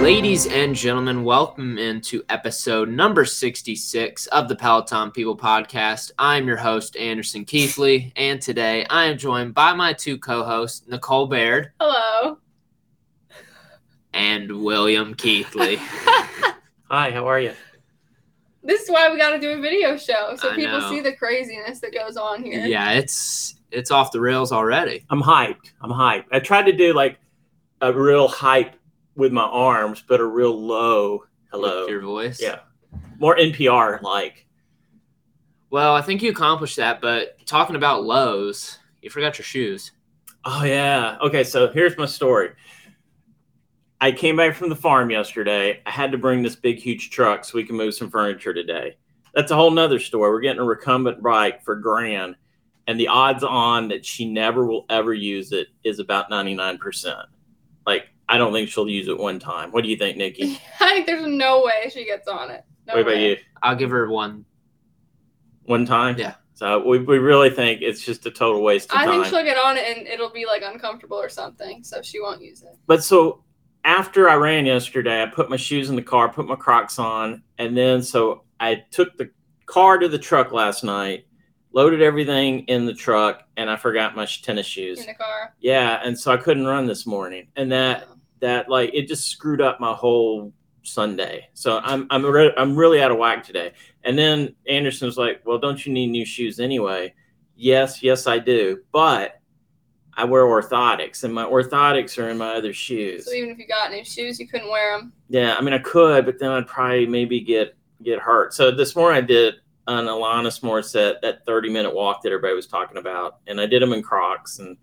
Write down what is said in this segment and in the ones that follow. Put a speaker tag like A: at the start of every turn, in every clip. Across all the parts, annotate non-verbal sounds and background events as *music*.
A: Ladies and gentlemen, welcome into episode number 66 of the Peloton People podcast. I'm your host, Anderson Keithley, and today I am joined by my two co hosts, Nicole Baird
B: Hello.
A: and William Keithley.
C: Hi, how are you?
B: This is why we got to do a video show so
A: I
B: people
A: know.
B: see the craziness that goes on here.
A: yeah, it's it's off the rails already.
C: I'm hyped. I'm hyped. I tried to do like a real hype with my arms, but a real low hello.
A: With your voice.
C: Yeah. More NPR like.
A: Well, I think you accomplished that, but talking about lows, you forgot your shoes.
C: Oh yeah. Okay, so here's my story. I came back from the farm yesterday. I had to bring this big huge truck so we can move some furniture today. That's a whole nother story. We're getting a recumbent bike for grand, and the odds on that she never will ever use it is about 99%. Like, I don't think she'll use it one time. What do you
B: *laughs*
C: think, Nikki?
B: *laughs* I think there's no way she gets on it. No
C: what about
B: way.
C: you?
A: I'll give her one.
C: One time?
A: Yeah.
C: So we, we really think it's just a total waste of
B: I
C: time.
B: think she'll get on it and it'll be like uncomfortable or something, so she won't use it.
C: But so after I ran yesterday, I put my shoes in the car, put my Crocs on, and then so I took the car to the truck last night, loaded everything in the truck, and I forgot my sh- tennis shoes.
B: In the car. Um,
C: Yeah, and so I couldn't run this morning, and that that like it just screwed up my whole Sunday. So I'm I'm re- I'm really out of whack today. And then Anderson was like, "Well, don't you need new shoes anyway?" Yes, yes, I do, but. I wear orthotics, and my orthotics are in my other shoes.
B: So even if you got new shoes, you couldn't wear them.
C: Yeah, I mean, I could, but then I'd probably maybe get get hurt. So this morning I did an Alanis Morissette that thirty minute walk that everybody was talking about, and I did them in Crocs, and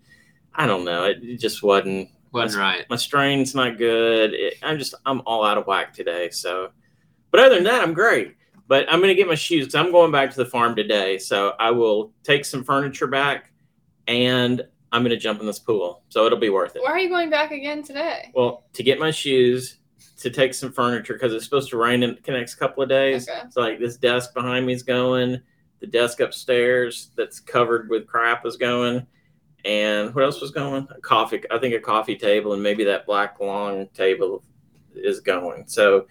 C: I don't know, it, it just wasn't.
A: Wasn't right.
C: My strain's not good. It, I'm just I'm all out of whack today. So, but other than that, I'm great. But I'm gonna get my shoes 'cause I'm going back to the farm today. So I will take some furniture back, and I'm gonna jump in this pool. So it'll be worth it.
B: Why are you going back again today?
C: Well, to get my shoes, to take some furniture because it's supposed to rain in the next couple of days.
B: Okay.
C: So like this desk behind me is going, the desk upstairs that's covered with crap is going, and what else was going? A coffee, I think a coffee table and maybe that black long table is going. So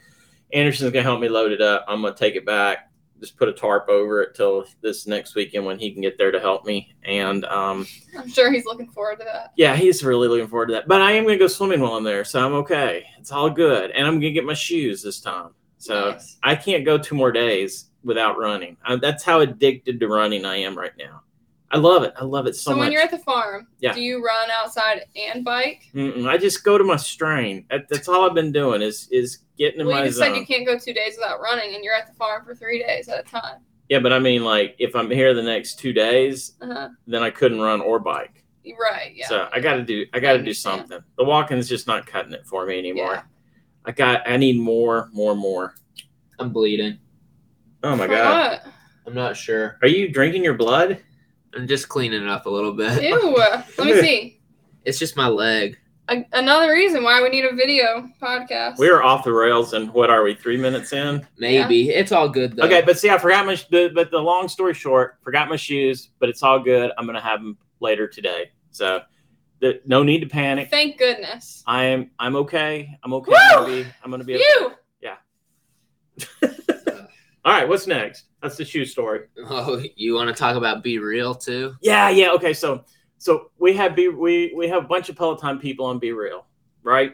C: Anderson's gonna help me load it up. I'm gonna take it back, just put a tarp over it till this next weekend when he can get there to help me. And um,
B: I'm sure he's looking forward to that.
C: yeah, he's really looking forward to that. But I am going to go swimming while I'm there, so I'm okay. It's all good, and I'm going to get my shoes this time. So
B: Nice.
C: I can't go two more days without running. I, that's how addicted to running I am right now. I love it. I love it
B: So,
C: so,
B: when
C: much.
B: you're at the farm,
C: Yeah.
B: do you run outside and bike?
C: Mm-mm, I just go to my strain. That, that's all I've been doing is is getting in
B: Well,
C: my
B: you just
C: zone.
B: said you can't go two days without running, and you're at the farm for three days at a time.
C: yeah, but I mean, like if I'm here the next two days,
B: Uh-huh.
C: then I couldn't run or bike.
B: Right. Yeah.
C: So I got to do I got to do
B: understand.
C: something. The walking's just not cutting it for me anymore.
B: Yeah.
C: I got I need more, more, more.
A: I'm bleeding.
C: Oh my
B: For
C: god.
B: what?
A: I'm not sure.
C: Are you drinking your blood?
A: I'm just cleaning it up a little bit.
B: Ew. Let
C: *laughs*
B: me see.
A: It's just my leg.
B: A- another reason why we need a video podcast.
C: We are off the rails, and what are we? Three minutes in.
A: Maybe it's all good though.
C: Okay, but see, I forgot my. sh- The, but the long story short, forgot my shoes, but it's all good. I'm gonna have them later today, so the, no need to panic.
B: Thank goodness.
C: I am. I'm okay. I'm okay.
B: Woo!
C: I'm gonna be. I'm gonna be okay. *laughs*
B: You.
C: All right. What's next? That's the shoe story.
A: *laughs* oh, you want to talk about be real too?
C: Yeah, yeah. Okay, so so we have be we we have a bunch of Peloton people on Be Real, right?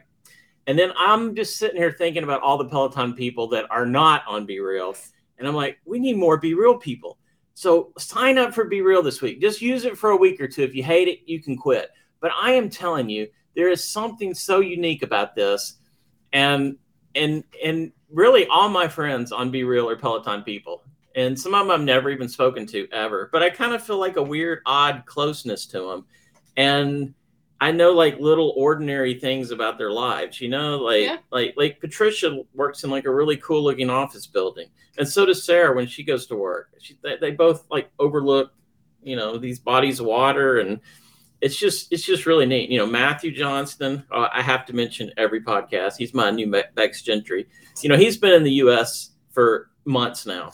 C: And then I'm just sitting here thinking about all the Peloton people that are not on Be Real, and I'm like, we need more Be Real people. So sign up for Be Real this week. Just use it for a week or two. If you hate it, you can quit. But I am telling you, there is something so unique about this, and and and really, all my friends on Be Real are Peloton people and some of them I've never even spoken to ever. But I kind of feel like a weird, odd closeness to them, and I know like little ordinary things about their lives. You know, like
B: Yeah.
C: like like Patricia works in like a really cool looking office building, and so does Sarah when she goes to work. She, they, they both like overlook, you know, these bodies of water and. It's just it's just really neat, you know. Matthew Johnston, uh, I have to mention every podcast. He's my new Be- Bex Gentry. You know, he's been in the U.S. for months now,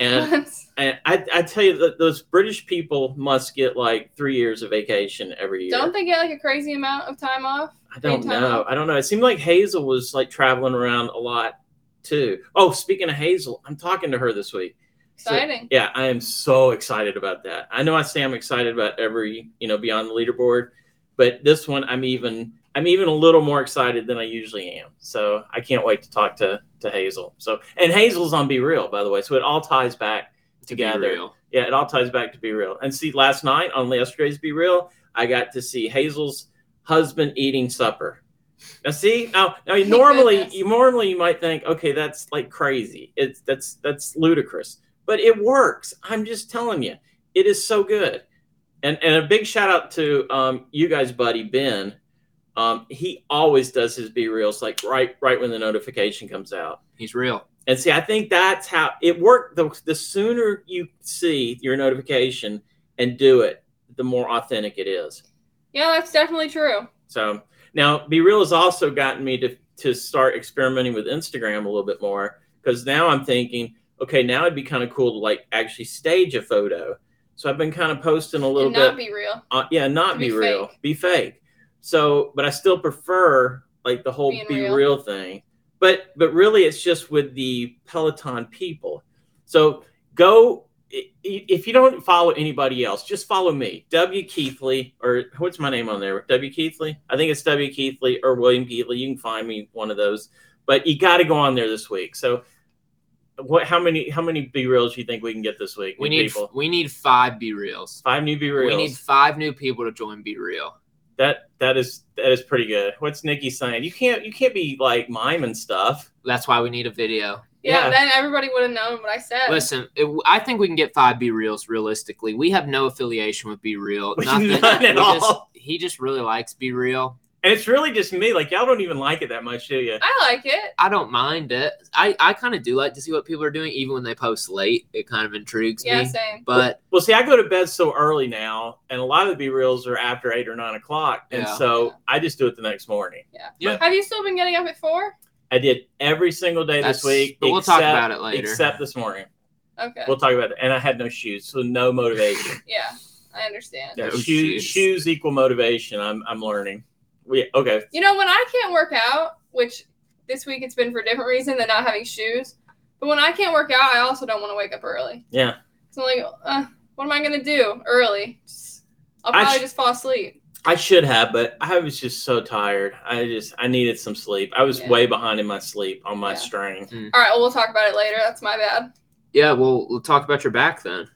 C: and
B: *laughs*
C: and I, I tell you that those British people must get like three years of vacation every year.
B: Don't they get like a crazy amount of time off?
C: I don't
B: Anytime.
C: know. I don't know. It seemed like Hazel was like traveling around a lot too. Oh, speaking of Hazel, I'm talking to her this week.
B: Exciting.
C: Yeah, I am so excited about that. I know I say I'm excited about every, you know, beyond the leaderboard, but this one I'm even I'm even a little more excited than I usually am. So I can't wait to talk to to Hazel. So and Hazel's on Be Real, by the way. So it all ties back
A: to
C: together.
A: be real.
C: Yeah, it all ties back to Be Real. And see, last night on yesterday's Be Real, I got to see Hazel's husband eating supper. Now, see, now, now you
B: Thank
C: normally,
B: goodness.
C: you normally you might think, okay, that's like crazy. It's that's that's ludicrous, but it works. I'm just telling you, it is so good. And and a big shout out to um, you guys, buddy Ben. Um, he always does his Be Reals like right right when the notification comes out.
A: He's real.
C: And see, I think that's how it worked. The, the sooner you see your notification and do it, the more authentic it is.
B: Yeah, that's definitely true.
C: So now, Be Real has also gotten me to, to start experimenting with Instagram a little bit more because now I'm thinking, okay, now it'd be kind of cool to like actually stage a photo. So I've been kind of posting a little
B: And not
C: bit
B: be real.
C: uh, yeah, not
B: To
C: be,
B: be
C: real,
B: fake.
C: be fake. So, but I still prefer like the whole
B: Being
C: be real.
B: real.
C: thing. But but really, it's just with the Peloton people. So go i- i- if you don't follow anybody else, just follow me, W Keithley, or what's my name on there? W Keithley. I think it's W Keithley or William Keithley. You can find me one of those. But you got to go on there this week. So. What? How many? How many be reels do you think we can get this week?
A: We
C: new
A: need
C: people.
A: we need five be reals.
C: five new be reels.
A: We need five new people to join Be Real.
C: That that is that is pretty good. What's Nikki saying? You can't you can't be like miming stuff.
A: That's why we need a video.
B: Yeah,
C: Yeah.
B: then everybody would have known what I said.
A: Listen, it, I think we can get five Be Reals realistically. We have no affiliation with Be
C: *laughs*
A: Real.
C: We-
A: Nothing.
C: none at
A: We just-
C: all.
A: he just really likes Be Real.
C: And it's really just me. Like y'all don't even like it that much, do you?
B: I like it.
A: I don't mind it. I, I kind of do like to see what people are doing, even when they post late. It kind of intrigues
B: Yeah,
A: me.
B: same.
A: But
C: Well, see, I go to bed so early now, and a lot of the B reels are after eight or nine o'clock, and
A: Yeah.
C: so I just do it the next morning.
B: Have you still been getting up at four?
C: I did every single day
A: that's,
C: this week.
A: but we'll talk
C: except-
A: about it later.
C: Except this morning,
B: Okay.
C: we'll talk about it. And I had no shoes, so
A: *laughs*
C: no motivation.
B: yeah, I understand.
A: No
C: Yeah, shoes,
A: shoes.
C: shoes equal motivation. I'm I'm learning. We okay.
B: You know, when I can't work out, which this week it's been for a different reason than not having shoes, but when I can't work out, I also don't want to wake up early.
C: Yeah.
B: So I'm like, uh, what am I gonna do early? Just- I'll
C: I
B: probably
C: sh-
B: just fall asleep.
C: I should have, but I was just so tired. I just I needed some sleep. I was
B: Yeah.
C: way behind in my sleep on my
B: Yeah.
C: string.
B: All right, well we'll talk about it later. That's my bad.
A: yeah, well, we'll talk about your back then.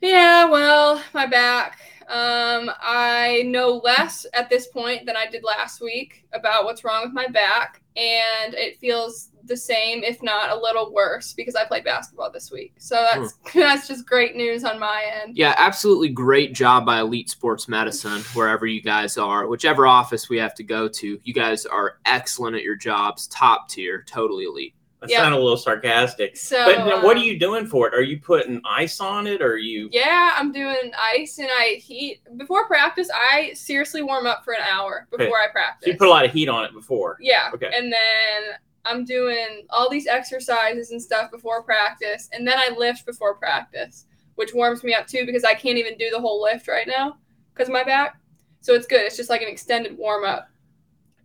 B: Yeah, well, my back. Um, I know less at this point than I did last week about what's wrong with my back, and it feels the same, if not a little worse, because I played basketball this week. So that's
C: Hmm.
B: *laughs* that's just great news on my end.
A: Yeah, absolutely great job by Elite Sports Medicine, wherever you guys are, whichever office we have to go to. You guys are excellent at your jobs, top tier, totally elite.
C: I
B: Yeah.
C: sound a little sarcastic.
B: So,
C: But now, what are
B: um,
C: you doing for it? Are you putting ice on it? Or are you?
B: Yeah, I'm doing ice and I heat before practice. I seriously warm up for an hour
C: Okay.
B: before I practice.
C: so you put a lot of heat on it before.
B: Yeah.
C: Okay.
B: And then I'm doing all these exercises and stuff before practice, and then I lift before practice, which warms me up too because I can't even do the whole lift right now because of my back. So it's good. It's just like an extended warm up.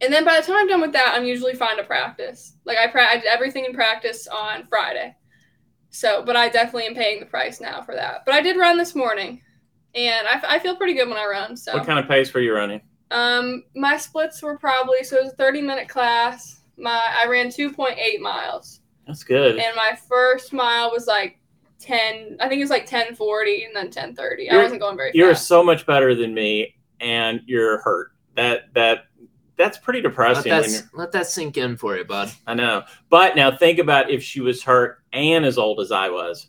B: And then by the time I'm done with that, I'm usually fine to practice. Like I, pra- I did everything in practice on Friday. So, but I definitely am paying the price now for that. But I did run this morning, and I, f- I feel pretty good when I run. So
C: What kind of pace were you running?
B: um, my splits were probably so it was a 30 minute class. My I ran 2.8 miles,
C: That's good.
B: and my first mile was like 10. I think it was like 10:40 and then 10:30. I
C: You're-
B: wasn't going very
C: you're
B: fast.
C: so much better than me, and you're hurt. That that that's pretty
A: Let
C: depressing.
A: that,
C: when
A: s- let that sink in for you, bud.
C: you're- I know. But now think about if she was hurt and as old as I was.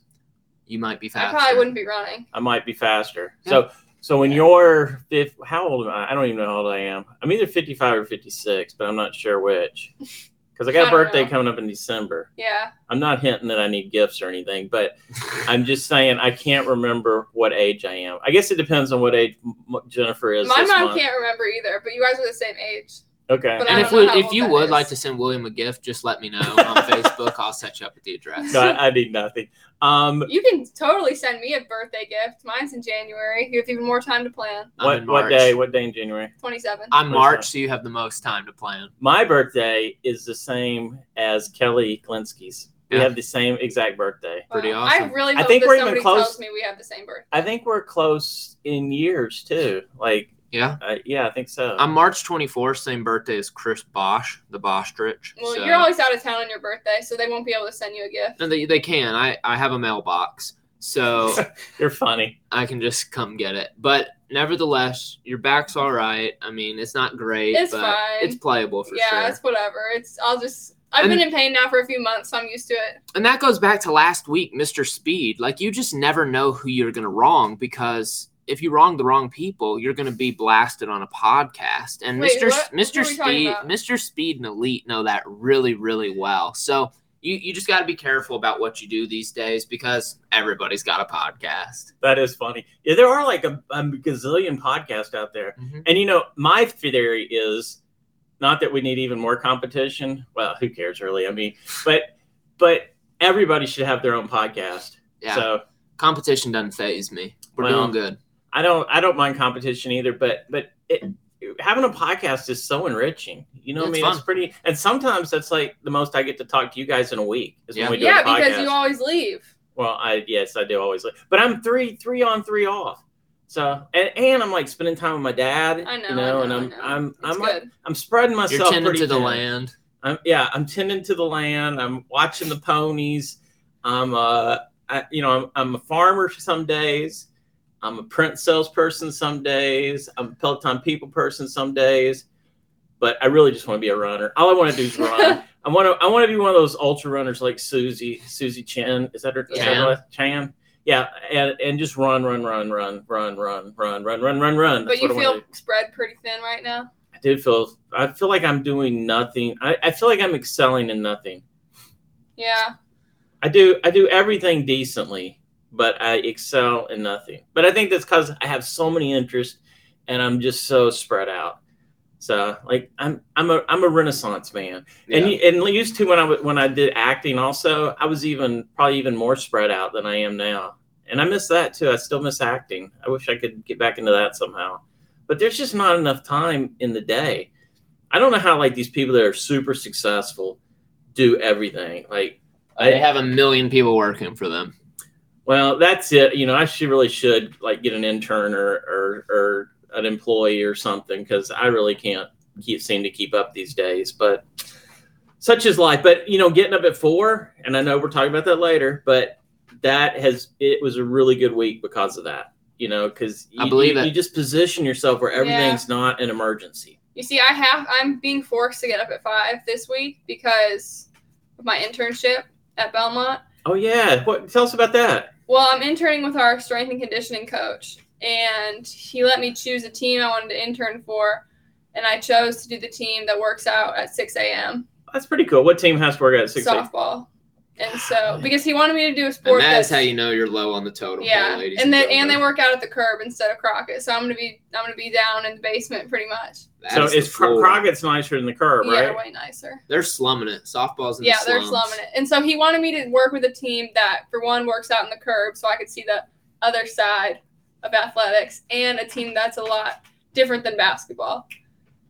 A: You might be
B: I
A: faster. *laughs*
B: probably wouldn't be running.
C: I might be faster.
A: Yeah.
C: So so when
B: Yeah.
C: you're fifth, how old am I? I don't even know how old I am. I'm either 55 or 56, but I'm not sure
B: *laughs*
C: which. Because I got a
B: I don't
C: birthday
B: know.
C: coming up in December.
B: Yeah,
C: I'm not hinting that I need gifts or anything, but I'm just saying I can't remember what age I am. I guess it depends on what age M- Jennifer is.
B: my
C: this
B: mom
C: month.
B: can't remember either, but you guys are the same age.
C: Okay.
B: But
A: And
B: I don't
A: if
B: know
A: we,
B: how
A: if
B: old
A: you
B: that
A: would
B: is.
A: like to send William a gift, just let me know on Facebook. I'll set you up with the
B: *laughs*
A: address.
C: *laughs* no, I, I need nothing. Um,
B: You can totally send me a birthday gift. Mine's in January. You have even more time to plan.
A: I'm
C: what
A: in
C: what
A: March.
C: day? What day in January?
B: 27.
A: I'm
C: Where's that?
A: March, so you have the most time to plan.
C: My birthday is the same as Kelly Klinsky's. We
A: Yeah.
C: have the same exact birthday.
A: pretty
B: Wow.
A: awesome.
B: I really
C: I
B: hope
C: think
B: that
C: we're even
B: somebody
C: close.
B: tells me we have the same birthday.
C: I think we're close in years too. Like,
A: Yeah.
C: uh, yeah, I think so.
A: I'm March 24th, same birthday as Chris Bosch, the Bostrich.
B: Well,
A: so-
B: you're always out of town on your birthday, so they won't be able to send you a gift.
A: No, they, they can. I, I have a mailbox,
B: *laughs*
A: so
C: You're funny.
A: I can just come get it. But nevertheless, your back's all right. I mean, it's not great,
B: It's
A: but
B: fine.
A: it's playable for
B: Yeah,
A: sure.
B: it's whatever. It's I'll just I've
A: And-
B: been in pain now for a few months, so I'm used to it.
A: And that goes back to last week, Mr. Speed. Like you just never know who you're going to wrong because if you wrong the wrong people, you're going to be blasted on a podcast. And
B: Wait,
A: Mr.
B: what-
A: Mr.
B: what are we talking
A: Speed,
B: about?
A: Mr. Speed and Elite know that really really well. So you, you just got to be careful about what you do these days because everybody's got a podcast.
C: That is funny. Yeah, there are like a, a gazillion podcasts out there.
A: Mhm.
C: And you know, my theory is not that we need even more competition. Well, who cares really? I mean, but but everybody should have their own podcast.
A: Yeah,
C: So
A: competition doesn't phase me. We're
C: Well,
A: doing good.
C: I don't I don't mind competition either, but but it, having a podcast is so enriching. You know, what I
A: It's
C: mean, it's
A: fun.
C: pretty. And sometimes that's like the most I get to talk to you guys in a week is
A: Yeah.
C: when we do
B: Yeah,
C: a podcast.
B: because you always leave.
C: Well, I yes, I do always, like- but I'm three three on three off. So and, and I'm like spending time with my dad.
B: I know,
C: you know,
B: I know, I
C: and
B: know.
C: I'm
B: It's
C: I'm I'm,
B: good.
C: I'm spreading myself.
A: You're tending
C: pretty
A: to the
C: thin.
A: land.
C: I'm, yeah, I'm tending to the land. I'm watching the ponies. I'm uh, I, you know, I'm, I'm a farmer some days. I'm a print salesperson some days. I'm a Peloton people person some days. But I really just want to be a runner. All I want to do is
B: *laughs*
C: run. I want to. I want to be one of those ultra runners like Susie, Susie Chan. Is that her? is that her
A: Chan.
C: last- Chan. Yeah, and, and just run, run, run, run, run, run, run, run, run, run, run.
B: But
C: That's
B: you
C: what I wanna
B: feel
C: do.
B: spread pretty thin right now.
C: I did feel. I feel like I'm doing nothing. I, I feel like I'm excelling in nothing.
B: Yeah.
C: I do I do everything decently, but I excel in nothing. But I think that's because I have so many interests and I'm just so spread out. So like I'm I'm a I'm a renaissance man.
A: Yeah.
C: And you, and used to when I wa- when I did acting also, I was even probably even more spread out than I am now. And I miss that too. I still miss acting. I wish I could get back into that somehow. But there's just not enough time in the day. I don't know how like these people that are super successful do everything. Like I-
A: they have a million people working for them.
C: Well, that's it. You know, I should really should like get an intern or or, or an employee or something because I really can't keep seem to keep up these days. But such is life. But you know, getting up at four, and I know we're talking about that later, but that has it was a really good week because of that. You know, because you,
A: I believe
C: you,
A: it.
C: you just position yourself where
B: Yeah.
C: everything's not an emergency.
B: You see, I have I'm being forced to get up at five this week because of my internship at Belmont.
C: Oh yeah, what? Tell us about that.
B: Well, I'm interning with our strength and conditioning coach, and he let me choose a team I wanted to intern for, and I chose to do the team that works out at 6 a.m.
C: That's pretty cool. What team has to work out at six? eight?
B: softball. And so, because he wanted me to do a
A: And
B: sport
A: that is
B: that's-
A: how you know you're low on the totem.
B: yeah,
A: pole, ladies
B: and they and
A: gentlemen.
B: they work out at the curb instead of Crockett, so I'm gonna be I'm gonna be down in the basement pretty much.
A: That
C: So
A: is the
C: it's Cro-
A: floor.
C: Crockett's nicer than the curb,
B: yeah,
C: right?
B: way nicer.
A: They're slumming it. Softball's in
B: Yeah,
A: the
B: they're
A: slums.
B: slumming it. And so he wanted me to work with a team that, for one, works out in the curb so I could see the other side of athletics and a team that's a lot different than basketball.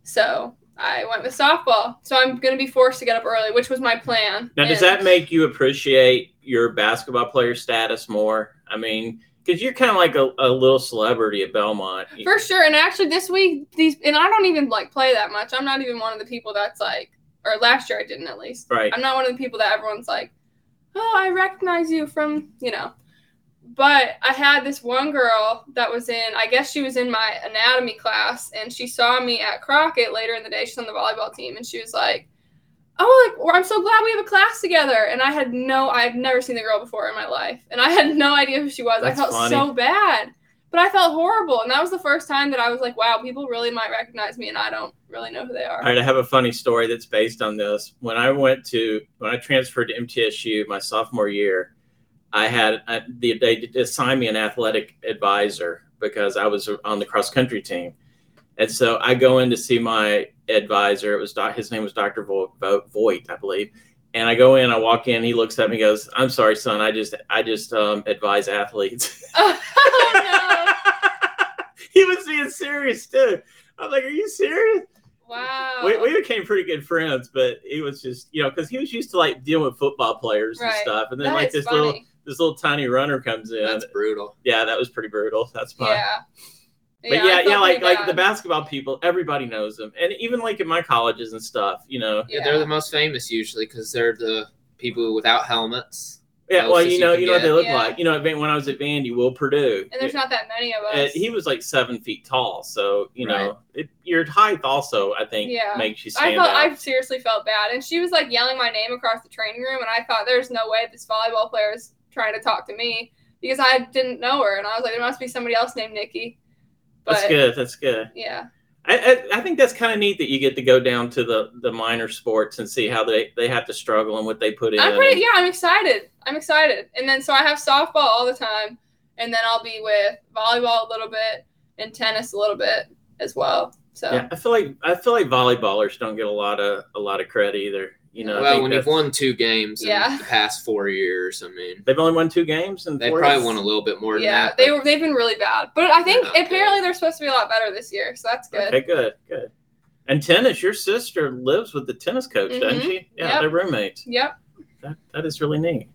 B: So I went with softball. So I'm going to be forced to get up early, which was my plan.
C: Now, does
B: And-
C: that make you appreciate your basketball player status more? I mean, because you're kind of like a, a little celebrity at Belmont.
B: For sure. And actually, this week, these, and I don't even like play that much. I'm not even one of the people that's like, or last year I didn't at least.
C: Right.
B: *laughs* I'm not one of the people that everyone's like, oh, I recognize you from, you know. But I had this one girl that was in, I guess she was in my anatomy class, and she saw me at Crockett later in the day. She's on the volleyball team, and she was like, oh, like, or I'm so glad we have a class together. And I had no, I've never seen the girl before in my life, and I had no idea who she was.
C: That's
B: I felt
C: funny.
B: so bad. But I felt horrible, and that was the first time that I was like, "Wow, people really might recognize me, and I don't really know who they are."
C: All right, I have a funny story that's based on this. When I went to when I transferred to MTSU my sophomore year, I had I, the, they assigned me an athletic advisor because I was on the cross country team, and so I go in to see my advisor. It was doc, his name was Doctor Vo- Vo- Voigt, I believe. And I go in, I walk in, he looks at me, and goes, "I'm sorry, son. I just I just um, advise athletes."
B: *laughs*
C: *laughs*
B: oh
C: he was being serious too. I'm like, "Are you serious?"
B: no! Wow.
C: We, we became pretty good friends, but it was just you know because he was used to like dealing with football players and
B: Right.
C: stuff, and then
B: That
C: like
B: is
C: this
B: funny.
C: *laughs* little this little tiny runner comes in.
A: That's brutal.
C: yeah, that was pretty brutal. That's fine.
B: yeah.
C: But yeah,
B: I
C: yeah,
B: felt
C: like
B: pretty
C: like the
B: bad.
C: basketball people, everybody knows them, and even like in my colleges and stuff, you know.
A: Yeah,
B: Yeah.
A: they're the most famous usually because they're the people without helmets.
C: Yeah, well,
A: Closest
C: you
A: you
C: know,
A: can
C: you know what they
A: get.
C: look
B: Yeah.
C: like. You know, at Van- when I was at Vandy, Will Purdue,
B: And there's not that many of us.
C: uh, he was like seven feet tall, so you
A: Right.
C: know, it, your height also, I think,
B: Yeah.
C: makes you
B: I
C: stand
B: felt
C: out.
B: I seriously felt bad, and she was like yelling my name across the training room, and I thought there's no way this volleyball player is trying to talk to me because I didn't know her, and I was like, there must be somebody else named Nikki. But
C: that's good. That's good.
B: yeah,
C: I, I, I think that's kind of neat that you get to go down to the the minor sports and see how they they have to struggle and what they put in.
B: I'm pretty. Yeah, I'm excited. I'm excited, and then so I have softball all the time, and then I'll be with volleyball a little bit and tennis a little bit as well. So
C: Yeah, I feel like I feel like volleyballers don't get a lot of a lot of credit either. You know, I
A: well,
C: think
A: when you've
C: that's-
A: won two games
B: Yeah.
A: in the past four years, I mean,
C: They've only won two games, and
A: they probably won a little bit more than
B: yeah,
A: that.
B: they
A: but
B: were they've been really bad, but I think
A: They're not
B: apparently they're supposed to be a lot better this year, so that's good.
C: Okay, good, good. And tennis, your sister lives with the tennis coach, doesn't
B: Mhm.
C: she? Yeah,
B: Yep.
C: they're roommates.
B: Yep.
C: That, that is really neat.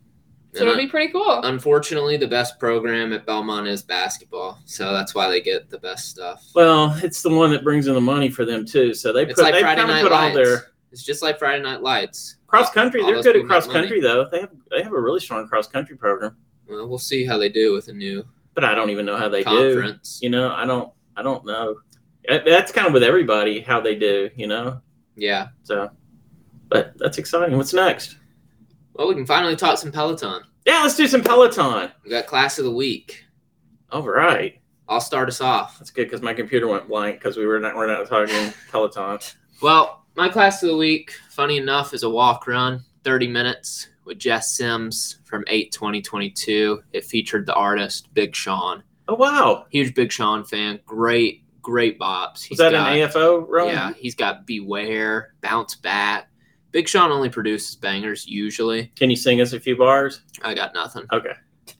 B: So it'll be pretty cool.
A: Unfortunately, the best program at Belmont is basketball, so that's why they get the best stuff.
C: Well, it's the one that brings in the money for them too. So they
A: it's
C: put
A: like
C: they
A: Friday
C: kind of
A: Night
C: put all
A: Lights.
C: their
A: It's just like Friday Night Lights.
C: cross country.
A: All
C: They're
A: those
C: good at
A: people make
C: cross country though. They have they have a really strong cross country program,
A: Well, we'll see how they do with a new
C: but I don't even know how they
A: conference.
C: do. You know, I don't I don't know. Uh, That's kind of with everybody how they do. You know,
A: Yeah.
C: so but that's exciting. What's next?
A: Well, we can finally talk some Peloton.
C: Yeah, let's do some Peloton.
A: We got class of the week.
C: All right.
A: I'll start us off.
C: That's good because my computer went blank because we were not we're not
A: *laughs*
C: talking Peloton.
A: Well, my class of the week, funny enough, is a walk run, 30 minutes with Jess Sims from 8 2022. It featured the artist Big Sean.
C: Oh wow,
A: Huge Big Sean fan. Great, great bops.
C: was
A: He's
C: that
A: got,
C: an AFO run?
A: Yeah, he's got Beware, Bounce Back. Big Sean only produces bangers usually.
C: Can you sing us a few bars?
A: I got nothing.
C: Okay.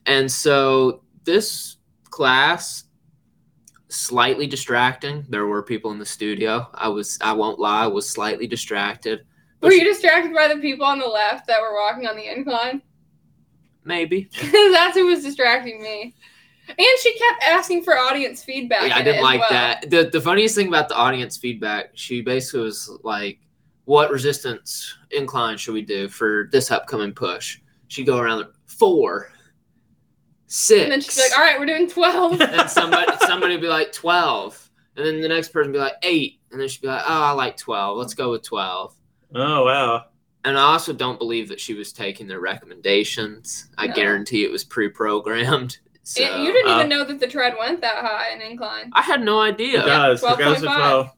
A: And so this class slightly distracting. There were people in the studio. I was I won't lie, I was slightly distracted.
B: Were you distracted by the people on the left that were walking on the incline? *laughs*
A: Maybe.
B: 'Cause That's who was distracting me. And she kept asking for audience feedback.
A: Yeah, I
B: in it
A: didn't
B: as
A: like
B: well.
A: that. The the funniest thing about the audience feedback, she basically was like, "What resistance incline should we do for this upcoming push?" She'd go around four, six,
B: And then she's like, "All right, we're doing
A: *laughs*
B: 12.
A: and then
B: *laughs*
A: somebody somebody would be like twelve, and then the next person would be like eight, and then she'd be like, "Oh, I like twelve. Let's go with 12.
C: Oh wow,
A: And I also don't believe that she was taking their recommendations. I
B: No.
A: guarantee it was pre-programmed. So
B: And you didn't
C: uh,
B: even know that the tread went that high in incline.
A: I had no idea.
C: it does. It goes to
B: 12.5.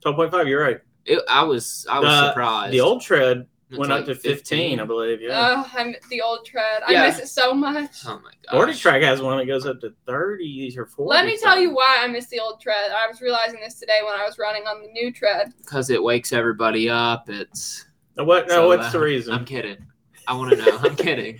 C: 12. 12.5, You're right.
A: It, I was I was
C: The-
A: surprised.
C: The old tread
A: It's
C: went
A: like
C: up to 15, I believe. Yeah.
B: Oh, I'm the old tread.
A: Yeah.
B: I miss it so much.
A: Oh my god.
C: Order track has one that goes up to 30 or 40.
B: Let me tell you
C: something.
B: why I miss the old tread. I was realizing this today when I was running on the new tread.
A: Because it wakes everybody up. It's
C: Now What? No,
A: So,
C: what's the
A: uh,
C: reason?
A: I'm kidding. I want to know.
C: *laughs*
A: I'm kidding.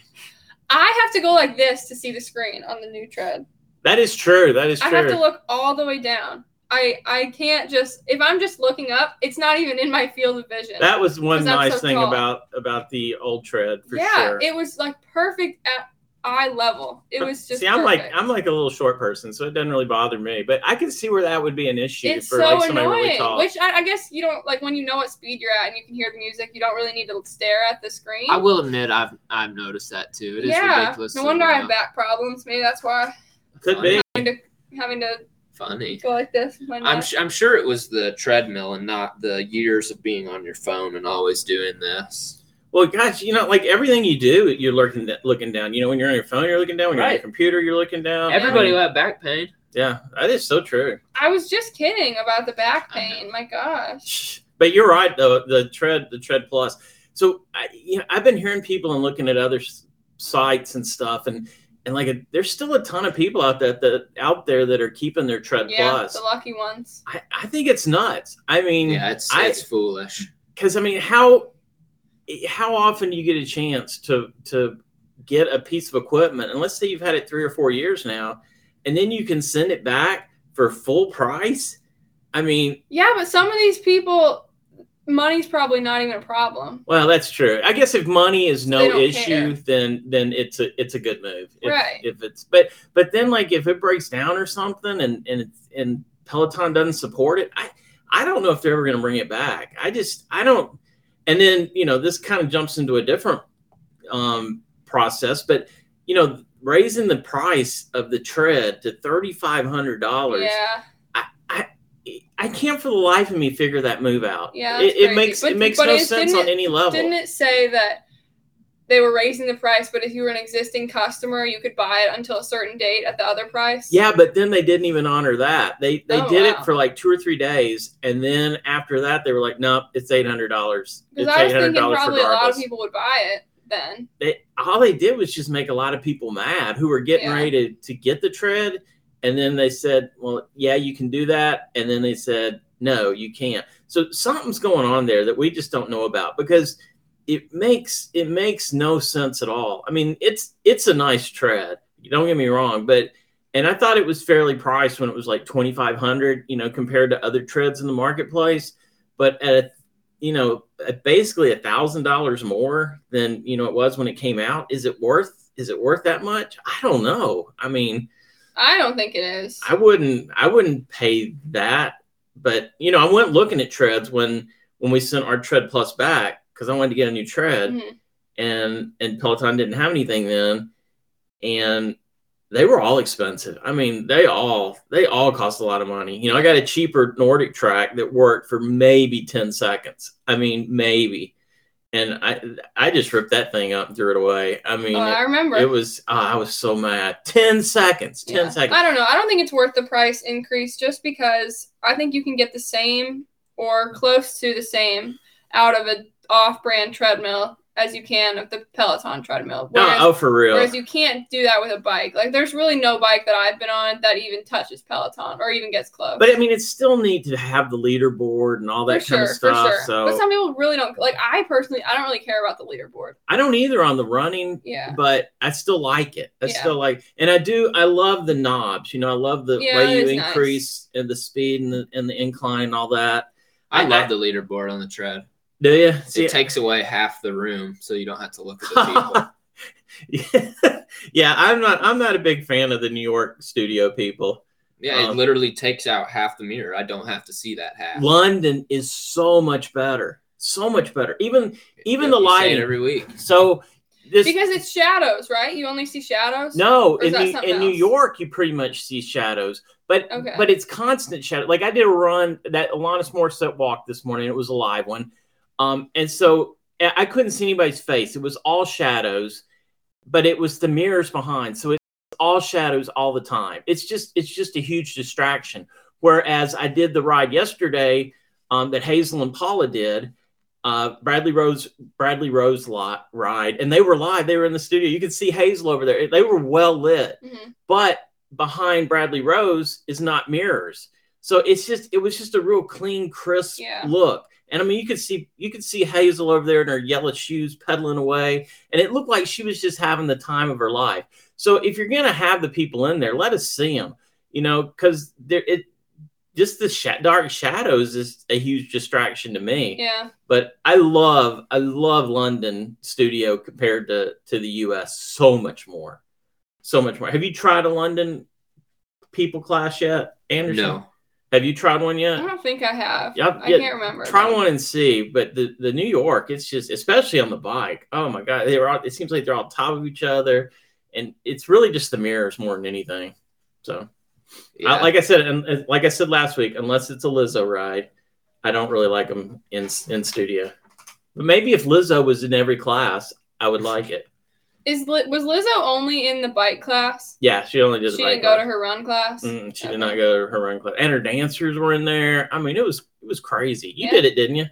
B: I have to go like this to see the screen on the new tread.
C: That is true. That is
B: I have to
C: true.
B: look all the way down. I I can't just if I'm just looking up, it's not even in my field of vision.
C: That was one
B: 'Cause I'm
C: nice
B: so
C: thing
B: tall.
C: about about the old tread for
B: yeah,
C: sure.
B: it was like perfect at eye level. It was just
C: see, I'm like
B: perfect.
C: I'm like a little short person, so it doesn't really bother me. But I can see where that would be an issue
B: it's
C: for
B: so
C: like somebody
B: annoying.
C: really tall.
B: Which I, I guess you don't like when you know what speed you're at and you can hear the music. You don't really need to stare at the screen.
A: I will admit I've I've noticed that too. It is
B: yeah,
A: ridiculous.
B: no wonder I have back problems. Maybe that's why
C: Could be.
B: I'm having to, having to
A: Funny.
B: go like this. when
A: I'm su- I'm sure it was the treadmill and not the years of being on your phone and always doing this.
C: Well, gosh, you know, like everything you do, you're looking looking down. You know, when you're on your phone, you're looking down. When you're on your
A: Right.
C: computer, you're looking down.
A: Everybody
C: I
A: will
C: mean,
A: have back pain.
C: yeah, that is so true.
B: I was just kidding about the back
A: I know.
B: pain. My gosh.
C: But you're right, though. The tread, the tread plus. So I, you know, I've been hearing people and looking at other s- sites and stuff, and and like a, there's still a ton of people out that that out there that are keeping their tread
B: yeah,
C: plus.
B: the lucky ones.
C: I, I think it's nuts. I mean,
A: Yeah, it's
C: Mm-hmm. I-
A: it's foolish.
C: because I mean, how how often do you get a chance to to get a piece of equipment? And let's say you've had it three or four years now, and then you can send it back for full price. I mean,
B: Yeah, but some of these people, money's probably not even a problem.
C: well, that's true. I guess if money is
B: They
C: no
B: don't
C: issue, then then it's a it's a good move, if,
B: Right.
C: If it's but but then like if it breaks down or something, and and it's, and Peloton doesn't support it, I I don't know if they're ever going to bring it back. I just I don't. And then you know this kind of jumps into a different um, process, but you know raising the price of the tread to thirty five hundred dollars.
B: Yeah,
C: I can't for the life of me figure that move out.
B: Yeah,
C: it,
B: that's
C: it
B: crazy.
C: makes
B: But-
C: it makes
B: but
C: no
B: it-
C: sense
B: didn't
C: on any level.
B: didn't it say that they were raising the price, but if you were an existing customer, you could buy it until a certain date at the other price?
C: Yeah, but then they didn't even honor that. They they
B: Oh,
C: did
B: wow.
C: it for like two or three days, and then after that, they were like, "Nope, it's eight hundred dollars.
B: because
C: It's
B: I was
C: eight hundred
B: thinking
C: dollars
B: probably a lot of
C: regardless."
B: people would buy it then.
C: They, all they did was just make a lot of people mad who were getting
B: Yeah.
C: ready to, to get the tread, and then they said, "Well, yeah, you can do that," and then they said, "No, you can't." So something's going on there that we just don't know about because it makes it makes no sense at all. I mean, it's it's a nice tread. Don't get me wrong, but and I thought it was fairly priced when it was like twenty five hundred, you know, compared to other treads in the marketplace. But at you know, at basically a thousand dollars more than you know it was when it came out. Is it worth? Is it worth that much? I don't know. I mean,
B: I don't think it is.
C: I wouldn't. I wouldn't pay that. But you know, I went looking at treads when when we sent our tread plus back because I wanted to get a new tread
B: Mhm.
C: and and Peloton didn't have anything then, and they were all expensive. I mean, they all they all cost a lot of money. You know, I got a cheaper Nordic track that worked for maybe ten seconds. I mean, maybe, and I I just ripped that thing up and threw it away. I mean,
B: Oh, I remember.
C: it, it was oh, I was so mad. Ten seconds, ten
B: Yeah.
C: seconds.
B: I don't know. I don't think it's worth the price increase just because I think you can get the same or close to the same out of an off-brand treadmill as you can of the Peloton treadmill.
C: No,
B: Whereas,
C: oh, for real.
B: whereas you can't do that with a bike. Like there's really no bike that I've been on that even touches Peloton or even gets close.
C: But I mean, it's still neat to have the leaderboard and all that
B: for
C: kind
B: sure,
C: of stuff.
B: for sure.
C: So
B: But some people really don't like. I personally, I don't really care about the leaderboard.
C: I don't either on the running,
B: Yeah,
C: but I still like it. I
B: Yeah.
C: still like, and I do. I love the knobs. You know, I love the
B: Yeah,
C: way you
B: it's nice.
C: increase and the speed and the, and the incline and all that.
A: I
C: I-
A: love
C: I-
A: the leaderboard on the tread.
C: Do you? See,
A: It takes away half the room, so you don't have to look at the
C: *laughs*
A: people.
C: yeah, I'm not. I'm not a big fan of the New York studio people.
A: Yeah, it
C: Um,
A: literally takes out half the mirror. I don't have to see that half.
C: London is so much better. So much better. Even even
A: Yeah,
C: the
A: we say it
C: lighting.
A: every week.
C: So this
B: because it's shadows, right? You only see shadows.
C: No,
B: Or is
C: in,
B: that
C: New,
B: something
C: in New
B: else?
C: York, you pretty much see shadows, but
B: Okay.
C: but it's constant shadow. Like I did a run that Alanis Morissette walk this morning. It was a live one, um, and so I I couldn't see anybody's face. It was all shadows, but it was the mirrors behind, so it's all shadows all the time. It's just it's just a huge distraction. Whereas I did the ride yesterday um, that Hazel and Paula did. Uh, Bradley Rose Bradley Rose lot ride, and they were live. They were in the studio. You could see Hazel over there. They were well lit,
B: Mhm.
C: but behind Bradley Rose is not mirrors. So it's just it was just a real clean, crisp
B: Yeah.
C: look. And I mean, you could see you could see Hazel over there in her yellow shoes pedaling away, and it looked like she was just having the time of her life. So if you're gonna have the people in there, let us see them. You know, because there it just the sha- dark shadows is a huge distraction to me
B: Yeah.
C: but I love I love London studio compared to to the US so much more. So much more. Have you tried a London people class yet? Anderson?
A: No.
C: Have you tried one
B: I
C: yet?
B: don't think I have.
C: Yeah,
B: I
C: yeah,
B: can't remember.
C: Try
B: though.
C: one and see, but the, the New York, it's just especially on the bike. Oh my god, they were all, it seems like they're all on top of each other, and it's really just the mirrors more than anything. So,
A: Yeah.
C: I, like I said, and, and like I said last week, unless it's a Lizzo ride, I don't really like them in in studio. But maybe if Lizzo was in every class, I would like it.
B: Is Li- was Lizzo only in the bike class?
C: Yeah, she only did.
B: She
C: the bike
B: didn't go to
C: class.
B: her run class.
C: Mm, she
B: Okay.
C: did not go to her run class, and her dancers were in there. I mean, it was it was crazy. You
B: Yeah.
C: did it, didn't you?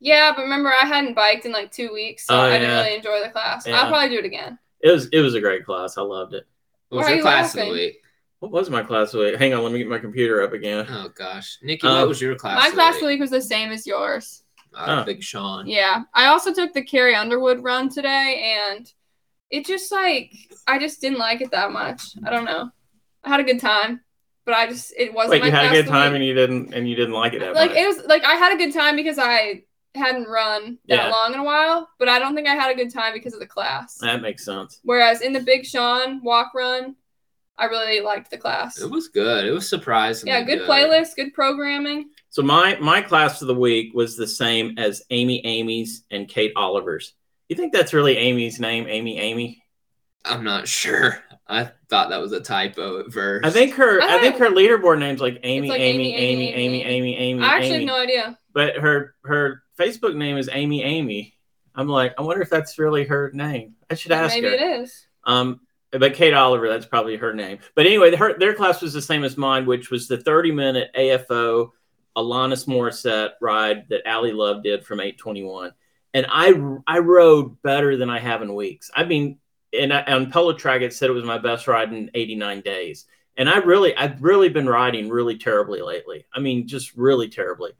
B: Yeah, but remember I hadn't biked in like two weeks, so
C: Oh,
B: I didn't
C: yeah.
B: really enjoy the class.
C: Yeah.
B: I'll probably do it again.
C: It was it was a great class. I loved it.
A: What was
B: Why are
A: your
B: you
A: class of
B: laughing?
A: the week?
C: What was my class week? Hang on, let me get my computer up again.
A: Oh gosh, Nikki,
C: Um,
A: what was your class?
B: My
A: of
B: class
A: the
B: of the week was the same as yours.
A: Uh,
C: Oh.
A: Big Sean.
B: Yeah. I also took the Carrie Underwood run today, and it just like I just didn't like it that much. I don't know. I had a good time, but I just it wasn't.
C: Wait,
B: my
C: you had a
B: class
C: good
B: of the
C: time
B: week.
C: and you didn't and you didn't like it that
B: like
C: much.
B: it was like I had a good time because I hadn't run that
C: Yeah.
B: long in a while, but I don't think I had a good time because of the class.
C: that makes sense.
B: Whereas in the Big Sean walk run, I really liked the class.
A: It was good. It was surprising.
B: Yeah, good playlist, good programming.
C: So my my class of the week was the same as Amy Amy's and Kate Oliver's. You think that's really Amy's name, Amy Amy?
A: I'm not *laughs* sure. I thought that was a typo at first.
C: I think her I,
B: I
C: think her
B: don't-
C: leaderboard name's like Amy
B: Oh. like
C: Amy
B: Amy,
C: Amy
B: Amy,
C: Amy Amy Amy.
B: I actually
C: Amy.
B: have no idea.
C: But her her Facebook name is Amy Amy. I'm like, I wonder if that's really her name. I should ask
B: Maybe
C: her.
B: it is.
C: Um, but Kate Oliver, that's probably her name. But anyway, her, their class was the same as mine, which was the 30 minute AFO Alanis Morissette ride that Allie Love did from 821. And I I rode better than I have in weeks. I mean, and I, on Polo Track, it said it was my best ride in 89 days. And I really, I've really been riding really terribly lately. I mean, just really terribly.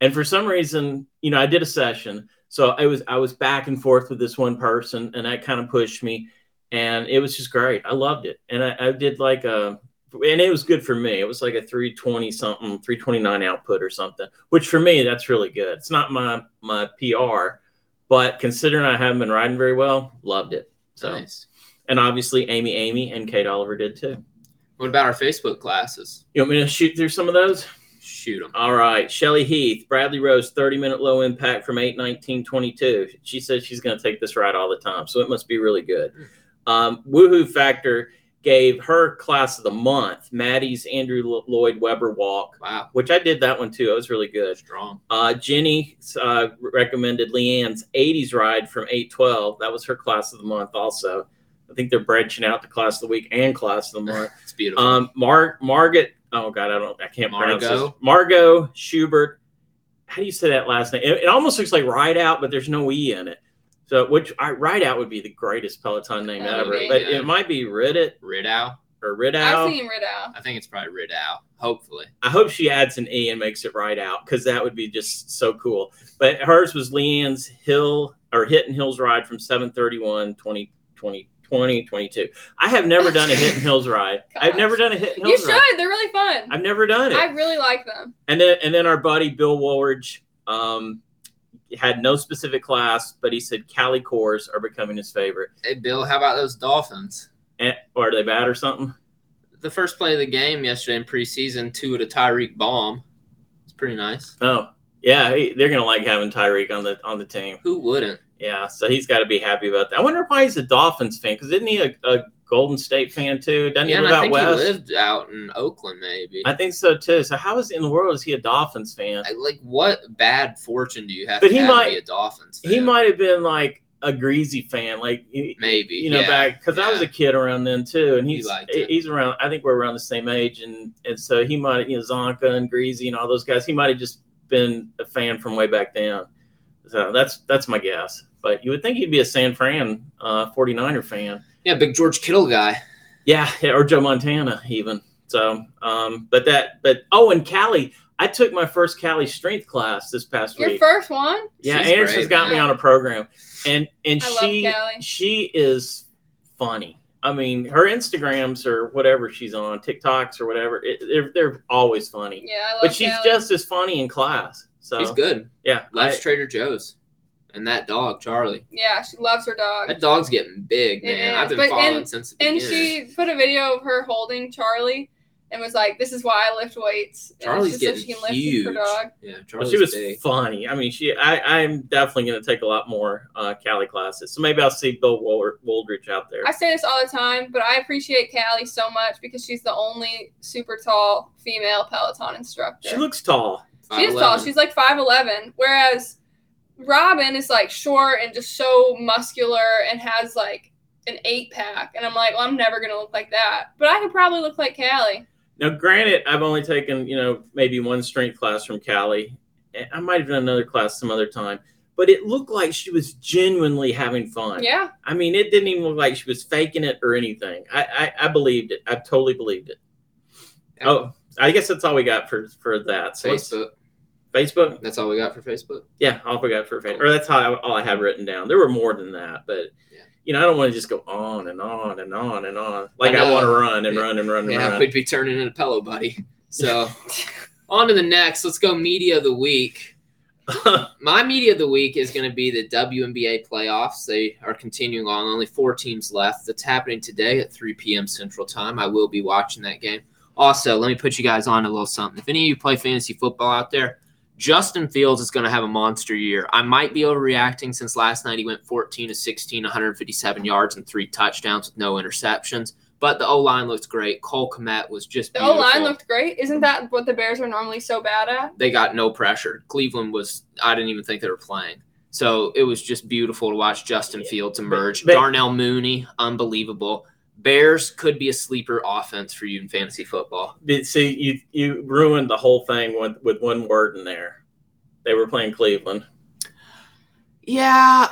C: And for some reason, you know, I did a session, so I was I was back and forth with this one person, and that kind of pushed me and it was just great. I loved it, and I, I did like a, and it was good for me. It was like a three twenty something, three twenty nine output or something, which for me that's really good. It's not my my PR, but considering I haven't been riding very well, loved it. So,
A: Nice.
C: and obviously Amy, Amy, and Kate Oliver did too.
A: What about our Facebook classes?
C: You want me to shoot through some of those?
A: Shoot them.
C: All right, Shelly Heath, Bradley Rose, 30 minute low impact from 8 19 22. She says she's going to take this ride all the time, so it must be really good. Um, Woohoo Factor gave her class of the month, Maddie's Andrew Lo- Lloyd Webber Walk,
A: Wow,
C: which I did that one too. It was really good.
A: strong.
C: Uh, Jenny uh, recommended Leanne's 80s ride from 812. That was her class of the month also. I think they're branching out to class of the week and class of the month.
A: It's beautiful.
C: Um, Mar- Margaret. Oh God, I don't. I can't pronounce this.
A: Margot?
C: Margot Schubert. How do you say that last name? It, it almost looks like Ride Out, but there's no e in it. So, which I, Ride Out would be the greatest Peloton name
B: That
C: ever,
B: would be,
C: but
A: Oh, yeah.
C: it might be Ridit
A: Ridow.
C: or Rid
B: I've
C: Out.
B: seen Ridow.
A: I think it's probably Ridow. Hopefully.
C: I hope she adds an e and makes it Ride Out because that would be just so cool. But hers was Leanne's Hill or Hit and Hills Ride from 731 20 20 20 22. I have never done a Hit and Hills ride. I've
B: Gosh.
C: never done a Hit and
B: you
C: Hills
B: should.
C: ride.
B: They're really fun.
C: I've never done it.
B: I really like them.
C: And then and then our buddy Bill Woolridge um, had no specific class, but he said Cali cores are becoming his favorite.
A: Hey, Bill, how about those Dolphins?
C: Eh, or are they bad or something?
A: The first play of the game yesterday in preseason, two to Tyreek Bomb. It's pretty nice.
C: Oh, yeah, he, they're gonna like having Tyreek on the on the team.
A: Who wouldn't?
C: Yeah, so he's got to be happy about that. I wonder why he's a Dolphins fan because isn't he a, a Golden State fan too? Doesn't
A: Yeah,
C: he
A: and
C: live
A: I
C: out
A: think
C: west?
A: he lived out in Oakland, maybe.
C: I think so too. So how is in the world is he a Dolphins fan?
A: I- like what bad fortune do you have
C: But
A: to
C: he
A: have to
C: might-
A: be a Dolphins?
C: He
A: fan?
C: might have been like a greasy fan, like he-
A: maybe
C: you know
A: yeah.
C: back because I was a
A: yeah.
C: kid around then too, and
A: He
C: he's
A: liked it.
C: he's around. I think we're around the same age, and and so he might you know Zonka and Greasy and all those guys. He might have just been a fan from way back then. So that's that's my guess. But you would think he'd be a San Fran uh, 49er fan.
A: yeah big George Kittle guy.
C: Yeah, or Joe Montana even. So, um, but that, but oh, and Callie, I took my first Callie strength class this past
B: Your
C: week.
B: first one?
C: yeah,
A: She's
C: Anderson's
A: brave,
C: got me
B: man.
C: on a program, and and
B: I
C: she
B: love Callie.
C: she is funny. I mean, her Instagrams or whatever she's on, TikToks or whatever, it, they're, they're always funny.
B: Yeah, I love
C: But she's
B: Callie.
C: just as funny in class. So
A: He's good.
C: Yeah,
A: Loves
C: I-
A: Trader Joe's and that dog Charlie.
B: Yeah, she loves her dog.
A: That dog's getting big,
B: It
A: man.
B: is,
A: I've been
B: but-
A: following
B: and-
A: since the
B: And
A: beginning.
B: she put a video of her holding Charlie and was like, This is why I lift weights. And it's
A: Charlie's
B: just
A: getting
B: so she can lift
A: huge.
B: her dog.
A: Yeah,
C: but
A: Charlie's
C: she was
A: big.
C: funny. I mean, she. I, I'm definitely going to take a lot more uh, Cali classes. So maybe I'll see Bill Wool- Wooldridge out there.
B: I say this all the time, but I appreciate Callie so much because she's the only super tall female Peloton instructor.
C: she looks tall.
B: She is tall.
A: 5'11".
B: She's like 5'11. Whereas Robin is like short and just so muscular and has like an eight pack. And I'm like, well, I'm never going to look like that. But I could probably look like Callie.
C: Now, granted, I've only taken you know maybe one strength class from Cali. I might have done another class some other time, but it looked like she was genuinely having fun.
B: Yeah.
C: I mean, it didn't even look like she was faking it or anything. I, I, I believed it. I totally believed it. Oh, I guess that's all we got for for that. So let's-
A: Facebook.
C: Facebook.
A: That's all we got for Facebook.
C: Yeah, all we got for Facebook. Or that's how I, all I had written down. There were more than that, but
A: Yeah.
C: you know, I don't want to just go on and on and on and on. Like
A: I
C: I,
A: know.
C: want to run and
A: Yeah.
C: run and run and
A: Yeah,
C: run.
A: we'd be turning into Pillow Buddy. So on to the next. Let's go media of the week. My media of the week is going to be the WNBA playoffs. They are continuing on. Only four teams left. That's happening today at 3 p.m. Central Time. I will be watching that game. Also, let me put you guys on a little something. If any of you play fantasy football out there, Justin Fields is going to have a monster year. I might be overreacting since last night he went 14 to 16, 157 yards and three touchdowns with no interceptions. But the O line looks great. Cole Komet was just
B: The O line
A: beautiful.
B: looked great. Isn't that what the Bears are normally so bad at?
A: they got no pressure. Cleveland was I didn't even think they were playing. So it was just beautiful to watch Justin Fields emerge.
C: But- but-
A: Darnell Mooney, unbelievable. Bears could be a sleeper offense for you in fantasy football.
C: *laughs* But See, you you ruined the whole thing with with one word in there. They were playing Cleveland.
A: Yeah,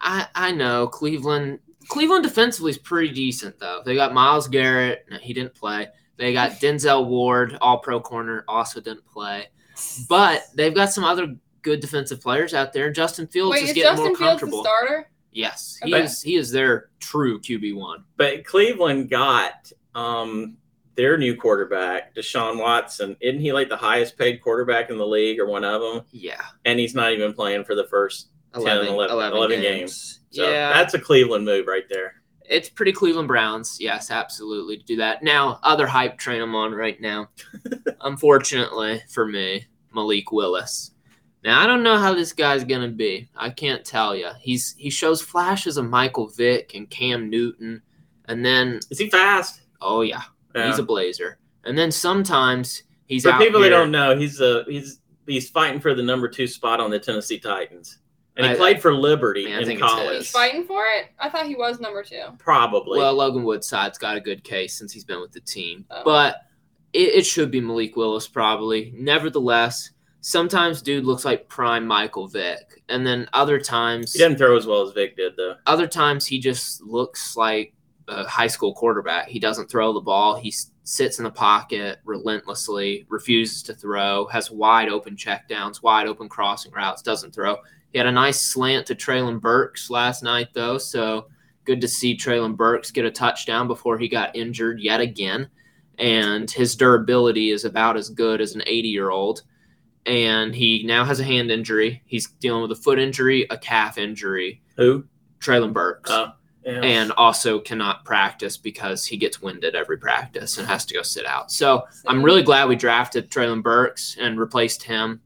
A: I I know Cleveland. Cleveland defensively is pretty decent though. They got Miles Garrett. No, he didn't play. They got Denzel Ward, All Pro corner, also didn't play. But they've got some other good defensive players out there. Justin Fields
B: Wait,
A: is
B: is
A: getting
B: Justin
A: more
B: Fields the
A: comfortable.
B: starter?
A: Yes, he
C: Okay.
A: is. He is their true QB one.
C: But Cleveland got um their new quarterback, Deshaun Watson. Isn't he like the highest paid quarterback in the league or one of them?
A: Yeah,
C: And he's not even playing for the first 11, 11, 11 So
A: yeah,
C: that's a Cleveland move right there.
A: it's pretty Cleveland Browns. Yes, absolutely to do that. Now, other hype train I'm on right now.
C: *laughs*
A: Unfortunately for me, Malik Willis. Now I don't know how this guy's gonna be. I can't tell you. He's he shows flashes of Michael Vick and Cam Newton, and then
C: Is he fast?
A: oh yeah,
C: Yeah.
A: he's a blazer. And then sometimes he's
C: For
A: out
C: people
A: here.
C: that don't know, he's a he's he's fighting for the number two spot on the Tennessee Titans, and he
A: I-
C: played for Liberty
A: Man, I
C: in
A: think it's
C: college.
A: his.
B: He's fighting for it? I thought he was number two.
C: Probably.
A: Well, Logan Woodside's got a good case since he's been with the team,
B: Oh.
A: but it, it should be Malik Willis probably. Nevertheless, sometimes dude looks like prime Michael Vick, and then other times,
C: he didn't throw as well as Vic did, though.
A: other times he just looks like a high school quarterback. He doesn't throw the ball. He s- sits in the pocket relentlessly, refuses to throw, has wide open checkdowns, wide open crossing routes, doesn't throw. He had a nice slant to Traylon Burks last night, though. So good to see Traylon Burks get a touchdown before he got injured yet again. And his durability is about as good as an 80 year old. And he now has a hand injury. He's dealing with a foot injury, a calf injury.
C: Who?
A: Traylon Burks
C: Oh, yeah.
A: and also cannot practice because he gets winded every practice and has to go sit out. So I'm really glad we drafted Traylon Burks and replaced him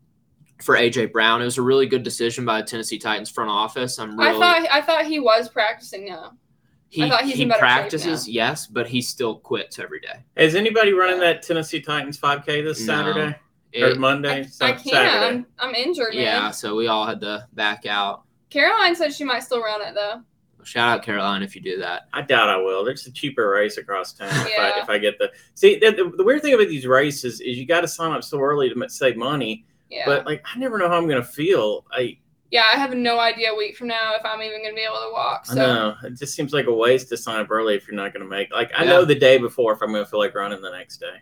A: for AJ Brown. It was a really good decision by the Tennessee Titans front office. I'm
B: I
A: really
B: thought I thought he was practicing now.
A: he,
B: thought he's
A: he
B: in better shape
A: practices, yes, but he still quits every day.
C: is anybody running that Tennessee Titans 5K this
A: Uh, No.
C: Saturday or
A: It-
C: Monday?
B: I,
C: Sa-
B: I can't.
C: Saturday.
B: I'm, I'm injured, man.
A: yeah, so we all had to back out.
B: Caroline said she might still run it though.
A: Shout out Caroline if you do that.
C: I doubt I will. There's a cheaper race across town if, I,
B: Yeah.
C: if I get the. See, the, the, the weird thing about these races is you got to sign up so early to m- save money,
B: Yeah.
C: but like I never know how I'm gonna feel. I,
B: yeah, I have no idea a week from now if I'm even gonna be able to walk. So
C: I know it just seems like a waste to sign up early if you're not gonna make. Like I
A: Yeah.
C: know the day before if I'm gonna feel like running the next day.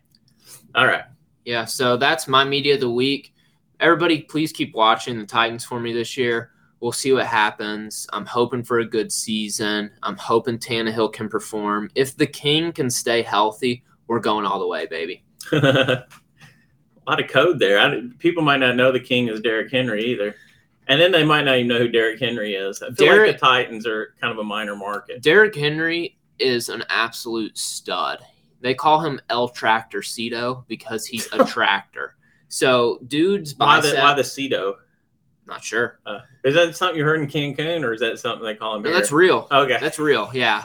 C: All right, *laughs*
A: Yeah, so that's my media of the week. Everybody, please keep watching the Titans for me this year. We'll see what happens. I'm hoping for a good season. I'm hoping Tannehill can perform. If the King can stay healthy, we're going all the way, baby.
C: a lot of code there. I, people might not know the king is Derrick Henry either. And then they might not even know who Derrick Henry is. I feel like
A: Derrick-
C: the Titans are kind of a minor market.
A: Derrick Henry is an absolute stud. They call him El Tractorcito because he's
C: *laughs*
A: a tractor. So, dude's
C: Why
A: bicep.
C: the why the Cedo?
A: not sure.
C: Uh, is that something you heard in Cancun, or is that something they call him?
A: No,
C: here?
A: that's real.
C: okay.
A: That's real. Yeah.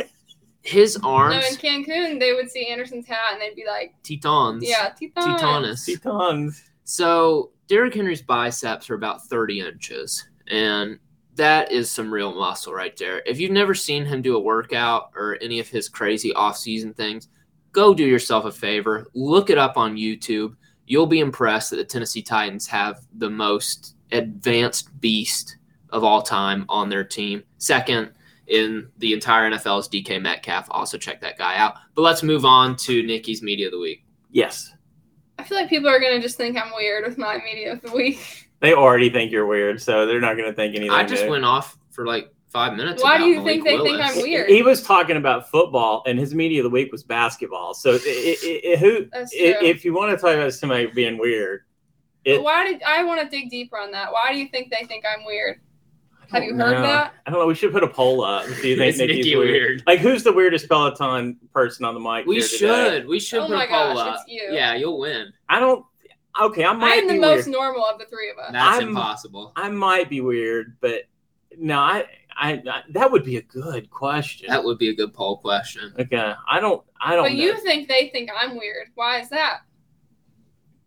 A: His
B: *laughs* no, in
A: arms,
B: Cancun they would see Anderson's hat and they'd be like,
A: Tetons.
B: Yeah, Teton.
A: Tetonus.
C: Tetons.
A: So Derrick Henry's biceps are about 30 inches, and that is some real muscle right there. If you've never seen him do a workout or any of his crazy off-season things, go do yourself a favor. Look it up on YouTube. You'll be impressed that the Tennessee Titans have the most advanced beast of all time on their team. Second in the entire NFL is DK Metcalf. Also check that guy out. But let's move on to Nikki's media of the week.
C: Yes.
B: I feel like people are gonna just think I'm weird with my media of the week.
C: They already think you're weird, so they're not going to think anything.
A: I just
C: new.
A: went off for like five minutes.
B: Why do
A: about
B: you think
A: Malik
B: they think
A: Willis.
B: I'm weird.
C: He was talking about football, and his media of the week was basketball. So, it, it, it, who,
B: That's true.
C: i if you want to talk about somebody being weird, it-
B: Why did I want to dig deeper on that? Why do you think they think I'm weird? Have you heard
C: No.
B: that?
C: I don't know. We should put a poll up. *laughs* Do
A: *laughs*
C: you think
A: Is
C: Nikki's
A: Nikki
C: weird?
A: weird?
C: Like, who's the weirdest Peloton person on the mic?
A: We
C: here today?
A: should. We should
B: oh
A: put
B: my
A: a poll
B: gosh,
A: up.
B: it's you.
A: Yeah, you'll win.
C: I don't. Okay, I might
B: I'm
C: be
B: the most
C: weird.
B: normal of the three of us.
A: That's
C: I'm-
A: impossible.
C: I might be weird, but no, I, I, I- that would be a good question.
A: That would be a good poll question.
C: okay, I don't, I don't
B: But you think they think I'm weird. Why is that?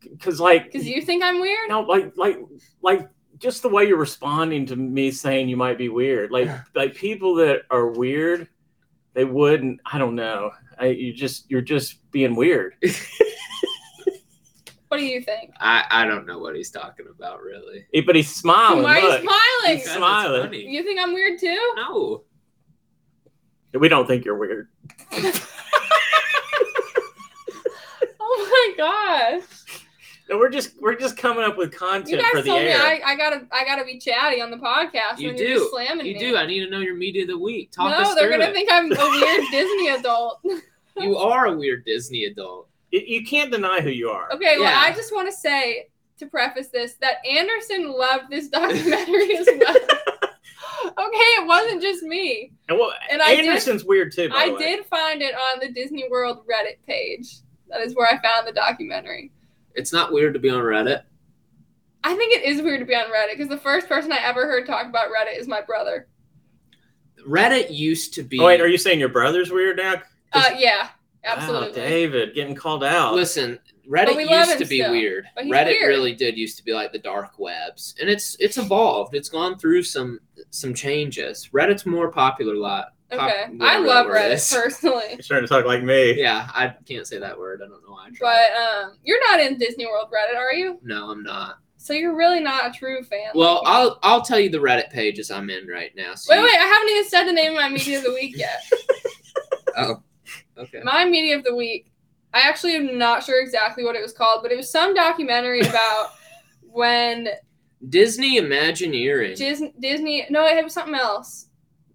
C: because like,
B: Because you think I'm weird?
C: no, like, like, like, just the way you're responding to me saying you might be
A: *sighs*
C: weird, like, like people that are weird, they wouldn't. I don't know. I, you just, you're just being weird.
B: What do you think?
A: I, I don't know what he's talking about really.
C: Eh, But he's smiling.
B: Why
C: look.
B: are you
C: He's
A: That's
B: smiling?
C: smiling.
A: funny.
B: You think I'm weird too?
A: No.
C: We don't think you're weird.
B: Oh my gosh.
C: No, we're just we're just coming up with
B: You
C: content for
B: guys
C: the
B: told me
C: air.
B: I, I gotta I gotta be chatty on the podcast
A: You
B: and you're
A: do.
B: just slamming
A: You
B: me.
A: do. I need to know your media of the week. Talk
B: no,
A: us
B: they're
A: through
B: gonna
A: it.
B: think I'm a weird
A: *laughs*
B: Disney adult.
A: you are a weird Disney adult.
C: You- you can't deny who you are.
B: Okay,
A: Yeah.
B: well, I just want to say to preface this that Anderson loved
A: *laughs*
B: this documentary as well. okay, it wasn't just me.
C: And well,
B: And I did-
C: Anderson's weird too. By the
B: I
C: way.
B: did find it on the Disney World Reddit page. That is where I found the documentary.
A: It's not weird to be on Reddit.
B: I think it is weird to be on Reddit because the first person I ever heard talk about Reddit is my brother.
A: Reddit used to be.
C: Oh, wait, are you saying your brother's weird now?
B: Uh, yeah,
C: Wow,
B: absolutely.
C: David getting called out.
A: Listen,
B: But
A: Reddit
B: we love
A: used to
B: him
A: be
B: still.
A: weird.
B: But he's
A: Reddit
B: weird.
A: really did used to be like the dark webs, and it's it's evolved. It's gone through some some changes. Reddit's more popular lot. pop-
B: okay, I
A: whatever
B: love
A: that word
B: Reddit
A: is. *laughs*
B: personally,
C: You're starting to talk like me.
A: Yeah, I can't say that word. I don't know why. I tried.
B: but um, you're not in Disney World Reddit, are you?
A: no, I'm not.
B: So you're really not a true fan.
A: Well,
B: like you.
A: I'll I'll tell you the Reddit pages I'm in right now. So
B: Wait,
A: you-
B: wait, I haven't even said the name of my media of the
A: *laughs*
B: week yet.
A: Oh, okay.
B: My media of the week, I actually am not sure exactly what it was called, but it was
A: *laughs*
B: some documentary about when
A: Disney Imagineering.
B: Dis- Disney, no, it was something else.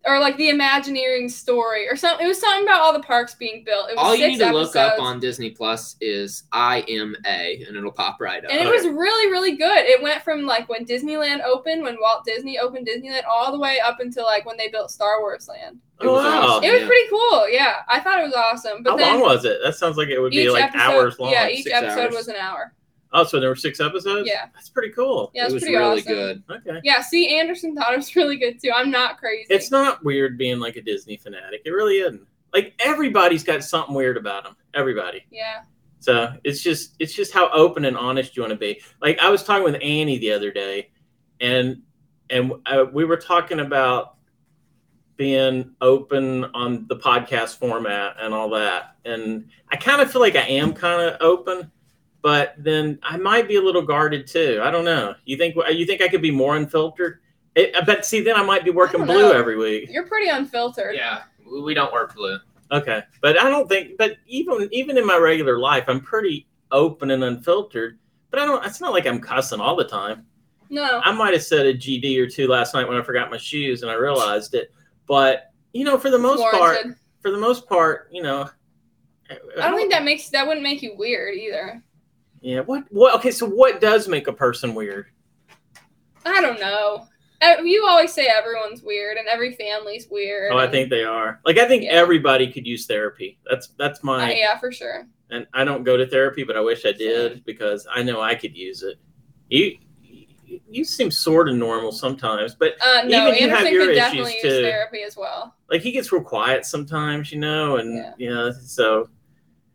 B: Or like the Imagineering story, or something. It was something about all the parks being built. It was
A: All you
B: six
A: need to look up
B: episodes,
A: on Disney Plus is IMA, and it'll pop right up.
B: and it
C: Okay.
B: was really, really good. It went from like when Disneyland opened, when Walt Disney opened Disneyland, all the way up until like when they built Star Wars Land.
A: It was
C: wow.
A: awesome.
B: It was
A: yeah.
B: pretty cool. Yeah, I thought it was awesome. But
C: Oh, How
B: then
C: long was it? That sounds like it would be
B: each
C: like
B: episode,
C: hours long.
B: Yeah, each
C: six
B: episode
C: hours.
B: was an hour.
C: Oh, so there were six episodes.
B: Yeah.
C: that's pretty cool.
B: Yeah, it was, pretty
A: really
B: awesome.
A: good.
C: Okay,
B: Yeah, see, Anderson thought it was really good too. I'm not crazy.
C: it's not weird being like a Disney fanatic. It really isn't. Like everybody's got something weird about them. Everybody.
B: yeah,
C: So it's just it's just how open and honest you want to be. Like I was talking with Annie the other day, and and uh, we were talking about being open on the podcast format and all that. And I kind of feel like I am kind of open, but then I might be a little guarded too. I don't know. You think you think I could be more unfiltered? It, but see, then I might be working
B: don't
C: blue
B: know.
C: every week.
B: you're pretty unfiltered.
A: Yeah, we we don't work blue.
C: Okay, but I don't think. But even even in my regular life, I'm pretty open and unfiltered. But I don't. It's not like I'm cussing all the time.
B: No,
C: I might have said a GD or two last night when I forgot my shoes and I realized it. But you know, for the most part,
B: warranted.
C: for the most part, you know,
B: I don't think that makes that wouldn't make you weird either.
C: Yeah. What? What? Okay. So what does make a person weird?
B: I don't know. Uh, You always say everyone's weird and every family's weird.
C: Oh, I
B: and-
C: think they are. Like I think
B: Yeah.
C: everybody could use therapy. That's that's
B: Uh,
C: my.
B: yeah, for sure.
C: and I don't go to therapy, but I wish I did because I know I could use it. You you seem sort of normal sometimes, but
B: Uh, no,
C: Even you have
B: Anderson
C: your
B: could
C: issues,
B: definitely use
C: too.
B: therapy as well.
C: like he gets real quiet sometimes, you know, and
B: Yeah.
C: you know, so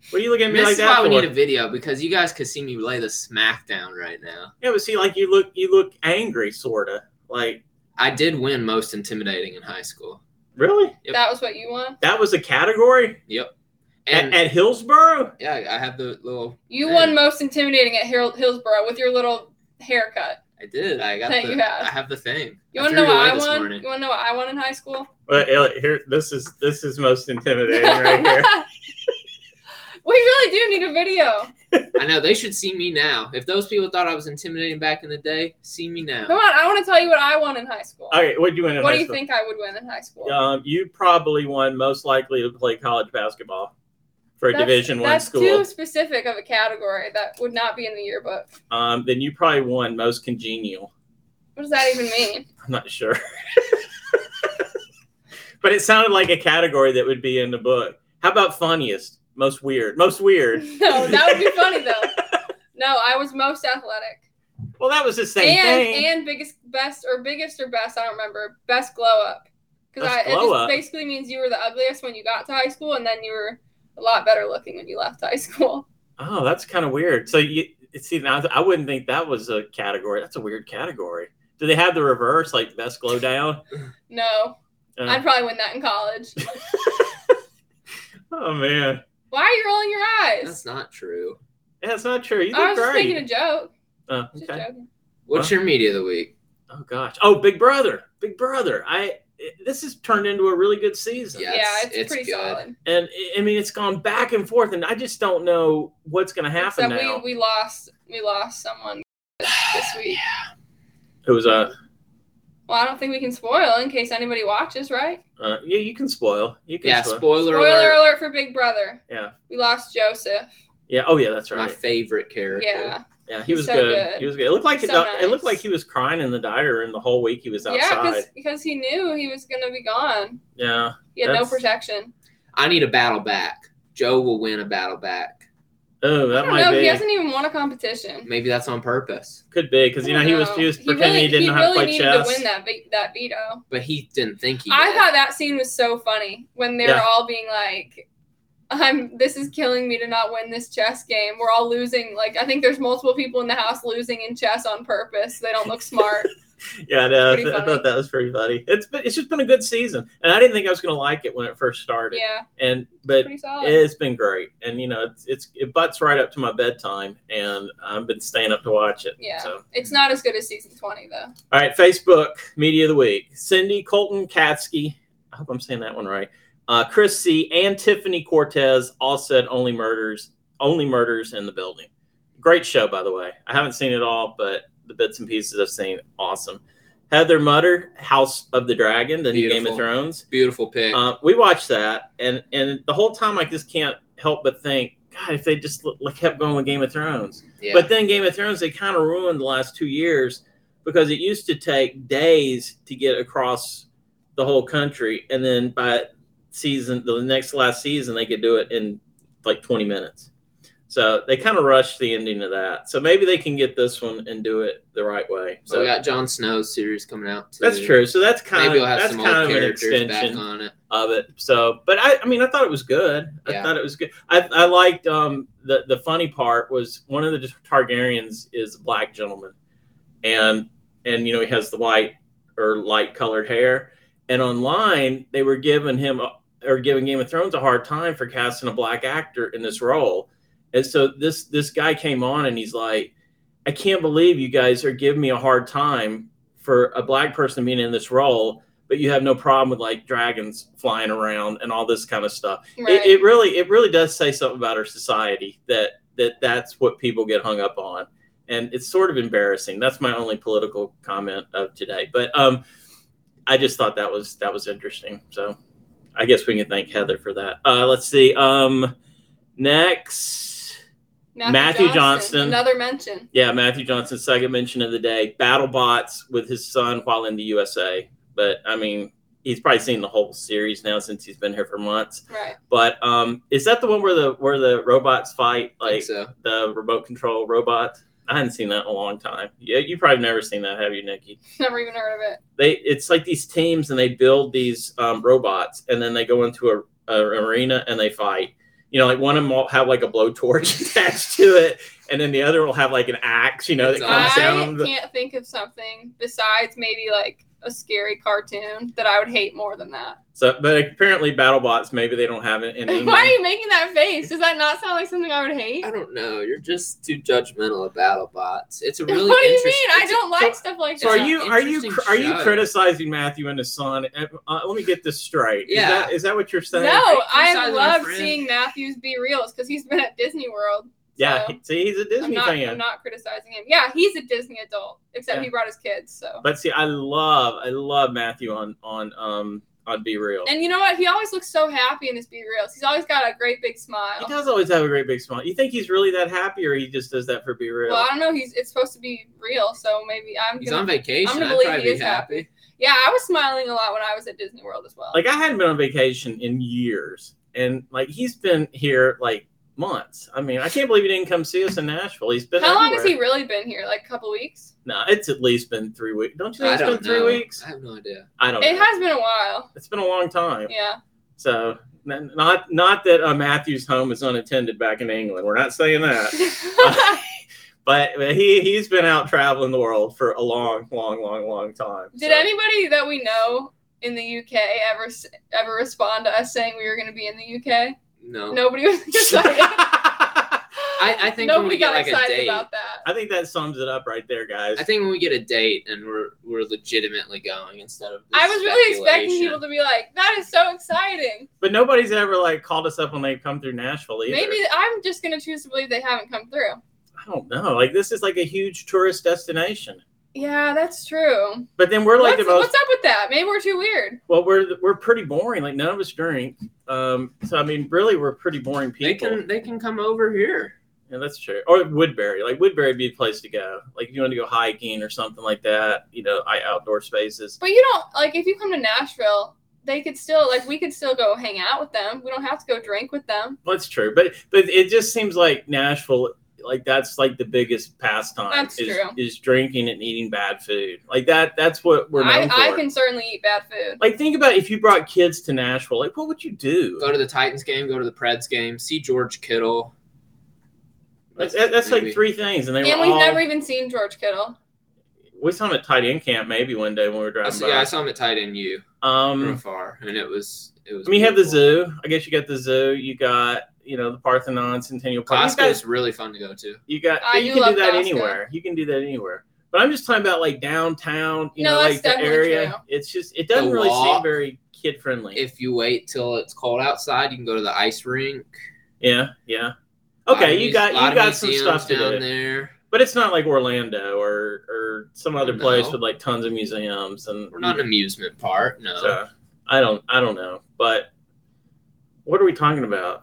C: what are you looking at me
A: this
C: like
A: is
C: that
A: why we
C: for?
A: need a video because you guys could see me lay the smack down right now.
C: yeah, but see, like you look you look angry, sort of like
A: I did win most intimidating in high school.
C: really
A: Yep.
B: That was what you won.
C: that was a category at,
A: And
C: at Hillsboro.
A: yeah, I have the little
B: You
A: Hey.
B: won most intimidating at Hill- Hillsborough with your little haircut.
A: I did. I got
B: That
A: the,
B: you have.
A: I have the thing.
B: You
A: I
B: want to
A: threw
B: know
A: it
B: what
A: away
B: I
A: this
B: won?
A: morning.
B: You want to know what I won in high
C: *laughs*
B: school?
C: Well, Elliot, here, this is this is most intimidating right here.
B: *laughs* we really do need a video.
A: I know they should see me now. If those people thought I was intimidating back in the day, see me
B: Come
A: now.
B: on, I want to tell you what I won in high school.
C: Okay, what do you win in
B: what
C: high
B: do you
C: school?
B: think I would win in high school?
C: Um, you probably won most likely to play college basketball for a
B: That's-
C: Division One
B: that's
C: school.
B: too specific of a category that would not be in the yearbook.
C: Um, then you probably won most congenial. *laughs*
B: What does that even mean?
C: I'm not sure, *laughs* but it sounded like a category that would be in the book. How about funniest, most weird, most weird?
B: *laughs* No, that would be
C: *laughs*
B: funny though. No, I was most athletic
C: Well, that was the same
B: and
C: thing.
B: and biggest, best, or biggest or best. I don't remember. Best glow up because
C: Best
B: I it
C: glow
B: just
C: up?
B: basically means you were the ugliest when you got to high school, and then you were a lot better looking when you left high school. *laughs*
C: oh, that's kind of weird. So you see, now I wouldn't think that was a category. That's a weird category. Do they have the reverse, like best glow down?
B: No,
C: Uh,
B: I'd probably win that in college.
C: oh man,
B: Why are you rolling your eyes?
A: That's not true.
C: that's not true. You did
B: I was just
C: great.
B: making a joke.
C: Oh,
B: Just
C: okay.
B: joking.
A: What's your media of the week?
C: Oh gosh. Oh, Big Brother. Big Brother. I it- this has turned into a really good season.
A: Yeah,
B: yeah,
A: it's-
B: it's,
A: it's
B: pretty
A: good.
B: solid.
C: And I- I mean, it's gone back and forth, and I just don't know what's going to happen
B: Except
C: now.
B: we, we lost we lost someone this week.
C: it was uh, a.
B: Well, I don't think we can spoil in case anybody watches, right?
C: Uh, yeah, you can spoil. You can.
A: Yeah,
C: spoil.
A: spoiler,
B: Spoiler
A: alert.
B: alert, for Big Brother.
C: Yeah.
B: We lost Joseph.
C: Yeah. Oh, yeah. That's
A: My
C: right.
A: favorite character.
B: Yeah.
C: Yeah, he
B: He's
C: was
B: so
C: good.
B: good.
C: He was good. It looked like it,
B: So
C: it looked
B: nice.
C: like he was crying in the diary room the whole week he was
B: Yeah,
C: outside.
B: because because he knew he was gonna be gone.
C: Yeah.
B: He had no
C: That's-
B: protection.
A: I need a battle back. Joe will win a battle back.
C: Oh,
B: I
C: that
B: don't
C: might
B: know.
C: be.
B: He hasn't even won a competition.
A: Maybe that's on purpose.
C: Could be because you
B: I
C: know
B: don't
C: he was he was pretending
B: really,
C: he didn't know how
B: really
C: to play
B: needed
C: chess.
B: to win that ve- that veto.
A: But he didn't think he.
B: I
A: did.
B: thought that scene was so funny when they were
C: Yeah.
B: all being like, "I'm this is killing me to not win this chess game. We're all losing. Like I think there's multiple people in the house losing in chess on purpose. They don't
C: *laughs*
B: look smart.
C: Yeah, no, I,
B: It's pretty
C: I
B: funny.
C: thought that was pretty funny. It's been, it's just been a good season, and I didn't think I was going to like it when it first started.
B: yeah,
C: And but
B: pretty solid.
C: it's been great, and you know it's, it's it butts right up to my bedtime, and I've been staying up to watch it.
B: Yeah.
C: So.
B: It's not as good as season 20, though.
C: All right, Facebook media of the week: Cindy Colton Katsky. I hope I'm saying that one right. Uh, Chris C. and Tiffany Cortez all said only murders, only murders in the building. Great show, by the way. I haven't seen it all, but the bits and pieces I've seen, awesome. Heather Mutter, House of the Dragon, the new Game
A: Beautiful.
C: of Thrones.
A: Beautiful pick.
C: Uh, we watched that, and and the whole time I just can't help but think, God, if they just l- kept going with Game of Thrones.
A: yeah.
C: But then Game of Thrones, they kind of ruined the last two years because it used to take days to get across the whole country, and then by season, the next last season, they could do it in like 20 minutes. So they kind of rushed the ending of that. So maybe they can get this one and do it the right way.
A: so
C: So
A: we got Jon Snow's series coming out. Too.
C: that's true. So that's kind
A: Oh, Maybe we'll have
C: of that's
A: some
C: kind
A: old
C: of an
A: characters
C: extension
A: back on it.
C: of it. So, but I, I mean, I thought it was good. I
A: Yeah.
C: thought it was good. I, I liked um, the the funny part was one of the Targaryens is a black gentleman, and and you know he has the white or light colored hair. And online, they were giving him a, or giving Game of Thrones a hard time for casting a black actor in this role. And so this this guy came on and he's like, I can't believe you guys are giving me a hard time for a black person being in this role, but you have no problem with like dragons flying around and all this kind of stuff.
B: Right.
C: It, it really it really does say something about our society that that that's what people get hung up on, and it's sort of embarrassing. That's my only political comment of today. But um, I just thought that was that was interesting. So I guess we can thank Heather for that. Uh, let's see. Um, next. Matthew Johnston.
B: Another mention.
C: Yeah, Matthew Johnson's second mention of the day. Battle bots with his son while in the USA. But I mean, he's probably seen the whole series now since he's been here for months.
B: Right. *laughs*
C: But um, is that the one where the where the robots fight
A: I think
C: like
A: so.
C: the remote control robot? I hadn't seen that in a long time. Yeah, you probably never seen that, have you, Nikki?
B: Never even heard of it.
C: They it's like these teams and they build these um, robots and then they go into a, a arena and they fight. You know, like one of them will have like a blowtorch *laughs* attached to it, and then the other will have like an axe. You know, that
A: It's
C: comes
A: awesome.
C: down.
B: I
C: on the-
B: can't think of something besides maybe like a scary cartoon that I would hate more than that.
C: So, but apparently BattleBots maybe they don't have it in England.
B: Why are you making that face? Does that not sound like something I would hate? *laughs*
A: I don't know. You're just too judgmental of BattleBots.
B: *laughs*
A: It's a really
B: what do you
A: interesting-
B: mean? I
A: it's a-
B: don't like stuff like
C: So
B: that.
C: are you are you
A: Interesting
C: cr- are you
A: show.
C: criticizing Matthew and his son? Uh, uh, let me get this straight.
A: Yeah.
C: Is that, is that what you're saying?
B: No,
A: I
B: I
A: criticize my
B: love
A: friend.
B: seeing Matthews be real because he's been at Disney World.
C: Yeah.
B: so
C: he- See, he's a
B: I'm
C: Disney
B: not,
C: fan.
B: I'm not criticizing him. Yeah, he's a Disney adult, except
C: Yeah.
B: he brought his kids. So,
C: But see, I love I love Matthew on on um on Be Real.
B: and you know what? He always looks so happy in his be reals. He's always got a great big smile.
C: he does always have a great big smile. You think he's really that happy, or he just does that for Be Real?
B: Well, I don't know. He's it's supposed to be real, so maybe I'm.
A: He's
B: gonna-
A: on vacation.
B: I'm
A: I'm
B: gonna
A: gonna
B: believe
A: probably
B: he
A: be
B: is
A: happy.
B: happy. yeah, I was smiling a lot when I was at Disney World as well.
C: like I hadn't been on vacation in years, and like he's been here like months. I mean, I can't believe he didn't come see us in Nashville. He's been
B: How long has
C: everywhere.
B: he really been here? Like a couple weeks.
C: No, it's at least been three weeks. Don't you think
A: I
C: it's
A: don't
C: been three
A: know.
C: weeks?
A: I have no idea.
C: I don't.
B: It
C: know.
B: has been a while.
C: It's been a long time.
B: Yeah.
C: So n- not not that uh, Matthew's home is unattended back in England. We're not saying that,
B: *laughs*
C: *laughs* Uh, but, but he he's been out traveling the world for a long, long, long, long time.
B: Did
C: So-
B: anybody that we know in the UK ever s- ever respond to us saying we were going to be in the UK?
A: No.
B: Nobody
C: *laughs*
B: was excited. *laughs*
A: I, I think when
B: nobody
A: we get
B: got
A: like a
B: excited
A: date.
B: about that.
C: I think that sums it up right there, guys.
A: I think when we get a date and we're we're legitimately going instead of.
B: I was really expecting people to be like, "That is so exciting."
C: But nobody's ever like called us up when they've come through Nashville either.
B: Maybe I'm just going to choose to believe they haven't come through.
C: I don't know. Like this is like a huge tourist destination.
B: Yeah, that's true.
C: But then we're like
B: what's,
C: the most
B: what's up with that? Maybe we're too weird.
C: well, we're we're pretty boring. Like none of us drink. Um, so I mean, really, we're pretty boring
A: They
C: people.
A: can they can come over here.
C: Yeah, that's true. Or Woodbury. Like Woodbury would be a place to go. Like if you want to go hiking or something like that, you know, I outdoor spaces.
B: But you don't like if you come to Nashville, they could still like we could still go hang out with them. We don't have to go drink with them.
C: That's true. But but it just seems like Nashville like that's like the biggest pastime
B: That's
C: is,
B: true.
C: is drinking and eating bad food. Like that that's what we're
B: I,
C: known
B: I
C: for.
B: can certainly eat bad food.
C: Like think about if you brought kids to Nashville, like what would you do?
A: Go to the Titans game. Go to the Preds game. See George Kittle.
C: That's, that's like
A: Maybe.
C: three things, and they
B: And
C: were
B: we've
C: all.
B: never even seen George Kittle.
C: We saw him at tight end camp maybe one day when we were
A: I
C: driving
A: saw,
C: by.
A: yeah, I saw him at tight end U from
C: um,
A: afar, and it was it was.
C: I mean, you have the
A: beautiful.
C: zoo. I guess you got the zoo. You got you know the Parthenon, Centennial Park. You
A: Costco
C: got,
A: is really fun to go to.
C: you got
B: I do
C: you can
B: Ah, love
C: do that
B: Costco.
C: anywhere. You can do that anywhere. But I'm just talking about like downtown. You
B: No,
C: know,
B: that's
C: like the
B: definitely
C: area.
B: true.
C: It's just it doesn't
A: The
C: really seem
A: walk.
C: very kid friendly.
A: If you wait till it's cold outside, you can go to the ice rink.
C: yeah, yeah.
A: Lot of
C: Okay, you
A: muse-
C: got
A: lot
C: you
A: of
C: got some
A: museums
C: stuff to
A: down
C: do.
A: there.
C: But it's not like Orlando or or some other place
A: No.
C: with like tons of museums and
A: We're not an amusement park. No,
C: So I don't I don't know. But what are we talking about?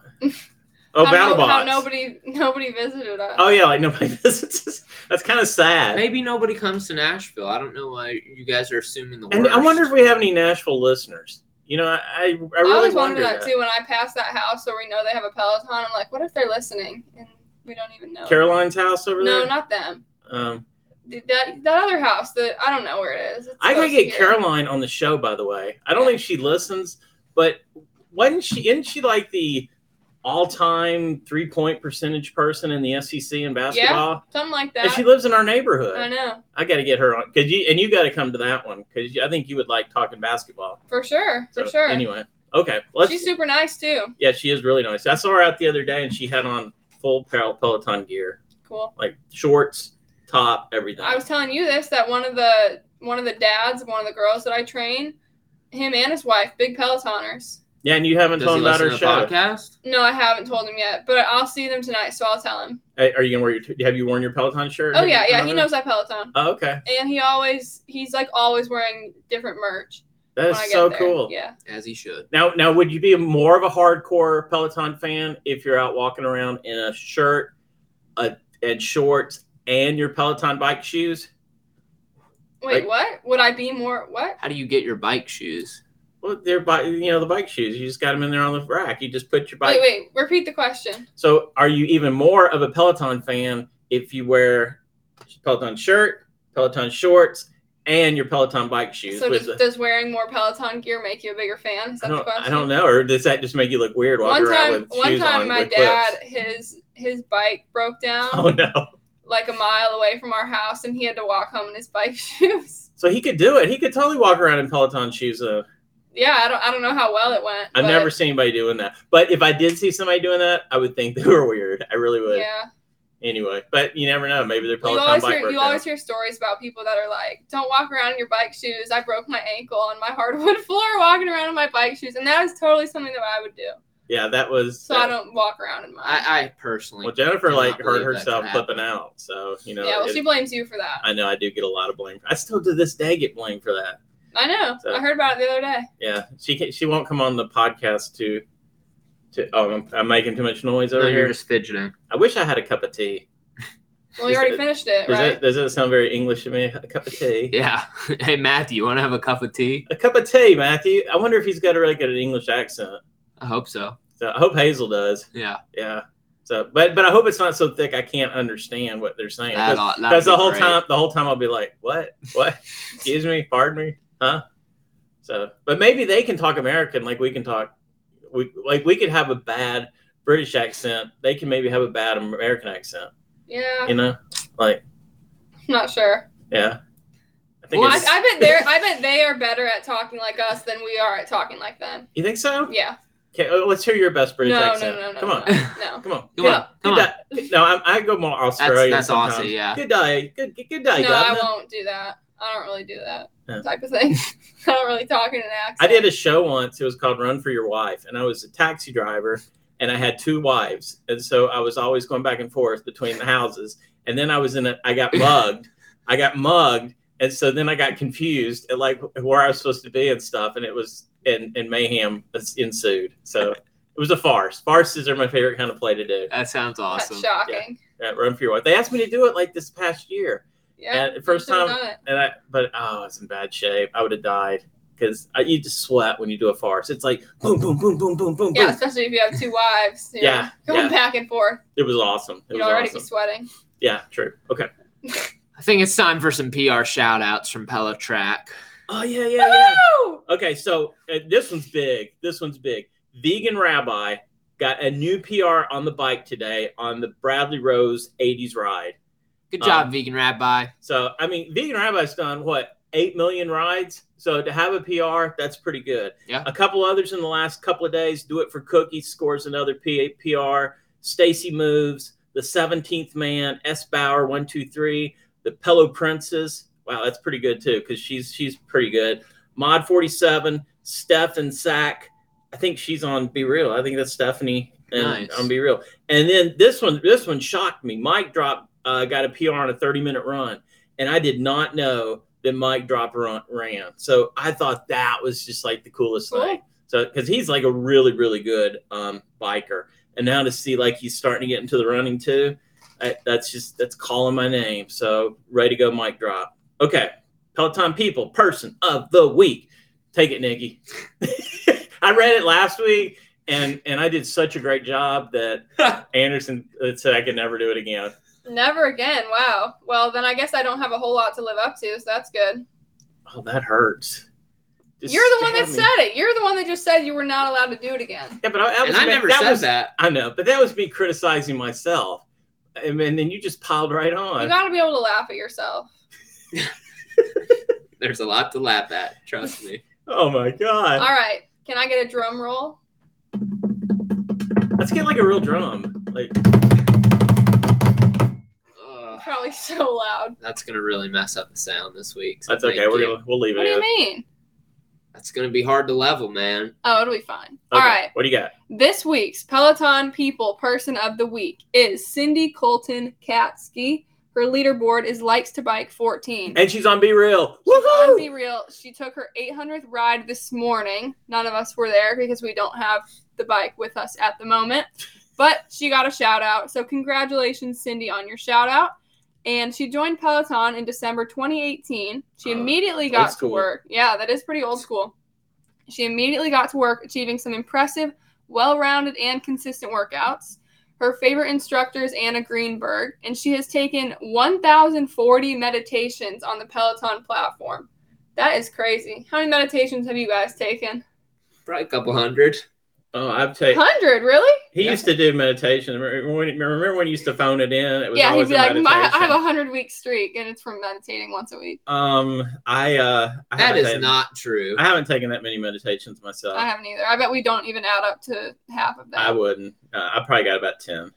B: *laughs*
C: Oh,
B: how, no- how
C: BattleBots.
B: nobody nobody visited us.
C: oh yeah, like nobody *laughs* visits. us. That's kind of sad.
A: maybe nobody comes to Nashville. I don't know why you guys are assuming the worst.
C: And I wonder if we have any Nashville listeners. You know, I I, I
B: I
C: really
B: always
C: wonder
B: wondered
C: that.
B: that too when I pass that house where we know they have a Peloton. I'm like, what if they're listening and we don't even know?
C: Caroline's house over
B: no,
C: there.
B: not them.
C: Um,
B: Th- That that other house that I don't know where it is. It's
C: I gotta
B: close
C: get
B: here.
C: Caroline on the show. By the way, I don't
B: Yeah.
C: think she listens, but wasn't she? Isn't she like the all-time three-point percentage person in the SEC in basketball?
B: Something like
C: And
B: that.
C: she lives in our neighborhood.
B: I know
C: I got to get her on because you and you got to come to that one because I think you would like talking basketball.
B: for sure, for
C: So,
B: sure.
C: Anyway, okay. Let's.
B: She's super nice too.
C: yeah, she is really nice. I saw her out the other day and she had on full Pel- Peloton gear,
B: Cool.
C: like shorts, top, everything.
B: I was telling you this that one of the one of the dads of one of the girls that I train, him and his wife, big Pelotoners.
C: yeah, and you haven't
A: Does he
C: told about
A: listen
C: her
A: to the
C: show.
A: podcast?
B: No, I haven't told him yet, but I'll see them tonight, so I'll tell him.
C: Hey, Are you gonna wear your? t- Have you worn your Peloton shirt?
B: Oh yeah, yeah, he
C: Uh,
B: knows I Peloton,
C: Oh, okay,
B: and he always he's like always wearing different merch.
C: that
B: when
C: is
B: I get
C: so
B: there.
C: cool.
B: Yeah,
A: As he should.
C: Now, now, would you be more of a hardcore Peloton fan if you're out walking around in a shirt, a, and shorts, and your Peloton bike shoes?
B: wait,
C: Like-
B: what? Would I be more what?
A: How do you get your bike shoes?
C: Well, they're bi- you know the bike shoes. You just got them in there on the rack. You just put your bike.
B: Wait, wait, repeat the question.
C: So, are you even more of a Peloton fan if you wear Peloton shirt, Peloton shorts, and your Peloton bike shoes?
B: So does,
C: with the-
B: does wearing more Peloton gear make you a bigger fan? Is that the
C: I don't,
B: question?
C: I don't know, or does that just make you look weird while
B: One
C: you're
B: time,
C: out with
B: one
C: shoes
B: time,
C: on
B: my
C: with clips?
B: dad his his bike broke down.
C: *laughs* Oh no!
B: like a mile away from our house, and he had to walk home in his bike *laughs* shoes.
C: So he could do it. He could totally walk around in Peloton shoes. Though
B: yeah, I don't I don't know how well it went.
C: I've
B: but-
C: never seen anybody doing that. But if I did see somebody doing that, I would think *laughs* they were weird. I really would.
B: Yeah,
C: Anyway, but you never know. Maybe they're
B: Well, you
C: Peloton
B: always
C: bike
B: hear you
C: workout.
B: always hear stories about people that are like, "Don't walk around in your bike shoes." I broke my ankle on my hardwood *laughs* floor walking around in my bike shoes, and that is totally something that I would do.
C: Yeah, that was.
B: So I don't walk around in mine.
A: I, I personally.
C: well, Jennifer
A: cannot
C: like hurt
A: believe that
C: herself
A: could happen.
C: flipping out. So you know,
B: yeah, well,
C: it-
B: she blames you for that.
C: I know I do get a lot of blame. I still to this day get blamed for that.
B: I know.
C: So-
B: I heard about it the other day.
C: Yeah, she can, she won't come on the podcast to. To, oh, I'm, I'm making too much noise
A: No,
C: over
A: you're
C: here.
A: just fidgeting.
C: I wish I had a cup of tea.
B: Well, you
C: Is
B: already
C: it-
B: finished it,
C: Does
B: right?
C: that does that sound very English to me? A cup of tea.
A: Yeah. *laughs* hey, Matthew, you want to have a cup of tea?
C: A cup of tea, Matthew. I wonder if he's got a really good English accent.
A: I hope so.
C: So I hope Hazel does.
A: Yeah. *laughs*
C: Yeah. So, but but I hope it's not so thick I can't understand what they're saying.
A: That ought- that'd
C: Because
A: be
C: the whole
A: great.
C: time, the whole time I'll be like, "What? What? Excuse me? Pardon me? Huh?" So, but maybe they can talk American like we can talk. We like we could have a bad British accent. They can maybe have a bad American accent.
B: yeah,
C: You know, like
B: I'm not sure.
C: yeah. I think.
B: Well, I,
C: it's-
B: I bet they're I bet they are better at talking like us than we are at talking like them.
C: you think so?
B: Yeah.
C: Okay, oh, let's hear your best British
B: no,
C: accent.
B: no, no, no,
C: come
B: no,
C: on,
B: no, no.
C: come on.
A: Come on. Come
C: good
A: on.
C: Day. No, I, I go more Australian.
A: that's Aussie,
C: sometimes.
A: yeah.
C: Good day. Good good day.
B: No, I
C: governor.
B: won't do that. I don't really do that
C: Yeah.
B: type of thing. *laughs* I don't really talk in an accent.
C: I did a show once. It was called Run for Your Wife, and I was a taxi driver, and I had two wives, and so I was always going back and forth between the houses. And then I was in a, I got mugged, I got mugged, and so then I got confused at like where I was supposed to be and stuff, and it was and and mayhem ensued. So it was a farce. Farces are my favorite kind of play to do.
A: That sounds
B: That's
A: awesome.
B: shocking.
C: At Run for Your Wife. They asked me to do it like this past year,
B: Yeah.
C: and the first
B: you should've
C: time
B: done it.
C: and I, but oh, it's in bad shape. I would have died because you just sweat when you do a farce. It's like boom, boom, boom, boom, boom, boom,
B: Yeah,
C: boom.
B: especially if you have two wives. you know,
C: Yeah,
B: Going
C: yeah.
B: back and forth.
C: It was awesome. It
B: You'd
C: was
B: already
C: awesome.
B: be sweating.
C: Yeah, true. Okay.
A: I think it's time for some PR shout outs from Pello Track.
C: Oh yeah, yeah, yeah.
B: Woo!
C: Okay, so uh, this one's big. This one's big. Vegan Rabbi got a new PR on the bike today on the Bradley Rose 80s ride.
A: Good
C: Um,
A: job, Vegan Rabbi.
C: So I mean, Vegan Rabbi's done what eight million rides. So to have a PR, that's pretty good.
A: Yeah.
C: A couple others in the last couple of days. Do it for Cookie scores another P- PR. Stacy moves. The Seventeenth Man. S Bauer one two three. The Pillow Princess. Wow, that's pretty good too because she's she's pretty good. Mod forty seven. Steph and Sack. I think she's on Be Real. I think that's Stephanie and
A: Nice.
C: on Be Real. And then this one this one shocked me. Mike dropped uh, got a PR on a thirty minute run and I did not know that Mike Dropper run- ran. So I thought that was just like the coolest
B: Cool.
C: thing. So because he's like a really really good um, biker, and now to see like he's starting to get into the running too, I, that's just that's calling my name. So ready to go, Mike Drop. Okay, Peloton people, person of the week. Take it, Nikki. *laughs* I read it last week. And, and I did such a great job that Anderson uh, said I could never do it again.
B: Never again. Wow. Well, then I guess I don't have a whole lot to live up to, so that's good.
C: Oh, that hurts. Just
B: You're the one that
C: stab me.
B: said it. You're the one that just said you were not allowed to do it again.
C: Yeah, but I, that
A: And
C: was
A: I
C: me-
A: never
C: that
A: said
C: was-
A: that.
C: I know, but that was me criticizing myself, and, and then you just piled right on.
B: You got to be able to laugh at yourself.
A: There's a lot to laugh at. Trust
C: *laughs*
A: me.
C: oh my
B: All
C: god!
B: right. Can I get a drum roll? *laughs*
C: Let's get like a real drum. Like
A: Ugh,
B: Probably so loud.
A: that's gonna really mess up the sound this week. so
C: that's
A: thank
C: okay. We're
A: you.
C: gonna we'll leave
B: What
C: it.
B: do
C: at.
B: you mean?
A: That's gonna be hard to level, man.
B: Oh, it'll be fine. All
C: Okay,
B: right.
C: What do you got?
B: This week's Peloton People Person of the Week is Cindy Colton Katsky. Her leaderboard is Likes to Bike 14.
C: And she's on Be Real.
B: On
C: Woohoo!
B: Be Real, she took her 800th ride this morning. None of us were there because we don't have the bike with us at the moment. But she got a shout out. So, congratulations, Cindy, on your shout out. And she joined Peloton in December 2018. She
C: Uh,
B: immediately
C: old
B: got to
C: school.
B: work. Yeah, that is pretty old school. She immediately got to work, achieving some impressive, well rounded, and consistent workouts. Her favorite instructor is Anna Greenberg, and she has taken 1,040 meditations on the Peloton platform. That is crazy. How many meditations have you guys taken?
A: Probably a couple hundred.
C: Oh, I've taken.
B: Hundred, really?
C: He
A: Yeah.
C: used to do meditation. Remember when, remember when he used to phone it in? It was
B: Yeah, he'd
C: always
B: be
C: a
B: like, My, I
C: meditation.
B: have a hundred week streak, and it's from meditating once a week.
C: Um, I uh, I
A: That
C: haven't
A: is
C: taken-
A: not true.
C: I haven't taken that many meditations myself.
B: I
C: I,
B: haven't either. I bet we don't even add up to half of that.
C: wouldn't. Uh, I probably got about ten.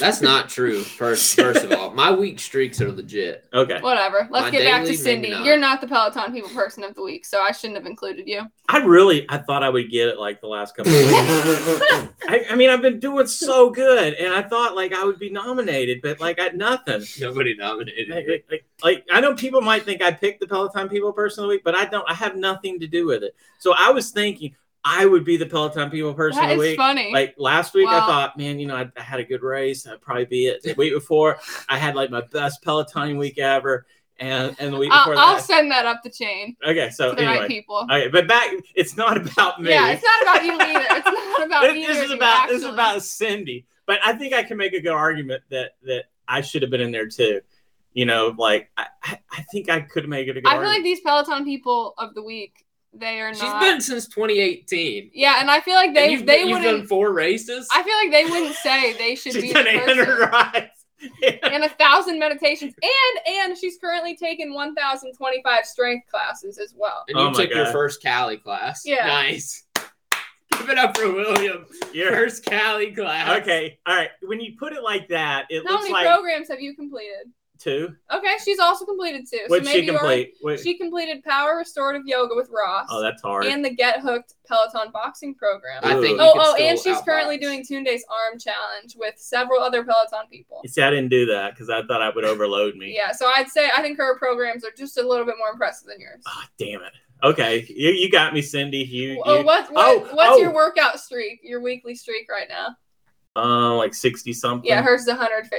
A: That's not true. First, first of all, my weak streaks are
C: *laughs*
A: legit.
C: Okay,
B: Whatever. Let's
A: My
B: get back
A: daily,
B: to Cindy.
A: maybe not.
B: You're not the Peloton people person of the week, so I shouldn't have included you.
C: I really I thought I would get it like the last couple. of weeks. I, I mean, I've been doing so good, and I thought like I would be nominated, but like I nothing.
A: Nobody nominated.
C: Like,
A: me.
C: like- like, I know people might think I picked the Peloton people person of the week, but I don't. I have nothing to do with it. So I was thinking I would be the Peloton people person
B: That
C: of
B: is
C: the week.
B: funny.
C: Like last week, I
B: Wow.
C: thought, man, you know, I, I had a good race. I'd probably be it. The week before, I had like my best Peloton week ever, and and the week before
B: I'll, I'll
C: that.
B: send that up the chain
C: okay, so
B: to the right
C: anyway,
B: people.
C: okay, but back. It's not about me.
B: Yeah, it's not about you either. It's
C: *laughs*
B: not about
C: This-
B: either.
C: this
B: of
C: is
B: you,
C: about this is
B: actually.
C: about Cindy. But I think I can make a good argument that that I should have been in there too. You know, like I, I I think I could make it a good
B: I feel like
C: argument.
B: these Peloton people of the week, they are
A: She's
B: not.
A: been since 2018.
B: yeah, and I feel like
A: and
B: they
A: you've,
B: they
A: you've done
B: wouldn't.
A: four races.
B: I feel like they wouldn't say they should be
C: She's
B: the
C: done 800
B: person.
C: rides. Yeah.
B: And a thousand meditations, and and she's currently taking one thousand twenty five strength classes as well.
A: and you
C: Oh my
A: took your
C: God.
A: first Cali class.
B: Yeah.
A: Nice. Give it up for William.
C: *laughs* You're-
A: First Cali class.
C: okay. All right. When you put it like that, it
B: How
C: looks
B: many
C: like
B: programs have you completed?
C: two.
B: Okay, she's also completed two.
C: What'd
B: so
C: she
B: maybe you already-
C: complete? What-
B: She completed power restorative yoga with Ross
C: oh, that's hard.
B: and the Get Hooked Peloton boxing program.
A: I think. you
C: Ooh.
B: oh,
A: could
B: oh,
A: still
B: and she's
A: outbox.
B: currently doing Tunde's arm challenge with several other Peloton people.
C: You See, I didn't do that because I thought I would overload me.
B: Yeah, so I'd say I think her programs are just a little bit more impressive than yours.
C: Oh, damn it. Okay. You, you got me, Cindy. You,
B: Oh,
C: you-
B: what's what,
C: oh,
B: what's
C: oh.
B: your workout streak? Your weekly streak right now?
C: uh, like 60 something.
B: Yeah, hers is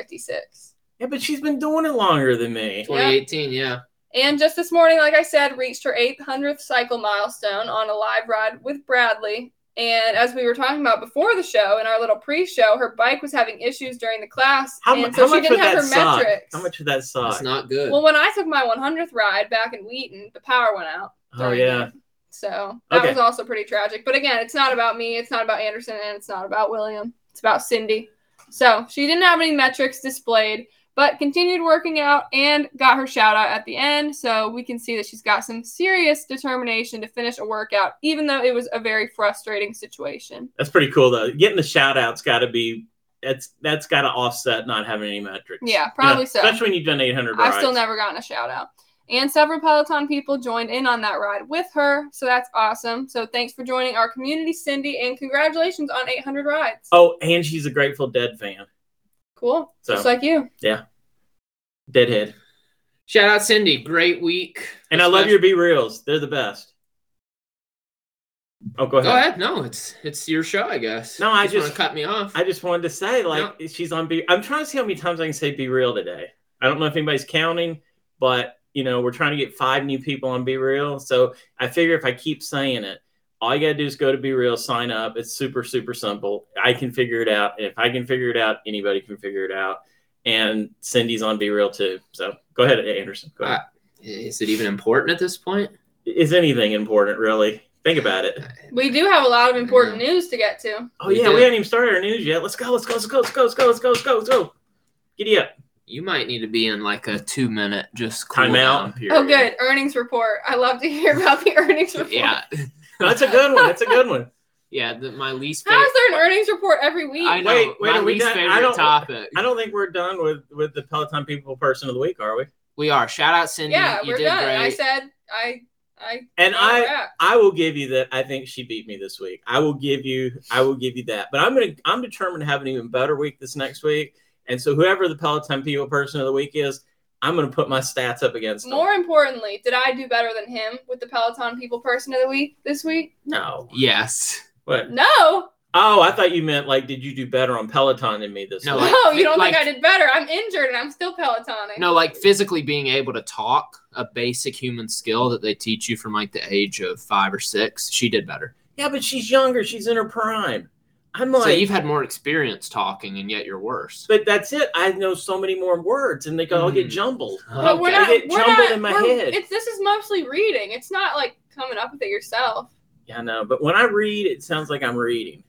B: 156.
C: yeah, but she's been doing it longer than me.
A: 2018. Yeah.
B: And just this morning, like I said, reached her 800th cycle milestone on a live ride with Bradley. And as we were talking about before the show in our little pre-show, her bike was having issues during the class,
C: How, mu-
B: and so
C: how
B: she
C: much
B: didn't
C: would
B: have
C: that
B: her
C: suck?
B: metrics.
C: How much would that
A: It's
C: suck?
A: not good.
B: Well, when I took my 100th ride back in Wheaton, the power went out.
C: oh
B: during
C: yeah.
B: it. So that
C: Okay.
B: was also pretty tragic. But again, it's not about me. It's not about Anderson, and it's not about William. It's about Cindy. So she didn't have any metrics displayed, but continued working out and got her shout out at the end. So we can see that she's got some serious determination to finish a workout, even though it was a very frustrating situation.
C: That's pretty cool though. Getting the shout out's gotta be that's that's gotta offset not having any metrics.
B: Yeah, probably so.
C: Especially when you've done eight hundred
B: I've still never gotten a shout out. And several Peloton people joined in on that ride with her. So that's awesome. So thanks for joining our community, Cindy, and congratulations on 800 rides.
C: Oh, and she's a Grateful Dead fan.
B: Cool.
C: So-
B: Just like you.
C: Deadhead.
A: Shout out Cindy. Great week.
C: And I love your B reels. They're the best. Oh, go ahead.
A: Go ahead. No, it's it's your show, I guess.
C: No, I
A: You
C: just-
A: wanna cut me off.
C: I just wanted to say, like, she's on B. I'm trying to see how many times I can say "be real" today. I don't know if anybody's counting, but you know, we're trying to get five new people on "be real." So I figure if I keep saying it, all you gotta do is go to "be real," sign up. It's super, super simple. I can figure it out, and if I can figure it out, anybody can figure it out. And Cindy's on "be real" too. So go ahead, Anderson. Go ahead.
A: Is it even important at this point?
C: Is anything important really? Think about it.
B: We do have a lot of important news to get to.
C: Oh
A: We
C: yeah,
A: did.
C: we haven't even started our news yet. Let's go. Let's go. Let's go. Let's go. Let's go. Let's go. Let's go. Let's go. Giddy up.
A: You might need to be in like a two minute just cool down
C: Timeout.
A: period.
B: Oh, good. Earnings report. I love to hear about the *laughs* earnings
A: *laughs*
B: report.
A: Yeah,
C: That's a good one. That's a good one.
A: yeah. The, my least
B: How is
A: favorite.
B: there an earnings report every week?
A: I know.
C: Wait, wait,
A: my
C: are we
A: least
C: done? I
A: favorite
C: don't-
A: topic.
C: I don't think we're done with with the Peloton people person of the week, are we?
A: We are. Shout out Cindy.
B: yeah,
A: you
B: we're
A: did
B: done.
A: great.
B: I said I I
C: And I
B: wrap.
C: I will give you that. I think she beat me this week. I will give you I will give you that. But I'm gonna I'm determined to have an even better week this next week. And so whoever the Peloton people person of the week is, I'm gonna put my stats up against them.
B: More importantly, did I do better than him with the Peloton People Person of the Week this week?
C: No.
A: yes.
C: What?
B: No,
C: Oh, I thought you meant like, did you do better on Peloton than me this
A: No,
C: week?
A: like-
B: no, you don't
A: like-
B: think I did better. I'm injured and I'm still Pelotoning.
A: No, like physically being able to talk, a basic human skill that they teach you from like the age of five or six. She did better.
C: Yeah, but she's younger. She's in her prime. I'm like,
A: so you've had more experience talking, and yet you're worse.
C: but that's it. I know so many more words, and they all get
A: Mm.
C: jumbled.
B: but we're
A: Okay.
B: not.
C: It
B: We're
C: jumbled
B: not.
C: in my
B: we're-
C: head.
B: It's this is mostly reading. It's not like coming up with it yourself.
C: Yeah, I know. But when I read, it sounds like I'm reading.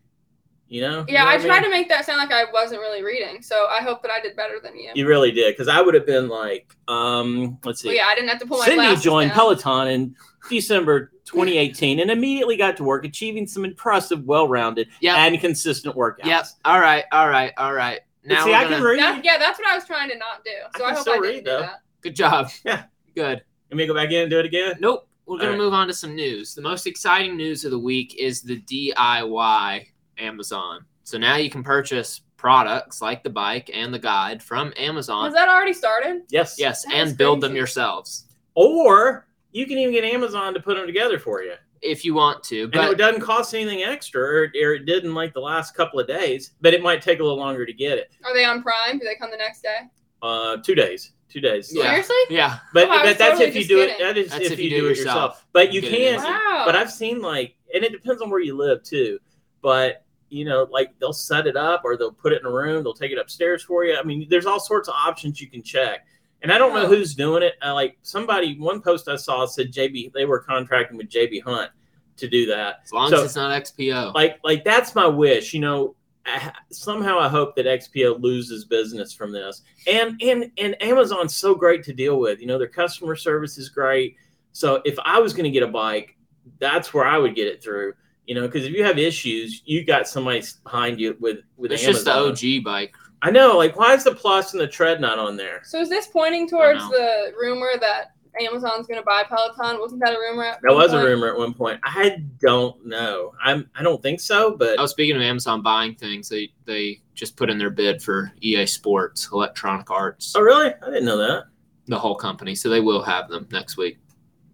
C: You know? You
B: Yeah,
C: know
B: I
C: what
B: tried
C: mean?
B: to make that sound like I wasn't really reading, so I hope that I did better than you.
C: You really did, because I would have been like, um, let's see.
B: Well, yeah, I didn't have to pull my
C: Sydney
B: glasses
C: joined
B: down.
C: Peloton in December 2018 and immediately got to work, achieving some impressive, well-rounded,
A: Yep.
C: and consistent workouts.
A: Yep. All right. All right. All right. Now
C: see,
A: we're
C: I
A: gonna,
C: can read.
B: That- yeah, that's what I was trying to not do. So
C: I
B: I,
C: can
B: hope
C: still
B: I didn't
C: read,
B: do
C: though.
B: that.
A: Good job.
C: Yeah.
A: Good.
C: Let me go back in and do it again.
A: Nope. We're going
C: All right.
A: to move on to some news. The most exciting news of the week is the DIY Amazon. So now you can purchase products like the bike and the guide from Amazon.
B: Has that already started?
C: Yes.
A: yes,
B: That is
A: and build them
B: crazy.
A: yourselves
C: Or you can even get Amazon to put them together for you,
A: if you want to.
C: and it
A: But
C: doesn't cost anything extra, or, or it didn't like the last couple of days, but it might take a little longer to get it.
B: Are they on Prime? Do they come the next day?
C: Uh, two days. Two days.
A: Yeah.
B: Seriously?
A: yeah,
C: But,
B: Oh, I was
C: but that's
B: totally
C: if you
B: just
C: do it.
B: kidding.
C: That is
A: That's
C: if you, do it yourself. But you
A: Get it
C: can.
A: in.
B: Wow.
C: But I've seen like, and it depends on where you live too. But you know, like they'll set it up or they'll put it in a room. They'll take it upstairs for you. I mean, there's all sorts of options you can check. And I don't know
B: Wow.
C: who's doing it. I, like somebody, one post I saw said JB. They were contracting with JB Hunt to do that.
A: as long
C: So-
A: as it's not XPO.
C: Like, like that's my wish. You know, I, somehow I hope that XPO loses business from this. And and and Amazon's so great to deal with. You know, their customer service is great. So if I was going to get a bike, that's where I would get it through. You know, because if you have issues, you got somebody behind you with with
A: it's just
C: Amazon.
A: the OG bike.
C: I know. Like, why is the plus and the tread not on there?
B: So is this pointing
A: I
B: towards
A: don't
B: the rumor that Amazon's going to buy Peloton? Wasn't that a rumor? at
C: That
B: one
C: was a
B: point?
C: rumor at one point. I don't know. I'm. I don't think so. But
A: Oh, speaking of Amazon buying things, they they just put in their bid for EA Sports, Electronic Arts,
C: oh, really? I didn't know that.
A: the whole company. So they will have them next week.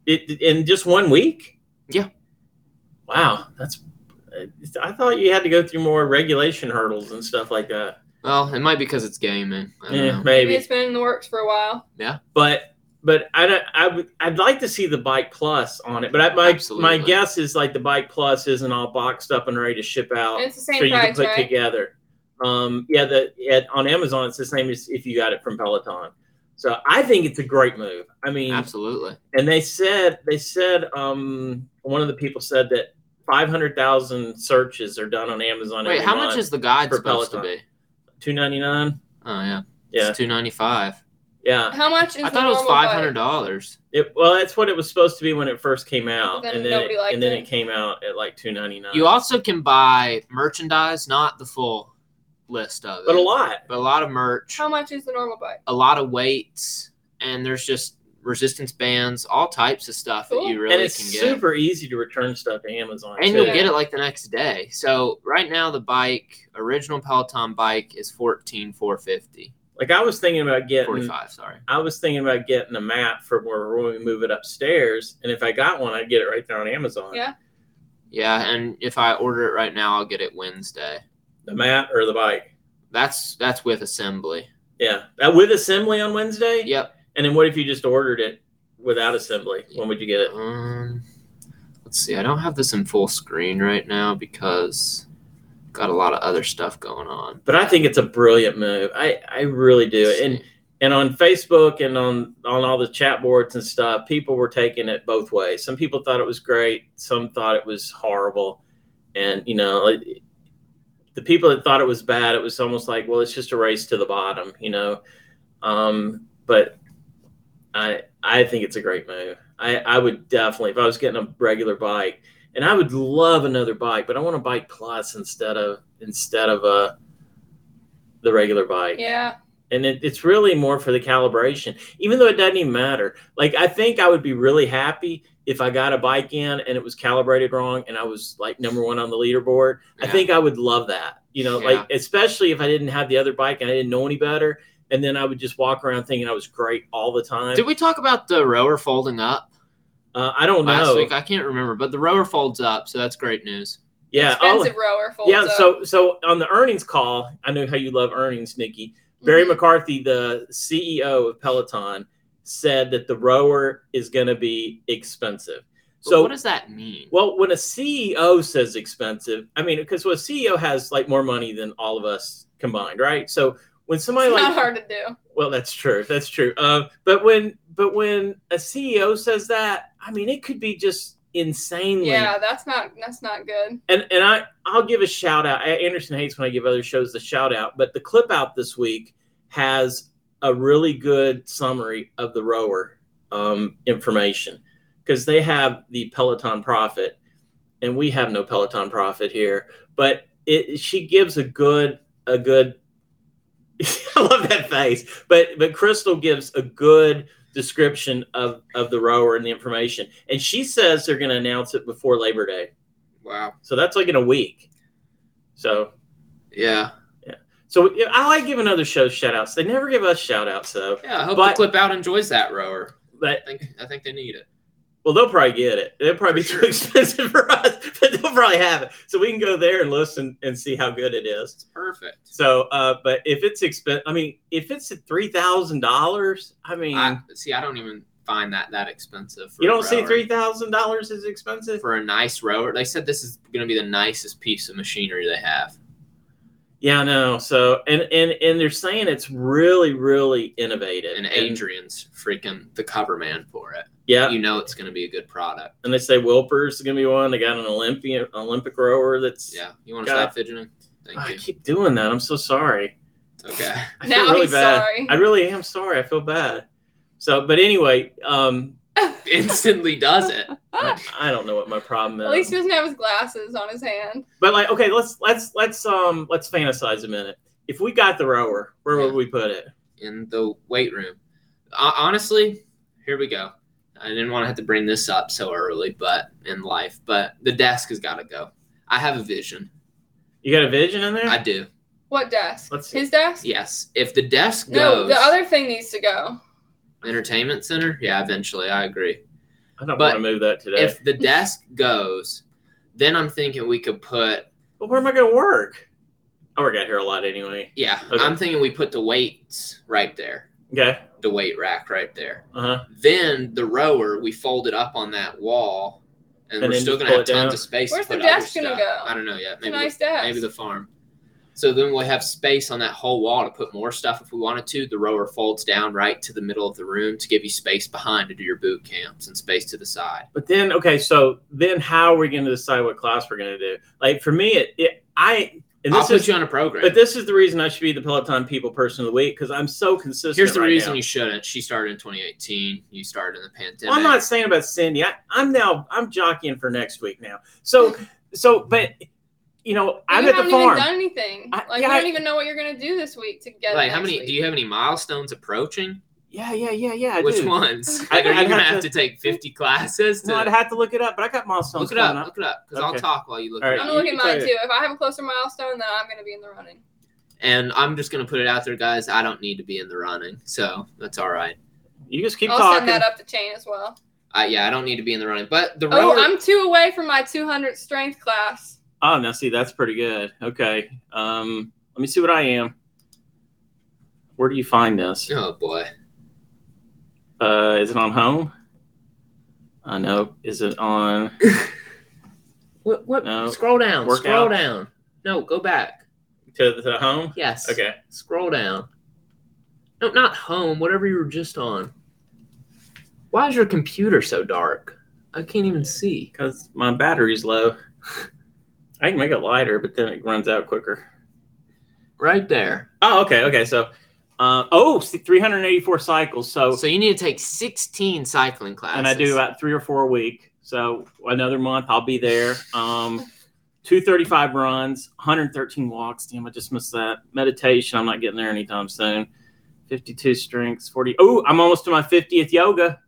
C: It in just one week.
A: Yeah.
C: Wow, that's. I thought you had to go through more regulation hurdles and stuff like that.
A: Well, it might be because it's gaming. I don't
C: Yeah,
A: know.
B: Maybe
C: maybe.
B: it's been in the works for a while.
C: but but I don't. I would. I'd like to see the bike plus on it. But I, my my
A: Absolutely.
C: guess is like the bike plus isn't all boxed up and ready to ship out,
B: And it's the
C: so
B: same
C: you can
B: price,
C: put
B: right?
C: together. Um, yeah, the yeah, on Amazon it's the same as if you got it from Peloton. So I think it's a great move. I mean,
A: Absolutely.
C: and they said they said um one of the people said that five hundred thousand searches are done on Amazon.
A: Wait,
C: every
A: how much
C: month.
A: is the guide
C: for
A: supposed to
C: Peloton.
A: be?
C: two ninety nine?
A: Oh yeah,
C: Yeah,
A: it's two ninety five.
C: yeah.
B: How much is
A: I
B: the
A: thought it was
B: normal bike?
A: five hundred dollars.
C: It, well, that's what it was supposed to be when it first came out,
B: Then
C: and then
B: nobody
C: it,
B: liked
C: and then
B: it.
C: it came out at like two ninety nine.
A: You also can buy merchandise, not the full list of it,
C: but a lot.
A: but a lot of merch,
B: How much is the normal bike?
A: a lot of weights, and there's just resistance bands, all types of stuff
B: Cool.
A: that you really
C: and it's
A: can get.
C: super easy to return stuff to Amazon.
A: and
C: too.
A: you'll
B: Yeah.
A: get it like the next day. So right now the bike, original Peloton bike is fourteen four fifty.
C: like I was thinking about getting.
A: Forty five, sorry.
C: I was thinking about getting a mat for where when we move it upstairs, and if I got one, I'd get it right there on Amazon.
B: Yeah.
A: Yeah, and if I order it right now, I'll get it Wednesday.
C: The mat or the bike.
A: That's that's with assembly.
C: Yeah, that with assembly on Wednesday.
A: Yep.
C: And then what if you just ordered it without assembly? When would you get it?
A: Um, let's see. I don't have this in full screen right now because got a lot of other stuff going on.
C: But I think it's a brilliant move. I, I really do. And and on Facebook and on on all the chat boards and stuff, people were taking it both ways. Some people thought it was great. Some thought it was horrible. And you know, it- the people that thought it was bad, it was almost like, well, it's just a race to the bottom. You know, um, but I I think it's a great move. I I would definitely if I was getting a regular bike. And I would love another bike, but I want a bike plus instead of instead of uh, the regular bike
B: Yeah.
C: and it, it's really more for the calibration even though it doesn't even matter like i think i would be really happy if i got a bike in and it was calibrated wrong and i was like number one on the leaderboard i
A: Yeah.
C: think i would love that you know like especially if i didn't have the other bike and i didn't know any better and then i would just walk around thinking i was great all the time
A: Did we talk about the rower folding up
C: uh, i don't
A: last
C: know
A: week? I can't remember, but the rower folds up, so that's great news.
C: yeah oh,
B: Expensive rower folds
C: yeah
A: uh,
B: up.
C: so so on the earnings call i know how you love earnings nikki Barry
B: Mhm.
C: McCarthy, the CEO of Peloton, said that the rower is going to be expensive.
A: But
C: So,
A: what does that mean?
C: well, when a CEO says expensive, I mean, because well, a CEO has like more money than all of us combined, right? So when somebody
B: It's not
C: like,
B: hard to do.
C: well, that's true, E that's true. Uh, but when but when a CEO says that, I mean, it could be just insanely.
B: Yeah, that's not that's not good.
C: And and I I'll give a shout out. Anderson hates when I give other shows the shout out, but the clip out this week has a really good summary of the rower um, information because they have the Peloton Profit, and we have no Peloton Profit here. But it she gives a good a good. *laughs* I love that face, but but Crystal gives a good description of of the rower and the information, and she says they're going to announce it before Labor Day.
A: Wow.
C: So that's like in a week. So
A: Yeah.
C: so yeah, I like giving other shows shout outs. They never give us shout outs though.
A: Yeah. I hope
C: But-
A: the clip out enjoys that rower.
C: But
A: I think I think they need it.
C: well, they'll probably get it. It'll probably be
A: For
C: too *laughs* expensive for us, but they'll probably have it. So we can go there and listen and see how good it is.
A: It's perfect.
C: So, uh, but if it's expensive, I mean, if it's at three thousand dollars, I mean,
A: I see. I don't even find that that expensive. For
C: you
A: a
C: don't see
A: rower.
C: three thousand dollars is expensive.
A: for a nice rower. They said this is going to be the nicest piece of machinery they have.
C: Yeah, no. So, and and and they're saying it's really, really innovative.
A: And Adrian's freaking the cover man for it.
C: yeah,
A: You know it's going to be a good product.
C: and they say Wilper's going to be one. They got an Olympian Olympic rower that's.
A: Yeah. You want to
C: Got
A: stop fidgeting? Thank
C: I
A: you.
C: keep doing that. I'm so sorry.
A: It's okay. *laughs*
C: I feel
B: now
C: really
B: he's
C: bad.
B: sorry.
C: I really am sorry. I feel bad. So, but anyway, um,
A: Instantly does it.
C: I, I don't know what my problem is.
B: At least he doesn't have his glasses on his hand.
C: But like, okay, let's let's let's um let's fantasize a minute. If we got the rower, where
A: Yeah.
C: would we put it?
A: in the weight room. Uh, honestly, here we go. I didn't want to have to bring this up so early, but in life, but the desk has got to go. I have a vision.
C: You got a vision in there?
A: I do.
B: What desk?
C: Let's see.
B: his desk?
A: Yes. If the desk
B: No,
A: goes,
B: the other thing needs to go.
A: entertainment center. Yeah, eventually, I agree.
C: I don't
A: but
C: want to move that today.
A: If the desk goes, then I'm thinking we could put.
C: but where am I going to work? I work out here a lot anyway.
A: Yeah,
C: Okay.
A: I'm thinking we put the weights right there,
C: Okay.
A: the weight rack right there.
C: Uh huh.
A: Then the rower, we fold it up on that wall, and,
C: And
A: we're
C: then
A: still
C: just
A: gonna
C: pull
A: have
C: it
A: tons
C: down.
A: of space.
B: Where's
A: to
B: the
A: put other
B: desk gonna
A: stuff.
B: go?
A: I don't know yet.
B: It's a
A: Maybe
B: nice
A: the,
B: desk.
A: maybe the farm. So then we'll have space on that whole wall to put more stuff if we wanted to. The rower folds down right to the middle of the room to give you space behind to do your boot camps and space to the side.
C: But then, okay, so then how are we going to decide what class we're going to do? Like for me, it, it I and
A: I'll
C: this
A: put
C: is
A: you on a program.
C: but this is the reason I should be the Peloton People Person of the Week because I'm so consistent.
A: Here's the
C: right
A: reason
C: now.
A: you shouldn't. She started in 2018. You started in the pandemic.
C: Well, I'm not saying about Cindy. I, I'm now I'm jockeying for next week now. So so but you know I'm
B: you
C: at the
B: haven't
C: farm.
B: even done anything.
C: I-
B: like
C: yeah,
B: you
C: I-
B: don't even know what you're gonna do this week to get.
A: like,
B: next
A: how many?
B: Week.
A: Do you have any milestones approaching?
C: yeah yeah yeah yeah. I
A: Which *laughs*
C: do.
A: ones?
C: I-
A: Like, are
C: I'd
A: you gonna
C: have
A: have to,
C: to-
A: take 50 classes? To,
C: No, I'd have to look it up, but I got milestones
A: Look it
C: coming
A: up.
C: up.
A: Look it up because I'll
C: Okay.
A: talk while you look
C: All
A: it
C: right.
B: I'm
A: up.
B: gonna look
C: You
B: at
C: can
B: mine
C: try
B: too. If I have a closer milestone, then I'm gonna be in the running.
A: And I'm just gonna put it out there, guys. I don't need to be in the running, so that's all right.
C: You just keep
B: I'll
C: talking.
B: send that up the chain as well.
A: I, yeah, I don't need to be in the running. But the
B: Oh,
A: rower,
B: I'm two away from my 200 strength class.
C: Oh, now see that's pretty good. Okay. Um, let me see what I am. Where do you find this?
A: oh boy,
C: Uh, is it on home? I know. Is it on?
A: what? What?
C: No.
A: Scroll down.
C: Workout?
A: Scroll down. No, go back.
C: to the home.
A: Yes.
C: Okay.
A: Scroll down. No, not home. Whatever you were just on. Why is your computer so dark? I can't even see.
C: Because my battery's low. I can make it lighter, but then it runs out quicker.
A: Right there.
C: Oh, okay. Okay. So, uh, oh, see, 384 cycles. So,
A: So you need to take 16 cycling classes.
C: Oh. and I do about three or four a week. So, another month I'll be there. Um, 235 runs, 113 walks. Damn, I just missed that. Meditation, I'm not getting there anytime soon. 52 strengths, 40. Oh, I'm almost to my 50th yoga.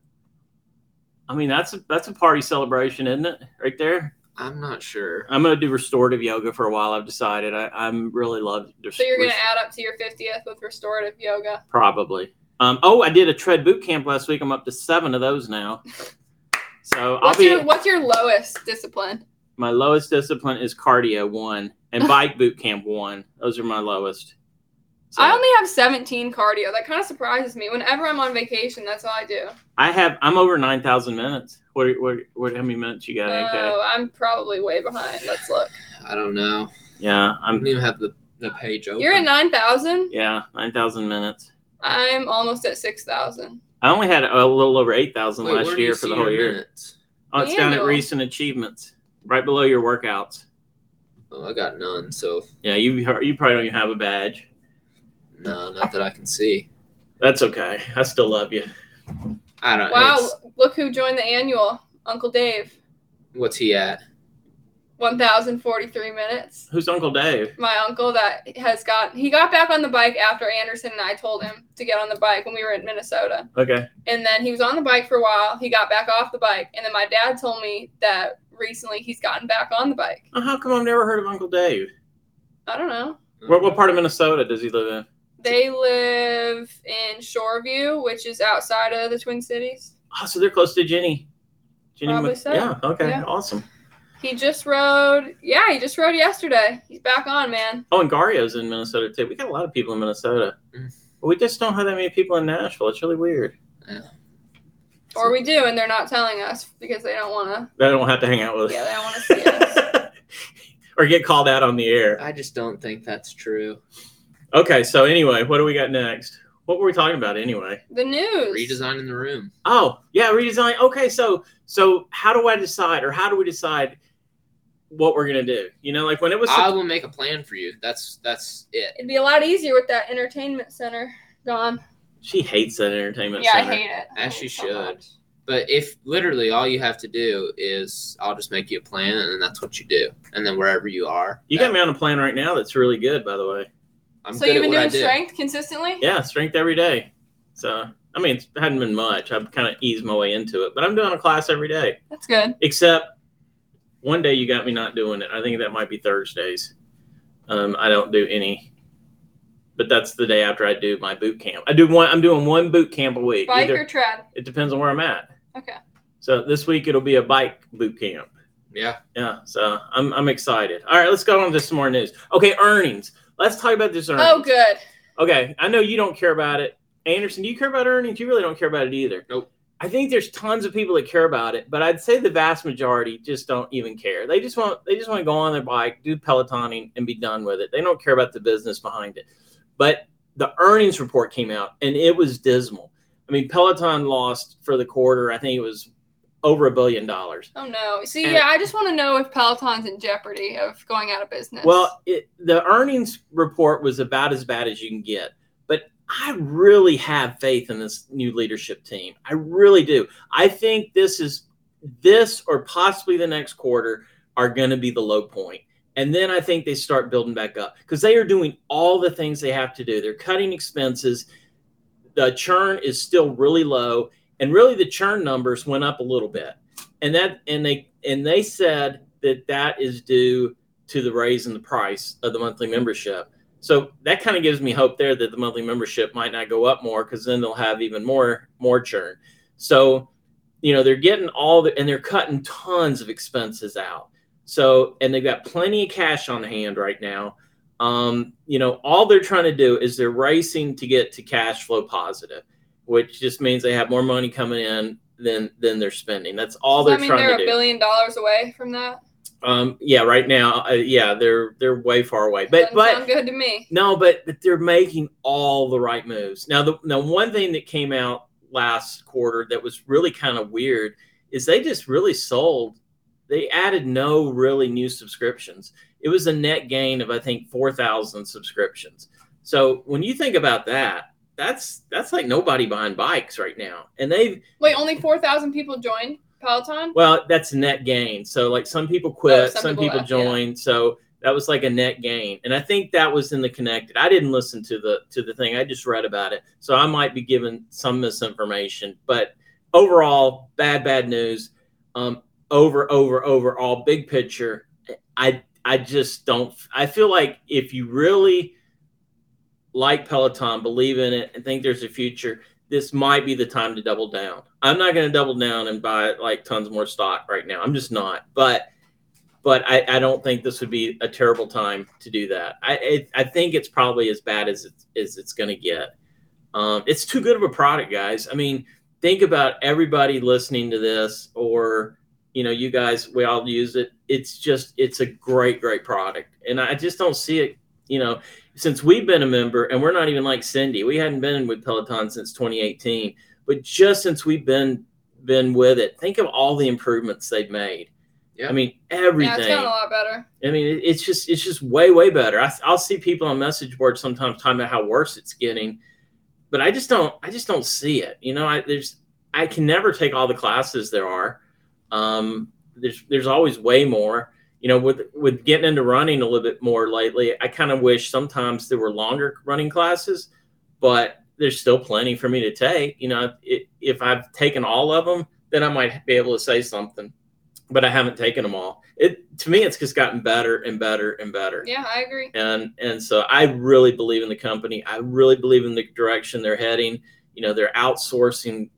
C: I mean, that's a, that's a party celebration, isn't it? Right there.
A: I'm not sure.
C: I'm gonna do restorative yoga for a while. I've decided. I, I'm really love.
B: So you're gonna add up to your 50th with restorative yoga.
C: probably. Um, oh, I did a tread boot camp last week. I'm up to seven of those now. So I'll
B: What's
C: be
B: your What's your lowest discipline?
C: my lowest discipline is cardio one
B: *laughs*
C: and bike boot camp one. Those are my lowest. So
B: I only have 17 cardio. That kind of surprises me. Whenever I'm on vacation, that's all I do.
C: I have. I'm over nine thousand minutes. What? are- What? What? How many minutes you got? Okay.
B: Oh, I'm probably way behind. Let's look.
A: I don't know.
C: Yeah.
A: I
C: I'm.
A: don't even have the, the page open.
B: You're at 9,000.
C: Yeah. Nine thousand minutes.
B: I'm almost at 6,000.
C: I only had a little over eight thousand
A: Wait, where
C: last
A: do you
C: year for
A: see
C: the whole
A: your
C: year.
A: minutes?
C: Oh, it's down at
B: Manual.
C: recent achievements, right below your workouts.
A: Well, Oh, I got none, so
C: Yeah, you you probably don't even have a badge.
A: no, not that I can see.
C: That's okay. I still love you.
A: I don't.
B: Wow,
A: it's-
B: look who joined the annual. Uncle Dave.
A: What's he at?
B: 1,043 minutes.
C: Who's Uncle Dave?
B: My uncle that has got he got back on the bike after Anderson and I told him to get on the bike when we were in Minnesota.
C: Okay.
B: And then he was on the bike for a while. He got back off the bike. And then my dad told me that recently he's gotten back on the bike.
C: Well, Oh, how come I've never heard of Uncle Dave?
B: I don't know.
C: What,
A: Mm-hmm.
C: what part of Minnesota does he live in?
B: They live in Shoreview, which is outside of the Twin Cities.
C: Oh, so they're close to Jenny. Jenny
B: Probably
C: Mc-
B: so.
C: Yeah. Okay.
B: Yeah.
C: Awesome.
B: He just rode. Yeah, he just rode yesterday. He's back on, man.
C: Oh, and Gario's in Minnesota too. We got a lot of people in Minnesota.
A: Mm.
C: But we just don't have that many people in Nashville. It's really weird.
B: Or we do, and they're not telling us because they don't want
C: They don't have to hang out with us.
B: Yeah, they don't wanna see us.
C: *laughs* or get called out on the air.
A: I just don't think that's true.
C: Okay. So anyway, what do we got next? What were we talking about anyway?
B: to. The news.
A: Redesigning the room.
C: Oh, yeah, redesign. Okay, so so how do I decide, or how do we decide what we're gonna do? You know, like when it was
A: I will make a plan for you. That's that's it.
B: It'd be a lot easier with that entertainment center gone.
C: she hates that entertainment
B: Yeah,
C: center.
B: I hate it. I
A: As
B: hate
A: you
B: it so
A: should.
B: much.
A: But if literally all you have to do is, I'll just make you a plan, and then that's what you do. And then wherever you are,
C: you
A: that-
C: got me on a plan right now that's really good, by the way.
A: I'm
B: so
A: good
B: you've
A: at
B: been
A: what I
B: doing
A: do.
B: strength consistently?
C: Yeah, strength every day. So I mean, it hadn't been much. I've kind of eased my way into it, but I'm doing a class every day.
B: That's good.
C: Except one day you got me not doing it. I think that might be Thursdays. Um, I don't do any. But that's the day after I do my boot camp. I do one. I'm doing one boot camp a week.
B: Bike
C: Either-
B: or tread?
C: It depends on where I'm at.
B: Okay.
C: So this week it'll be a bike boot camp.
A: Yeah.
C: Yeah. So I'm I'm excited. All right, let's go on to some more news. Okay, earnings. Let's talk about this earnings.
B: Oh, good.
C: Okay. I know you don't care about it. Anderson, do you care about earnings? You really don't care about it either.
A: Nope.
C: I think there's tons of people that care about it, but I'd say the vast majority just don't even care. They just want they just want to go on their bike, do pelotoning, and be done with it. They don't care about the business behind it. But the earnings report came out and it was dismal. I mean, Peloton lost for the quarter. I think it was over a billion dollars.
B: Oh no. See,
C: And-
B: yeah, I just want to know if Peloton's in jeopardy of going out of business.
C: Well, it, the earnings report was about as bad as you can get. But I really have faith in this new leadership team. I really do. I think this is this or possibly the next quarter are going to be the low point. And then I think they start building back up because they are doing all the things they have to do. They're cutting expenses. The churn is still really low. And really, the churn numbers went up a little bit. And that, and they, and they said that that is due to the raise in the price of the monthly membership. So that kind of gives me hope there that the monthly membership might not go up more because then they'll have even more more churn. So, you know, they're getting all the and they're cutting tons of expenses out. So and they've got plenty of cash on hand right now. Um, you know, all they're trying to do is they're racing to get to cash flow positive, which just means they have more money coming in than than they're spending. That's all
B: Does
C: they're
B: that mean
C: trying
B: they're
C: to
B: a
C: do.
B: billion dollars away from that?
C: Um, yeah, right now, uh, yeah, they're they're way far away, but
B: Doesn't
C: but
B: sound good to me.
C: no, but but they're making all the right moves. Now the now one thing that came out last quarter that was really kind of weird is they just really sold. They added no really new subscriptions. It was a net gain of I think four thousand subscriptions. So when you think about that, that's that's like nobody buying bikes right now, and they've
B: Wait, only four thousand people joined Peloton.
C: well, that's a net gain. So like some people quit,
B: Oh,
C: some,
B: some
C: people,
B: people left, yeah.
C: joined. So that was like a net gain. And I think that was in the connected. I didn't listen to the to the thing. I just read about it. So I might be given some misinformation, but overall, bad bad news. Um over over overall big picture, I I just don't I feel like if you really like Peloton, believe in it and think there's a future, this might be the time to double down. I'm not going to double down and buy like tons more stock right now. I'm just not. But but I, I don't think this would be a terrible time to do that. I it, I think it's probably as bad as it's as it's going to get. Um, it's too good of a product, guys. I mean, think about everybody listening to this, or you know, you guys, we all use it. It's just it's a great great product, and I just don't see it. You know, since we've been a member, and we're not even like Cindy, we hadn't been with Peloton since 2018 but just since we've been been with it, think of all the improvements they've made.
A: Yeah.
C: I mean,
B: Yeah,
C: everything.
B: it's gotten a lot better.
C: I mean, it, it's just it's just way way better. I, I'll see people on message boards sometimes talking about how worse it's getting, but I just don't I just don't see it. You know, I there's I can never take all the classes there are. Um, there's there's always way more. You know, with with getting into running a little bit more lately, I kind of wish sometimes there were longer running classes, but there's still plenty for me to take. You know, if, if I've taken all of them, then I might be able to say something but I haven't taken them all. It to me, it's just gotten better and better and better.
B: Yeah, I agree.
C: And and so I really believe in the company. I really believe in the direction they're heading. You know, they're outsourcing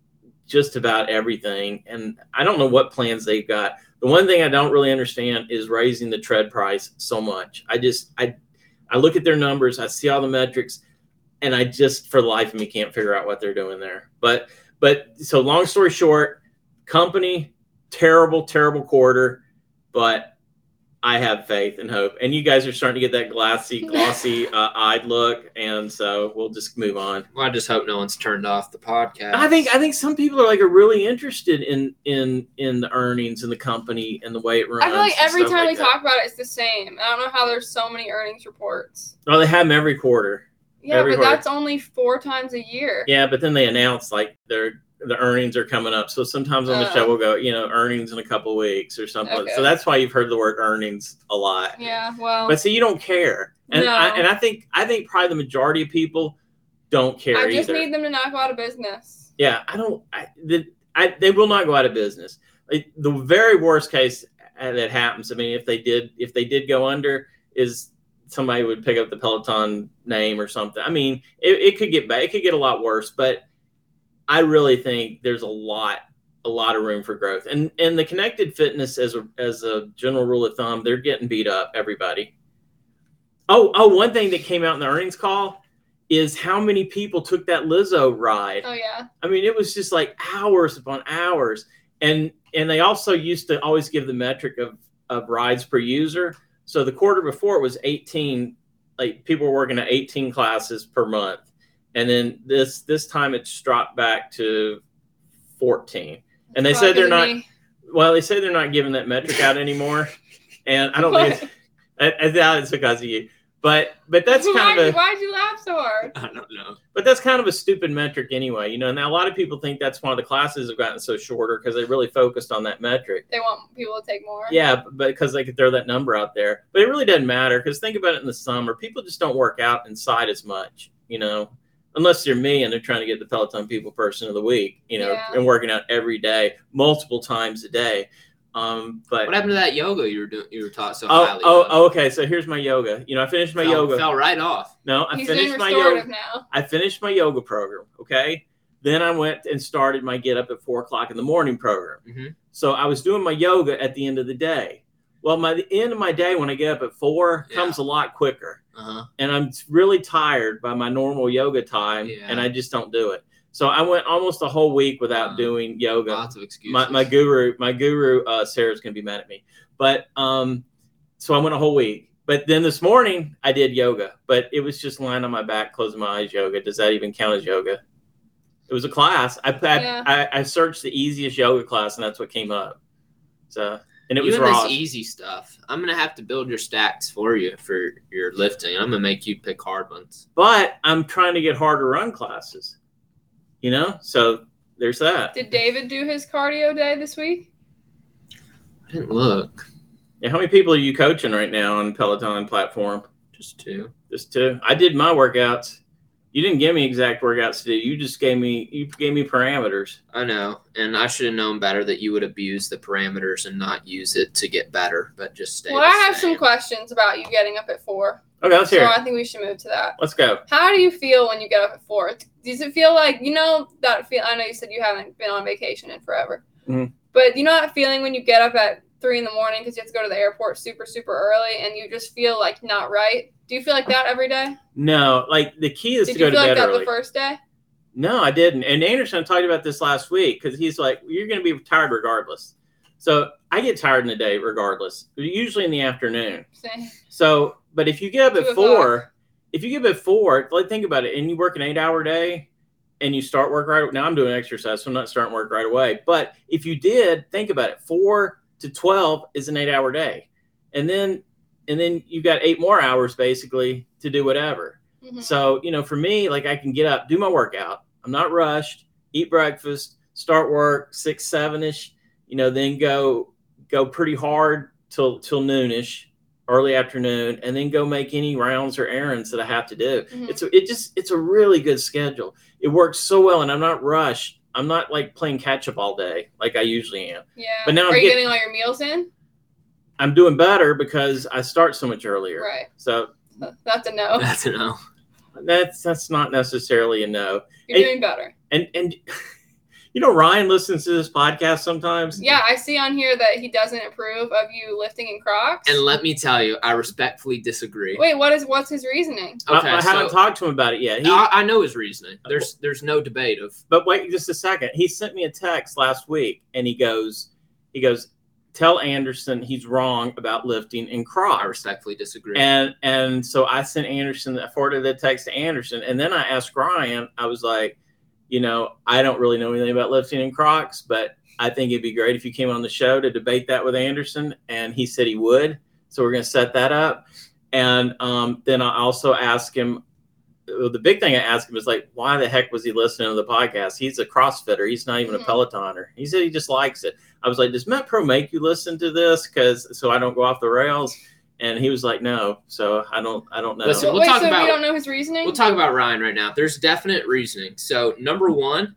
C: just about everything, and I don't know what plans they've got. The one thing I don't really understand is raising the tread price so much. I just I I look at their numbers, I see all the metrics, and I just for the life of me can't figure out what they're doing there. But but so long story short, company terrible, terrible quarter, but I have faith and hope. And you guys are starting to get that
B: *laughs*
C: glassy, glossy uh, eyed look, and so we'll just move on.
A: Well, I just hope no one's turned off the podcast.
C: I think I think some people are like are really interested in in in the earnings and the company and the way it runs.
B: I feel like
C: and
B: every
C: stuff
B: time we
C: like that.
B: talk about it, it's the same. I don't know how there's so many earnings reports.
C: well, they have them every quarter.
B: Yeah,
C: Every
B: but
C: quarter.
B: that's only four times a year.
C: Yeah, but then they announce like their the earnings are coming up. So sometimes on the
B: Oh.
C: show we'll go, you know, earnings in a couple of weeks or something.
B: Okay.
C: So that's why you've heard the word earnings a lot.
B: Yeah, well,
C: But see, you don't care, and I,
B: No.
C: and I think I think probably the majority of people don't care
B: I just
C: either.
B: need them to not go out of business.
C: yeah, I don't. I, the, I they will not go out of business. Like, the very worst case uh, that happens. I mean, if they did, if they did go under, is somebody would pick up the Peloton name or something. I mean, it, it could get bad. It could get a lot worse. But I really think there's a lot, a lot of room for growth. And and the connected fitness as a as a general rule of thumb, they're getting beat up. Everybody. Oh oh, one thing that came out in the earnings call is how many people took that Lizzo ride.
B: Oh yeah,
C: I mean, it was just like hours upon hours. And and they also used to always give the metric of of rides per user. So the quarter before it was 18, like people were working at 18 classes per month. And then this this time it's dropped back to 14. And they said they're not well, they say they're not giving that metric out anymore. And I don't think
B: *laughs*
C: it's, I, I doubt it's because of you. But but that's kind of a
B: why'd you laugh so hard?
A: I don't know.
C: but that's kind of a stupid metric anyway, you know. And a lot of people think that's why the classes have gotten so shorter because they really focused on that metric.
B: They want people to take more.
C: Yeah, but because they could throw that number out there, but it really doesn't matter because think about it in the summer, people just don't work out inside as much, you know, unless you're me and they're trying to get the Peloton People Person of the Week, you know,
B: Yeah.
C: and working out every day, multiple times a day. Um, but
A: What happened to that yoga you were doing? You were taught so
C: oh,
A: highly.
C: oh,
A: of?
C: oh, okay. So here's my yoga. You know, I finished my
A: Fell-
C: yoga.
A: fell right off.
C: No, I
B: He's doing
C: finished my uh, yoga.
B: restorative now.
C: I finished my yoga program. Okay. Then I went and started my get up at four o'clock in the morning program.
A: Mhm.
C: So I was doing my yoga at the end of the day. Well, my the end of my day when I get up at four
A: Yeah.
C: comes a lot quicker.
A: Uh
C: And I'm really tired by my normal yoga time
A: Yeah.
C: and I just don't do it. So I went almost a whole week without
A: Wow.
C: doing
A: huh.
C: yoga
A: Lots of excuses.
C: my, my guru my guru uh, sarah's gonna be mad at me but um so i went a whole week but then this morning i did yoga but it was just lying on my back closing my eyes yoga does that even count as yoga it was a class i I,
B: Yeah.
C: I, I searched the easiest yoga class and that's what came up so and it was
A: Even this e-
C: raw
A: easy stuff. I'm gonna have to build your stacks for you for your lifting. I'm gonna make you pick hard ones.
C: but i'm trying to get harder run classes you know so there's that
B: Did David do his cardio day this week?
A: I didn't look.
C: and how many people are you coaching right now on peloton platform
A: Just two.
C: Just two. I did my workouts. You didn't give me exact workouts to do. You just gave me you gave me parameters.
A: I know, and I should have known better that you would abuse the parameters and not use it to get better, but just stay.
B: well,
A: the
B: I have
A: same.
B: some questions about you getting up at four,
C: Okay, let's hear.
B: so
C: it.
B: I think we should move to that.
C: Let's go.
B: How do you feel when you get up at four? Does it feel like you know that feel? I know you said you haven't been on vacation in forever,
C: Mhm.
B: but you know that feeling when you get up at three in the morning because you have to go to the airport super super early, and you just feel like not right. Do you feel like that every day?
C: No, like the key is
B: Did
C: to go
B: you
C: to
B: feel like
C: bed
B: that
C: early.
B: the first day?
C: no, I didn't. And Anderson talked about this last week because he's like, you're going to be tired regardless. So I get tired in the day regardless, usually in the afternoon.
B: Same.
C: So, but if you get up
B: Two
C: at
B: o'clock.
C: four, if you get up at four, like think about it, and you work an eight hour day, and you start work right now. I'm doing exercise, so I'm not starting work right away. But if you did, think about it. Four to twelve is an eight hour day, and then and then you've got eight more hours basically to do whatever.
B: Mhm.
C: So you know, for me, like I can get up, do my workout. I'm not rushed. Eat breakfast, start work six seven ish. You know, then go go pretty hard till till noonish, early afternoon, and then go make any rounds or errands that I have to do.
B: Mhm.
C: It's a, it just it's a really good schedule. It works so well, and I'm not rushed. I'm not like playing catch up all day like I usually am.
B: Yeah.
C: But now
B: are
C: I'm
B: you
C: getting-
B: getting all your meals in?
C: I'm doing better because I start so much earlier.
B: Right.
C: So
B: That's a
C: *laughs*
B: no.
A: That's a no.
C: that's that's not necessarily a no.
B: You're
C: Hey.
B: doing better.
C: And and *laughs* you know Ryan listens to this podcast sometimes.
B: Yeah, I see on here that he doesn't approve of you lifting in Crocs.
A: And let me tell you, I respectfully disagree.
B: Wait, what is what's his reasoning?
C: I-
A: Okay,
C: I, haven't
A: so-
C: talked to him about it yet. He,
A: I, I know his reasoning. There's there's no debate of
C: but wait just a second. He sent me a text last week, and he goes, he goes, tell Anderson he's wrong about lifting in
A: I
C: Crocs.
A: respectfully disagree.
C: And and so I sent Anderson, I forwarded the text to Anderson, and then I asked Ryan. I was like, you know, I don't really know anything about lifting in Crocs, but I think it'd be great if you came on the show to debate that with Anderson, and he said he would. So we're gonna set that up, and um, then I also asked him. well, The big thing I asked him is like, why the heck was he listening to the podcast? He's a CrossFitter. He's not even
B: Mhm.
C: a Pelotoner. He said he just likes it. I was like, does MetPro make you listen to this? Because so I don't go off the rails. And he was like, no. So I don't. I don't know.
A: Listen, So we'll
B: Wait,
A: talk
B: so
A: about-
B: we don't know his reasoning?
A: We'll talk about Ryan right now. There's definite reasoning. So number one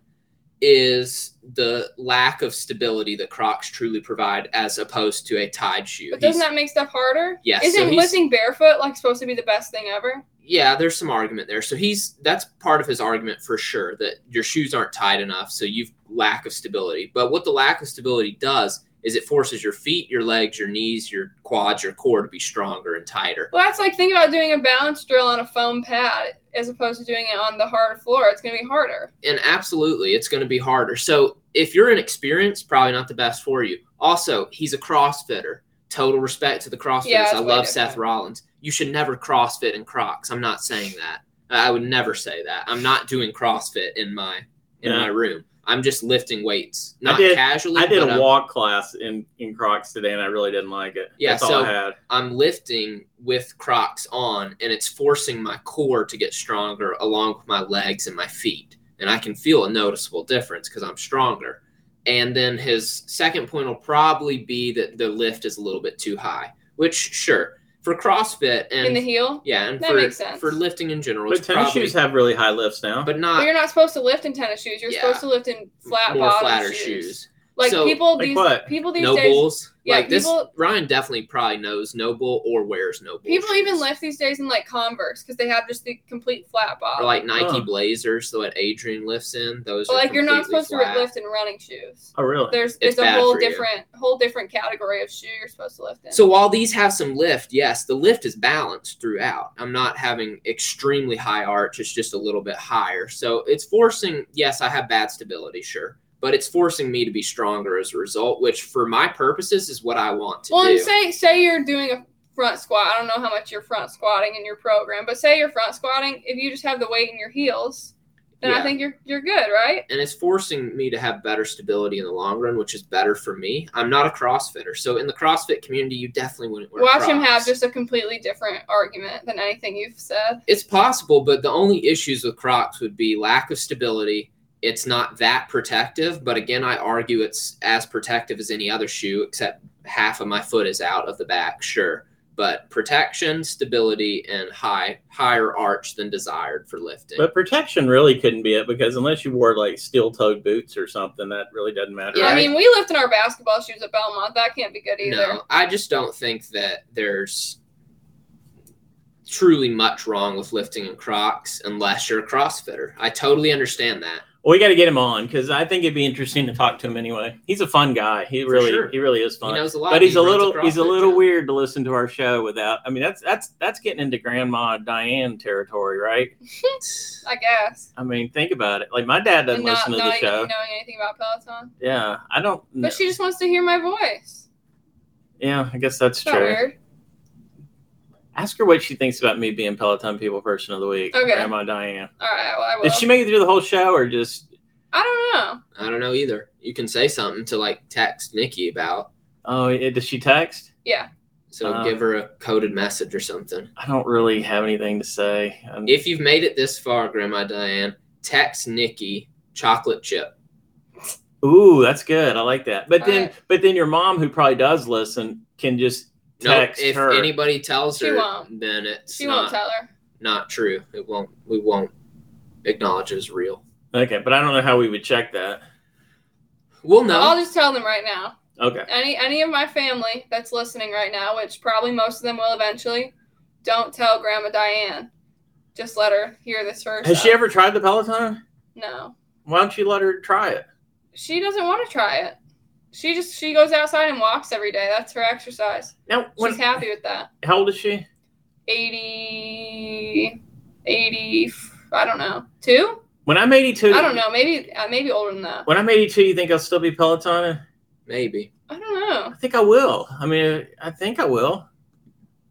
A: is the lack of stability that Crocs truly provide as opposed to a tied shoe.
B: but doesn't
A: He's-
B: that make stuff harder?
A: Yes, so
B: Isn't
A: he's-
B: lifting barefoot like supposed to be the best thing ever?
A: yeah, there's some argument there. So he's that's part of his argument for sure that your shoes aren't tied enough, so you've lack of stability. But what the lack of stability does is it forces your feet, your legs, your knees, your quads, your core to be stronger and tighter.
B: Well, that's like thinking about doing a balance drill on a foam pad as opposed to doing it on the hard floor. It's going to be harder.
A: and absolutely it's going to be harder so if you're inexperienced probably not the best for you also he's a crossfitter total respect to the crossfitters
B: Yeah, it's
A: i
B: way
A: love
B: different.
A: seth rollins you should never crossfit in crocs i'm not saying that i would never say that i'm not doing crossfit in my in
C: Yeah.
A: my room i'm just lifting weights
C: I
A: not
C: did-
A: casually
C: I did
A: but uh,
C: a
A: I'm-
C: walk class in in Crocs today, and I really didn't like it.
A: Yeah,
C: That's all
A: so-
C: I had.
A: I'm lifting with Crocs on, and it's forcing my core to get stronger along with my legs and my feet. And I can feel a noticeable difference because I'm stronger. And then his second point will probably be that the lift is a little bit too high, which, sure, for CrossFit
B: in
A: and
B: the heel?
A: yeah, and
B: That
A: for,
B: makes sense.
A: for lifting in general,
C: But
A: it's
C: tennis
A: probably,
C: shoes have really high lifts now.
A: but
B: But
A: not
B: you're not supposed to lift in tennis shoes. You're
A: Yeah.
B: supposed to lift in flat
A: more
B: bottom
A: flatter
B: shoes.
A: shoes.
B: Like
A: So-
B: people
C: Like
B: these
C: what?
B: people these
A: No
B: days
A: bulls.
B: yeah,
A: like this,
B: people-
A: Ryan definitely probably knows no bull or wears no bull.
B: people even
A: shoes.
B: lift these days in like Converse because they have just the complete flat
A: or
B: bottom.
A: like Nike
C: Huh.
A: Blazers, the what Adrian lifts in. Those
B: But,
A: are
B: like you're not
A: completely
B: supposed
A: flat.
B: to lift in running shoes.
C: oh, really?
B: There's
A: It's
B: it's, a
A: bad
B: whole
A: for you.
B: different whole different category of shoe you're supposed to lift in.
A: So while these have some lift, yes, the lift is balanced throughout. I'm not having extremely high arch; it's just a little bit higher. So it's forcing. Yes, I have bad stability, sure, but it's forcing me to be stronger as a result, which for my purposes is what I want to
B: well,
A: do.
B: and say say you're doing a front squat. I don't know how much you're front squatting in your program, but say you're front squatting. If you just have the weight in your heels, then
A: Yeah.
B: I think you're you're good, right?
A: and it's forcing me to have better stability in the long run, which is better for me. I'm not a CrossFitter, so in the CrossFit community, you definitely wouldn't wear
B: Watch him have
A: Crocs.
B: just a completely different argument than anything you've said.
A: It's possible, but the only issues with Crocs would be lack of stability. It's not that protective, but again, I argue it's as protective as any other shoe, except half of my foot is out of the back, sure. But protection, stability, and high higher arch than desired for lifting.
C: But protection really couldn't be it because unless you wore like steel-toed boots or something, that really doesn't matter.
A: Yeah,
B: I
C: right?
B: mean, we lift in our basketball shoes at Belmont. That can't be good either.
A: no, I just don't think that there's truly much wrong with lifting in Crocs unless you're a CrossFitter. I totally understand that.
C: Well, we got to get him on because I think it'd be interesting to talk to him anyway. He's a fun guy. He
A: For
C: really,
A: sure.
C: he really is
A: He
C: fun.
A: knows a lot.
C: But he's
A: He
C: a
A: runs
C: little, he's a
A: CrossFit
C: little
A: gym.
C: weird to listen to our show without. I mean, that's that's that's getting into Grandma Diane territory, right?
B: I guess.
C: I mean, think about it. Like my dad doesn't
B: And not,
C: listen to
B: not
C: the
B: even
C: show.
B: knowing anything about Peloton.
C: Yeah, I don't.
B: But she just wants to hear my voice.
C: yeah, I guess that's
B: It's not
C: true.
B: weird.
C: Ask her what she thinks about me being Peloton People Person of the Week.
B: Okay.
C: Grandma Diane.
B: All right, well, I will.
C: Did she make it through the whole show or just?
B: I don't know.
A: I don't know either. You can say something to like text Nikki about.
C: Oh, it, does she text?
A: So
C: Oh.
A: give her a coded message or something.
C: I don't really have anything to say. Um,
A: If you've made it this far, Grandma Diane, text Nikki chocolate chip.
C: ooh, that's good. I like that. But
B: All
C: then, but then your mom, who probably does listen, can just text
A: no, if
C: her.
A: anybody tells
B: She
A: her,
B: won't.
A: then it's
B: She
A: not
B: won't tell her.
A: not true. It won't. We won't acknowledge it as real.
C: okay, but I don't know how we would check that.
A: We'll know.
B: I'll just tell them right now.
C: Okay.
B: Any any of my family that's listening right now, which probably most of them will eventually, don't tell Grandma Diane. Just let her hear this first.
C: Has she ever tried the Peloton?
B: No,
C: Why don't you let her try it?
B: she doesn't want to try it. She just she goes outside and walks every day. That's her exercise.
C: Now, when,
B: She's happy with that.
C: how old is she?
B: 80, 80, I don't know, two?
C: When I'm 82,
B: I don't know. Maybe uh, maybe older than that.
C: When I'm 82, you think I'll still be Pelotoning?
A: Maybe.
B: I don't know.
C: I think I will. I mean, I think I will.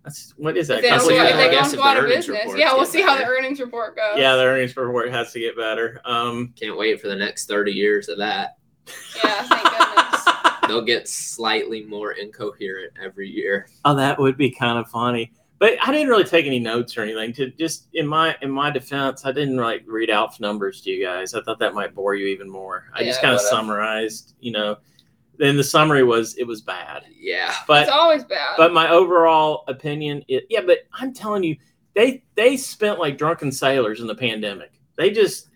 C: That's what is that?
B: If they don't,
A: Couple
B: go,
A: years,
B: if
A: I
B: they
A: guess,
B: don't
A: if
B: go
A: the
B: out of
A: earnings
B: business,
A: reports
B: yeah, we'll
A: get
B: see how the
A: better.
B: earnings report goes.
C: yeah, the earnings report has to get better. Um,
A: Can't wait for the next thirty years of that.
B: Yeah, thank goodness.
A: They'll get slightly more incoherent every year.
C: oh, that would be kind of funny. But I didn't really take any notes or anything. To just in my in my defense, I didn't like read out numbers to you guys. I thought that might bore you even more. I just
B: Yeah,
C: kind of
B: whatever.
C: summarized, you know. Then the summary was it was bad,
A: Yeah.
C: *laughs* but
B: it's always bad.
C: but my overall opinion is yeah but i'm telling you they they spent like drunken sailors in the pandemic they just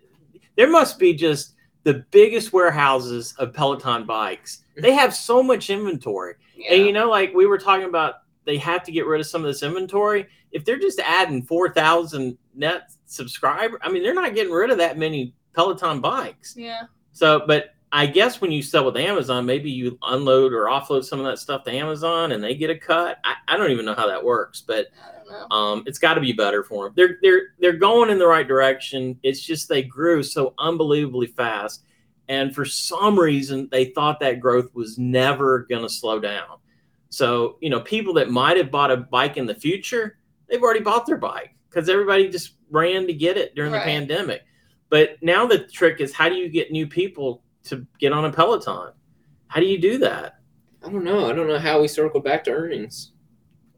C: there must be just the biggest warehouses of peloton bikes they have so much inventory
B: yeah.
C: and you know like we were talking about they have to get rid of some of this inventory if they're just adding 4000 net subscriber i mean they're not getting rid of that many peloton bikes
B: yeah.
C: so, but I guess when you sell with Amazon, maybe you unload or offload some of that stuff to Amazon and they get a cut. I, I don't even know how that works, but
B: I don't know.
C: um, it's got to be better for them. They're they're they're going in the right direction. It's just they grew so unbelievably fast, and for some reason they thought that growth was never going to slow down. So you know, people that might have bought a bike in the future, they've already bought their bike because everybody just ran to get it during
B: Right.
C: the pandemic. But now the trick is how do you get new people to get on a Peloton? How do you do that?
A: I don't know. I don't know how we circled back to earnings.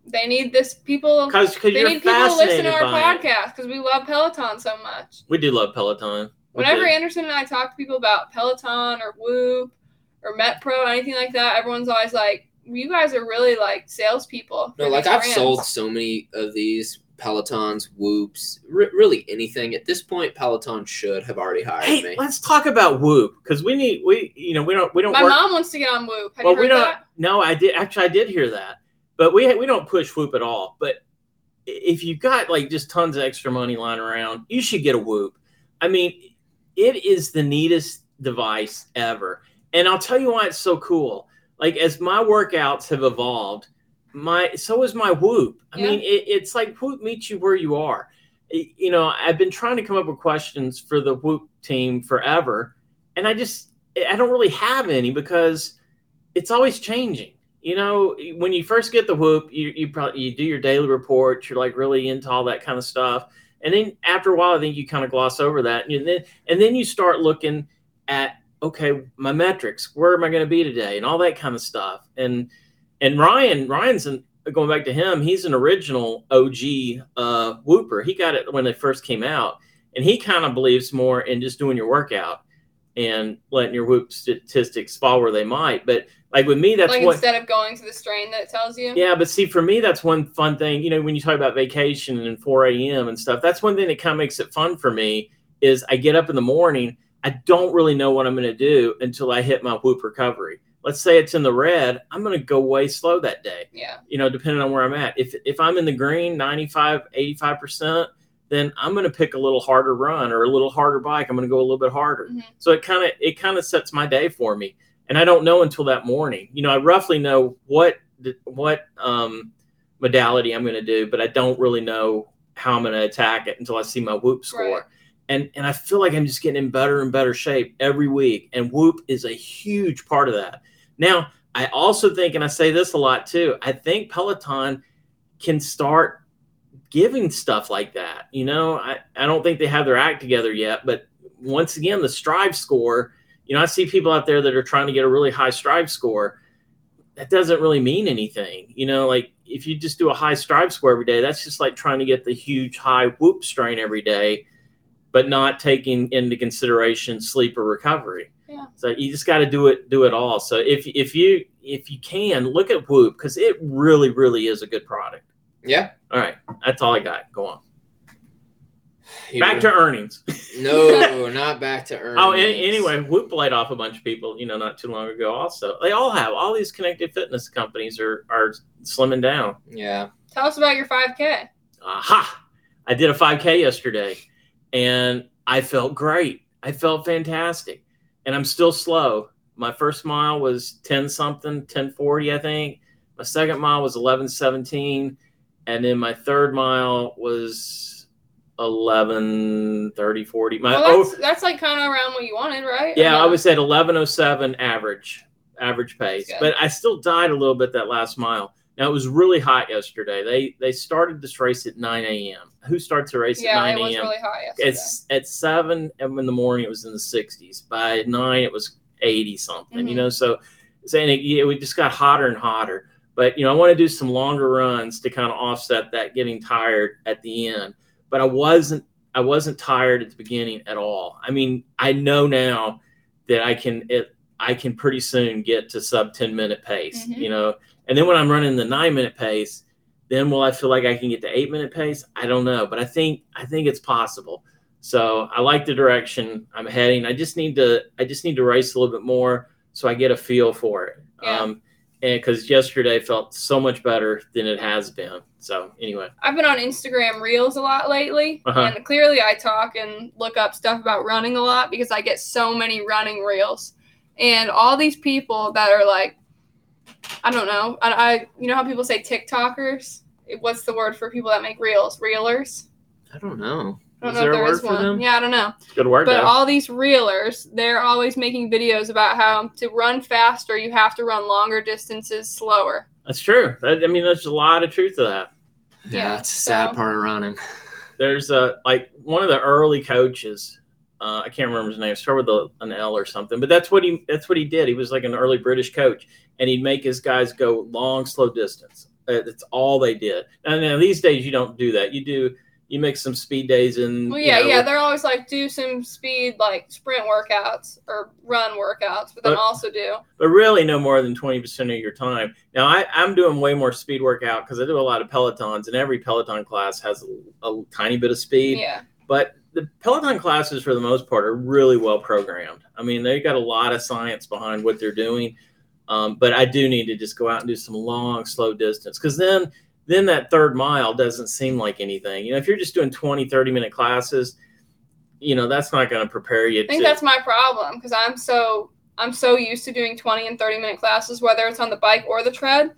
B: They need this people.
C: Because
B: They
C: you're
B: need people to listen to
C: fascinated
B: our
C: by it.
B: podcast because we love Peloton so much.
C: We do love Peloton. We
B: Whenever
C: do.
B: Anderson and I talk to people about Peloton or Whoop or MetPro or anything like that, everyone's always like, "You guys are really like salespeople."
A: No,
B: for
A: like
B: these
A: I've
B: brands."
A: sold so many of these Pelotons, Whoops, r- really anything. At this point, Peloton should have already hired
C: Hey,
A: me.
C: let's talk about Whoop because we need we you know we don't we don't
B: My
C: work.
B: mom wants to get on Whoop. Have
C: well,
B: you heard
C: we don't.
B: that?
C: No, I did actually. I did hear that, but we we don't push Whoop at all. But i- if you got like just tons of extra money lying around, you should get a Whoop. I mean, it is the neatest device ever, and I'll tell you why it's so cool. Like as my workouts have evolved, my so is my Whoop. I
B: Yeah.
C: mean, it, it's like Whoop meets you where you are. I- You know, I've been trying to come up with questions for the Whoop team forever, and I just I don't really have any because it's always changing. You know, when you first get the whoop, you you probably you do your daily reports. You're like really into all that kind of stuff, and then after a while, I think you kind of gloss over that, and then and then you start looking at okay, my metrics. Where am I going to be today, and all that kind of stuff. And and Ryan Ryan's an, going back to him. He's an original OG uh, whooper. He got it when they first came out, and he kind of believes more in just doing your workout and letting your whoop statistics fall where they might. But like with me, that's
B: Like
C: what.
B: instead of going to the strain that it tells you.
C: Yeah, but see, for me, that's one fun thing. You know, when you talk about vacation and 4 a.m. and stuff, that's one thing that kind of makes it fun for me. Is I get up in the morning, I don't really know what I'm going to do until I hit my whoop recovery. Let's say it's in the red, I'm going to go way slow that day.
B: Yeah.
C: You know, depending on where I'm at. If if I'm in the green, 95, 85 percent, then I'm going to pick a little harder run or a little harder bike. I'm going to go a little bit harder.
B: Mhm.
C: So it kind of it kind of sets my day for me, and I don't know until that morning. You know, I roughly know what th- what um, modality I'm going to do, but I don't really know how I'm going to attack it until I see my Whoop score.
B: Right.
C: And and I feel like I'm just getting in better and better shape every week, and Whoop is a huge part of that. Now, I also think, and I say this a lot too, I think Peloton can start giving stuff like that. You know, I, I don't think they have their act together yet. But once again, the Strive score, you know, I see people out there that are trying to get a really high Strive score. That doesn't really mean anything. You know, like if you just do a high Strive score every day, that's just like trying to get the huge high whoop strain every day, but not taking into consideration sleep or recovery.
B: Yeah.
C: So you just got to do it, do it all. So if if you if you can look at Whoop because it really really is a good product.
A: Yeah.
C: All right, that's all I got. Go on. Back to earnings. *laughs*
A: no, not back to earnings.
C: Oh, an- anyway, Whoop laid off a bunch of people, you know, not too long ago. Also, they all have all these connected fitness companies are are slimming down.
A: Yeah.
B: Tell us about your 5K.
C: Aha! I did a 5K yesterday, and I felt great. I felt fantastic, and I'm still slow. My first mile was 10 something, 1040, I think. My second mile was 1117, and then my third mile was 1130, 40. My
B: well,
C: over-
B: that's, that's like kind of around what you wanted, right?
C: Yeah, I
B: Or not?
C: was at eleven oh seven average average pace,
B: That's good.
C: but I still died a little bit that last mile. Now it was really hot yesterday. They they started this race at nine a.m. Who starts a race
B: Yeah,
C: at
B: it
C: nine
B: was
C: a.m.
B: really hot yesterday.
C: It's at seven in the morning. It was in the sixties. By nine, it was eighty something. You
B: Mhm.
C: know, so saying it, yeah, we just got hotter and hotter. But you know, I want to do some longer runs to kind of offset that getting tired at the end. But I wasn't. I wasn't tired at the beginning at all. I mean, I know now that I can. It, I can pretty soon get to sub ten minute pace.
B: Mhm.
C: You know, and then when I'm running the nine minute pace. Then will I feel like I can get to eight minute pace? I don't know, but I think I think it's possible. So I like the direction I'm heading. I just need to I just need to race a little bit more so I get a feel for it.
B: Yeah.
C: Um, and because yesterday felt so much better than it has been. So anyway,
B: I've been on Instagram Reels a lot lately,
C: Uh-huh.
B: and clearly I talk and look up stuff about running a lot because I get so many running reels, and all these people that are like, I don't know, I, I you know how people say TikTokers? What's the word for people that make reels? Reelers?
A: I don't know.
B: I don't
A: Is
B: know
A: there
B: if
A: a
B: there
A: word
B: is
A: for them?
B: one. Yeah, I don't know.
C: it's good work.
B: But
C: though.
B: all these reelers, they're always making videos about how to run faster, you have to run longer distances slower.
C: that's true. That, I mean, there's a lot of truth to that.
A: Yeah,
B: Yeah,
A: it's a sad
B: so-
A: part of running.
C: There's a like one of the early coaches. Uh, I can't remember his name. Started with a, an L or something. But that's what he that's what he did. He was like an early British coach, and he'd make his guys go long, slow distance. Uh, That's all they did. Now, now these days you don't do that. You do you mix some speed days in.
B: Well,
C: you
B: yeah,
C: know,
B: yeah. They're always like do some speed, like sprint workouts or run workouts, but then
C: But-
B: also do.
C: but really no more than 20% of your time. Now, I, I'm doing way more speed workout because I do a lot of Pelotons, and every Peloton class has a, a tiny bit of speed.
B: Yeah,
C: But the Peloton classes, for the most part, are really well programmed. I mean, they've got a lot of science behind what they're doing. Um, but I do need to just go out and do some long, slow distance because then then that third mile doesn't seem like anything. You know, if you're just doing 20, 30 minute classes, you know, that's not going to prepare you
B: I think
C: to.
B: that's my problem because I'm so I'm so used to doing 20 and 30 minute classes, whether it's on the bike or the tread,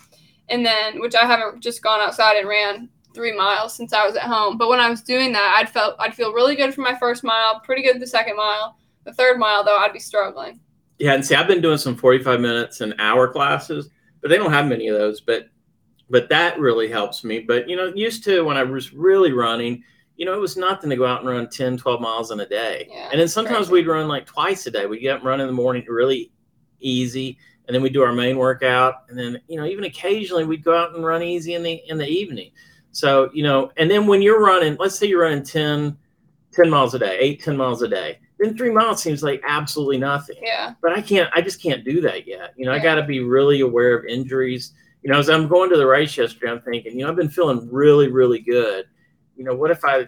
B: and then which I haven't just gone outside and ran three miles since I was at home. But when I was doing that, I'd felt I'd feel really good for my first mile, pretty good the second mile. The third mile though, I'd be struggling.
C: Yeah, and see, I've been doing some forty-five minutes and hour classes, but they don't have many of those. But but that really helps me. But you know, used to when I was really running, you know, it was nothing to go out and run 10, 12 miles in a day.
B: Yeah,
C: and then sometimes
B: crazy.
C: we'd run like twice a day. We'd get up and run in the morning really easy, and then we'd do our main workout, and then you know, even occasionally we'd go out and run easy in the in the evening. So, you know, and then when you're running, let's say you're running 10, 10 miles a day, eight, 10 miles a day, then three miles seems like absolutely nothing
B: Yeah,
C: but I can't. I just can't do that yet. You know, I
B: Yeah.
C: got to be really aware of injuries. You know, as I'm going to the race yesterday, I'm thinking, you know, I've been feeling really, really good. You know, what if I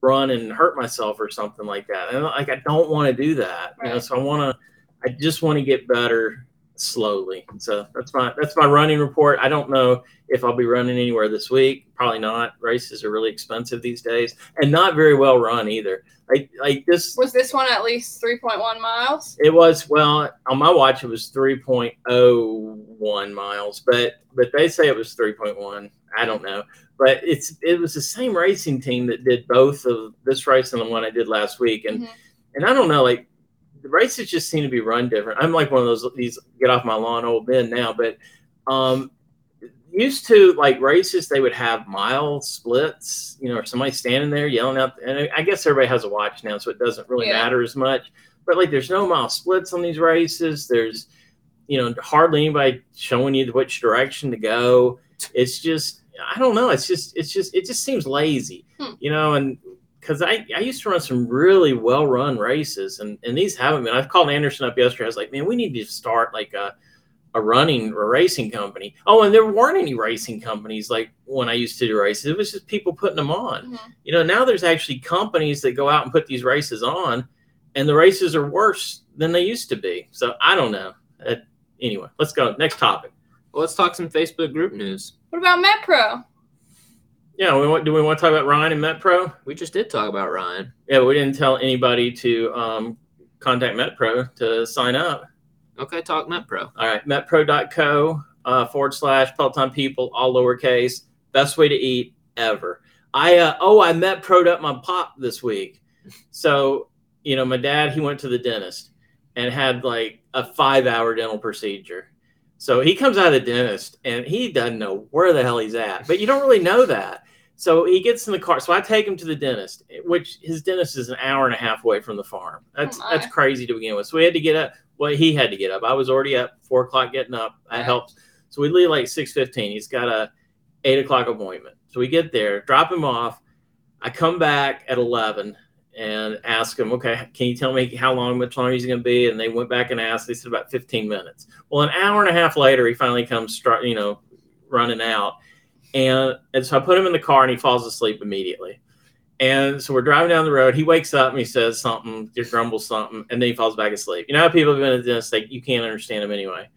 C: run and hurt myself or something like that? And like, I don't want to do that. You know,
B: Right.
C: so I want to. I just want to get better slowly. So that's my that's my running report. I don't know if I'll be running anywhere this week. Probably not. Races are really expensive these days, and not very well run either. Like like this
B: was this one at least 3.1 miles?
C: it was well on my watch. It was three point oh one miles, but but they say it was three point one. I don't know, but it's it was the same racing team that did both of this race and the one I did last week, and
B: Mhm.
C: and I don't know, like the races just seem to be run different. I'm like one of those these get off my lawn old men now, but um, used to like races they would have mile splits you know or somebody standing there yelling out and i guess everybody has a watch now so it doesn't really
B: Yeah.
C: matter as much but like there's no mile splits on these races there's you know hardly anybody showing you which direction to go it's just i don't know it's just it's just it just seems lazy
B: Hmm.
C: you know and because I, I used to run some really well run races and, and these haven't been i've called anderson up yesterday i was like man we need to start like a a running or racing company. Oh, and there weren't any racing companies like when I used to do races. It was just people putting them on.
B: Mhm.
C: You know, now there's actually companies that go out and put these races on, and the races are worse than they used to be. So I don't know. Uh, anyway, let's go next topic.
A: Well, let's talk some Facebook group news.
B: What about MetPro?
C: Yeah, we want, do we want to talk about Ryan and MetPro?
A: We just did talk about Ryan.
C: Yeah, we didn't tell anybody to um, contact MetPro to sign up.
A: Okay, talk Met Pro.
C: All right, metpro.co uh, forward slash Peloton people, all lowercase. Best way to eat ever. I uh, oh, I met proed up my pop this week. So you know, my dad he went to the dentist and had like a five hour dental procedure. So he comes out of the dentist and he doesn't know where the hell he's at, but you don't really know that. So he gets in the car. So I take him to the dentist, which his dentist is an hour and a half away from the farm. That's
B: Oh, my.
C: that's crazy to begin with. So we had to get up. Well, he had to get up. I was already up four o'clock getting up. That
B: Right.
C: helps. So we leave like six fifteen. He's got a eight o'clock appointment. So we get there, drop him off. I come back at eleven and ask him, okay, can you tell me how long, much longer he's going to be? And they went back and asked. They said about fifteen minutes. Well, an hour and a half later, he finally comes, str- you know, running out, and and so I put him in the car, and he falls asleep immediately. And so we're driving down the road. He wakes up and he says something, just grumbles something, and then he falls back asleep. You know how people have been at the dentist, like you can't understand him anyway.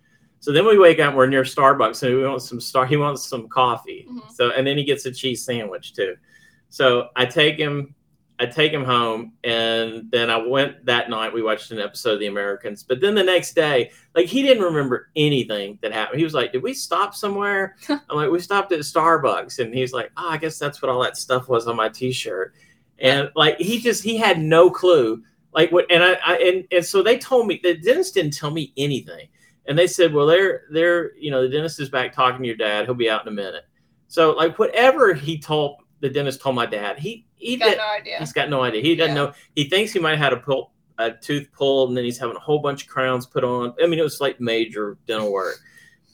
C: So then we wake up. We're near Starbucks, and we want some star. He wants some coffee.
B: Mhm.
C: So and then he gets a cheese sandwich too. So I take him. I take him home, and then I went that night. We watched an episode of The Americans, but then the next day, like he didn't remember anything that happened. He was like, "Did we stop somewhere?" I'm like, "We stopped at Starbucks," and he's like, "Oh, I guess that's what all that stuff was on my T-shirt," and like he just he had no clue. Like what? And I, I and and so they told me the dentist didn't tell me anything, and they said, "Well, they're they're you know the dentist is back talking to your dad. He'll be out in a minute." So like whatever he told the dentist told my dad, he he
B: Got
C: did,
B: no idea.
C: He's got no idea. He doesn't
B: Yeah.
C: know. He thinks he might have had a, pull, a tooth pulled, and then he's having a whole bunch of crowns put on. I mean, it was like major dental work.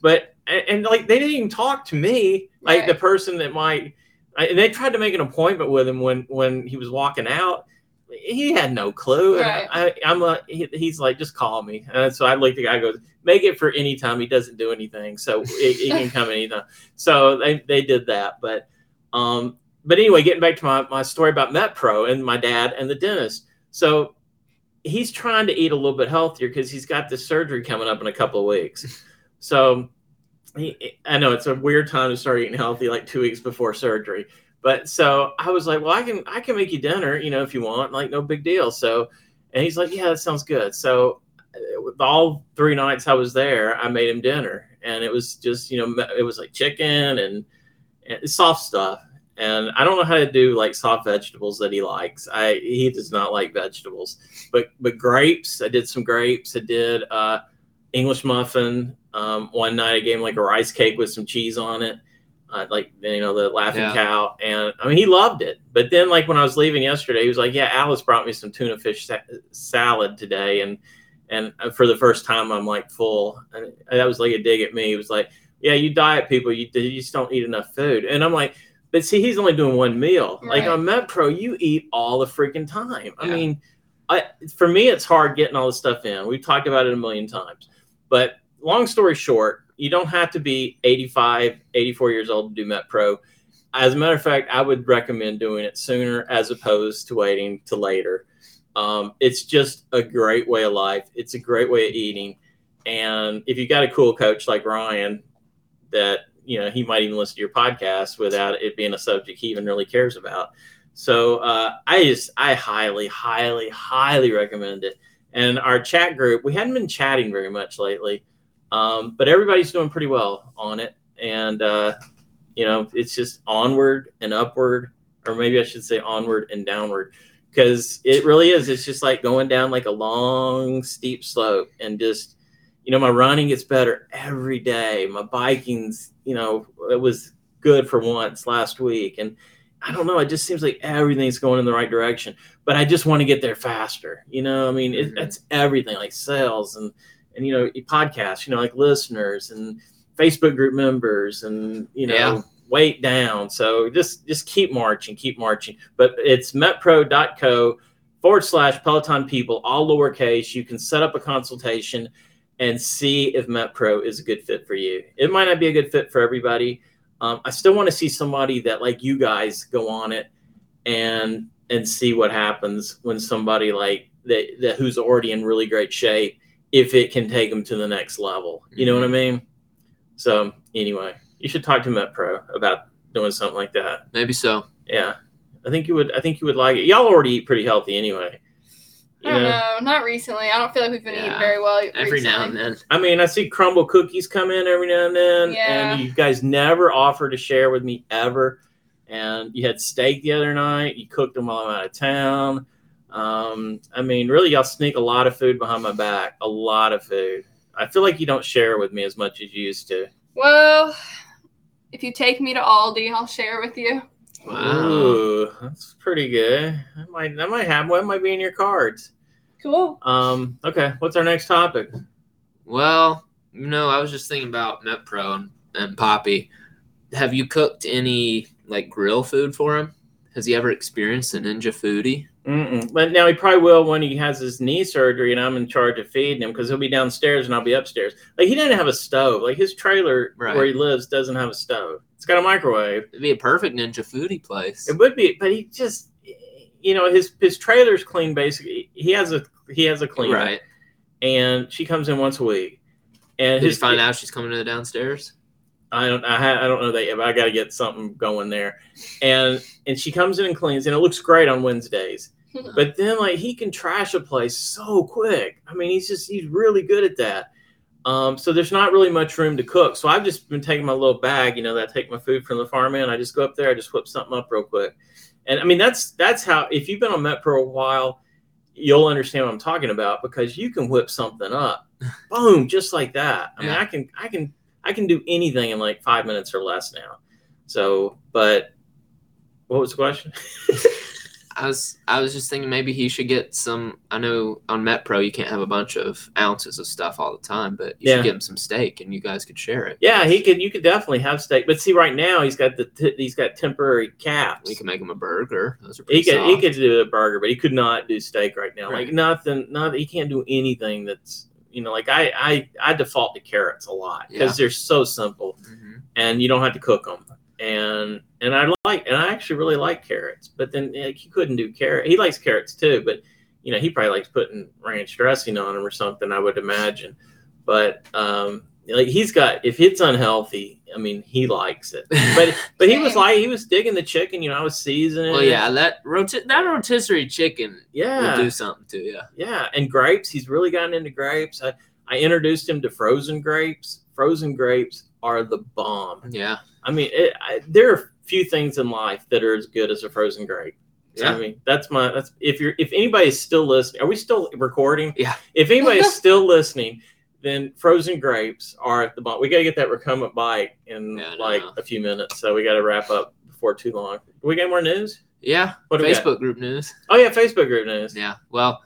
C: But and, and, like they didn't even talk to me, like the
B: Right.
C: person that might. I, and they tried to make an appointment with him when when he was walking out. He had no clue. And
B: Right.
C: I, I, am like, he, he's like, just call me. And so I looked at the guy. I go, make it for any time. He doesn't do anything, so it, it can come anytime. So they, they did that, but um, but anyway, getting back to my, my story about MetPro and my dad and the dentist. So he's trying to eat a little bit healthier because he's got this surgery coming up in a couple of weeks. So he, I know it's a weird time to start eating healthy, like two weeks before surgery. But so I was like, well, I can I can make you dinner, you know, if you want, like no big deal. So, and he's like, yeah, that sounds good. So, uh, with all three nights I was there, I made him dinner, and it was just you know it was like chicken and, and soft stuff. And I don't know how to do like soft vegetables that he likes. I he does not like vegetables, but but grapes. I did some grapes. I did uh, English muffin. Um, one night I gave him like a rice cake with some cheese on it, uh, like you know the laughing
A: Yeah.
C: cow. And I mean he loved it. But then like when I was leaving yesterday, he was like, "Yeah, Alice brought me some tuna fish sa- salad today," and and for the first time I'm like full. And that was like a dig at me. He was like, "Yeah, you diet people, you, you just don't eat enough food," and I'm like. But see, he's only doing one meal. Like
B: Right.
C: on MedPro, you eat all the freaking time. I
A: Yeah.
C: mean, I, for me, it's hard getting all this stuff in. We've talked about it a million times. But long story short, you don't have to be 85, 84 years old to do MedPro. As a matter of fact, I would recommend doing it sooner as opposed to waiting to later. Um, it's just a great way of life. It's a great way of eating. And if you got a cool coach like Ryan, that you know he might even listen to your podcast without it being a subject he even really cares about. So uh, I just I highly, highly, highly recommend it. And our chat group, we hadn't been chatting very much lately, um, but everybody's doing pretty well on it. And uh, you know, it's just onward and upward, or maybe I should say onward and downward, because it really is. It's just like going down like a long steep slope and just you know, my running gets better every day. My biking's, you know, it was good for once last week. And I don't know, it just seems like everything's going in the right direction. But I just want to get there faster. You know, I mean, it,
A: Mhm.
C: that's everything like sales and, and, you know, e, podcasts, you know, like listeners and Facebook group members and, you know,
A: Yeah.
C: weight down. So just, just keep marching, keep marching. But it's metpro.co forward slash Peloton people, all lowercase. You can set up a consultation and see if Met Pro is a good fit for you. It might not be a good fit for everybody. Um, I still want to see somebody that like you guys go on it and and see what happens when somebody like that, that who's already in really great shape if it can take them to the next level. You know what I mean? So anyway, you should talk to Met Pro about doing something like that.
A: Maybe so.
C: Yeah, I think you would. I think you would like it. Y'all already eat pretty healthy anyway.
B: I
C: You
B: don't
C: know,
B: know. Not recently. I don't feel like we've been
A: Yeah.
B: eating very well
A: Every now and
B: recently.
A: then.
C: I mean, I see crumble cookies come in every now and then,
B: Yeah.
C: and you guys never offer to share with me ever. And you had steak the other night. You cooked them while I'm out of town. Um, I mean, really, y'all sneak a lot of food behind my back. A lot of food. I feel like you don't share with me as much as you used to.
B: Well, if you take me to Aldi, I'll share with you.
A: Wow.
C: Ooh, that's pretty good. I might, I might have one. Might be in your cards.
B: Cool.
C: Um, okay, what's our next topic?
A: Well, no, I was just thinking about MetPro and, and Poppy. Have you cooked any like grill food for him? Has he ever experienced a ninja foodie?
C: Mm-mm. But now he probably will when he has his knee surgery, and I'm in charge of feeding him because he'll be downstairs and I'll be upstairs. Like he doesn't have a stove. Like his trailer
A: Right.
C: where he lives doesn't have a stove. It's got a microwave.
A: It'd be a perfect ninja foodie place.
C: It would be, but he just, you know, his his trailer's clean. Basically, he has a he has a cleaner,
A: Right.
C: and she comes in once a week. And
A: Did you
C: his
A: find out she's coming to the downstairs?
C: I don't I, ha- I don't know that yet, but I got to get something going there. And and she comes in and cleans, and it looks great on Wednesdays. But then like he can trash a place so quick. I mean, he's just he's really good at that. Um, so there's not really much room to cook. So I've just been taking my little bag, you know, that I take my food from the farm in. I just go up there, I just whip something up real quick. And I mean that's that's how if you've been on Met for a while, you'll understand what I'm talking about because you can whip something up. Boom, just like that. I mean,
A: Yeah.
C: I can I can I can do anything in like five minutes or less now. So, but what was the question? *laughs*
A: I was I was just thinking maybe he should get some. I know on MetPro you can't have a bunch of ounces of stuff all the time, but you
C: Yeah.
A: should get him some steak and you guys could share it.
C: Yeah, he could. You could definitely have steak, but see, right now he's got the t- he's got temporary calves.
A: We can make him a burger. Those are pretty
C: he could he
A: soft.
C: could do a burger, but he could not do steak right now.
A: Right.
C: Like nothing, not he can't do anything that's you know like I I I default to carrots a lot because
A: Yeah.
C: they're so simple
A: Mhm.
C: and you don't have to cook them. And and I like and I actually really like carrots, but then like, he couldn't do carrot. He likes carrots too, but you know he probably likes putting ranch dressing on them or something. I would imagine, but um, like he's got if it's unhealthy, I mean he likes it. But
A: *laughs*
C: but he was
B: Same.
C: like he was digging the chicken. You know I was seasoning.
A: well,
C: it.
A: yeah, that roti- that rotisserie chicken
C: yeah,
A: will do something to you.
C: yeah, and grapes. He's really gotten into grapes. I I introduced him to frozen grapes. Frozen grapes are the bomb.
A: Yeah.
C: I mean, it, I, there are few things in life that are as good as a frozen grape.
A: Yeah.
C: I mean, that's my. That's if you're. If anybody's still listening, are we still recording?
A: Yeah.
C: If anybody's still listening, then frozen grapes are at the bottom. We gotta get that recumbent bike in
A: Yeah, I
C: like
A: know.
C: a few minutes, so we gotta wrap up before too long. We got more news?
A: Yeah.
C: What do we got?
A: Facebook group news.
C: Oh yeah, Facebook group news.
A: Yeah. Well,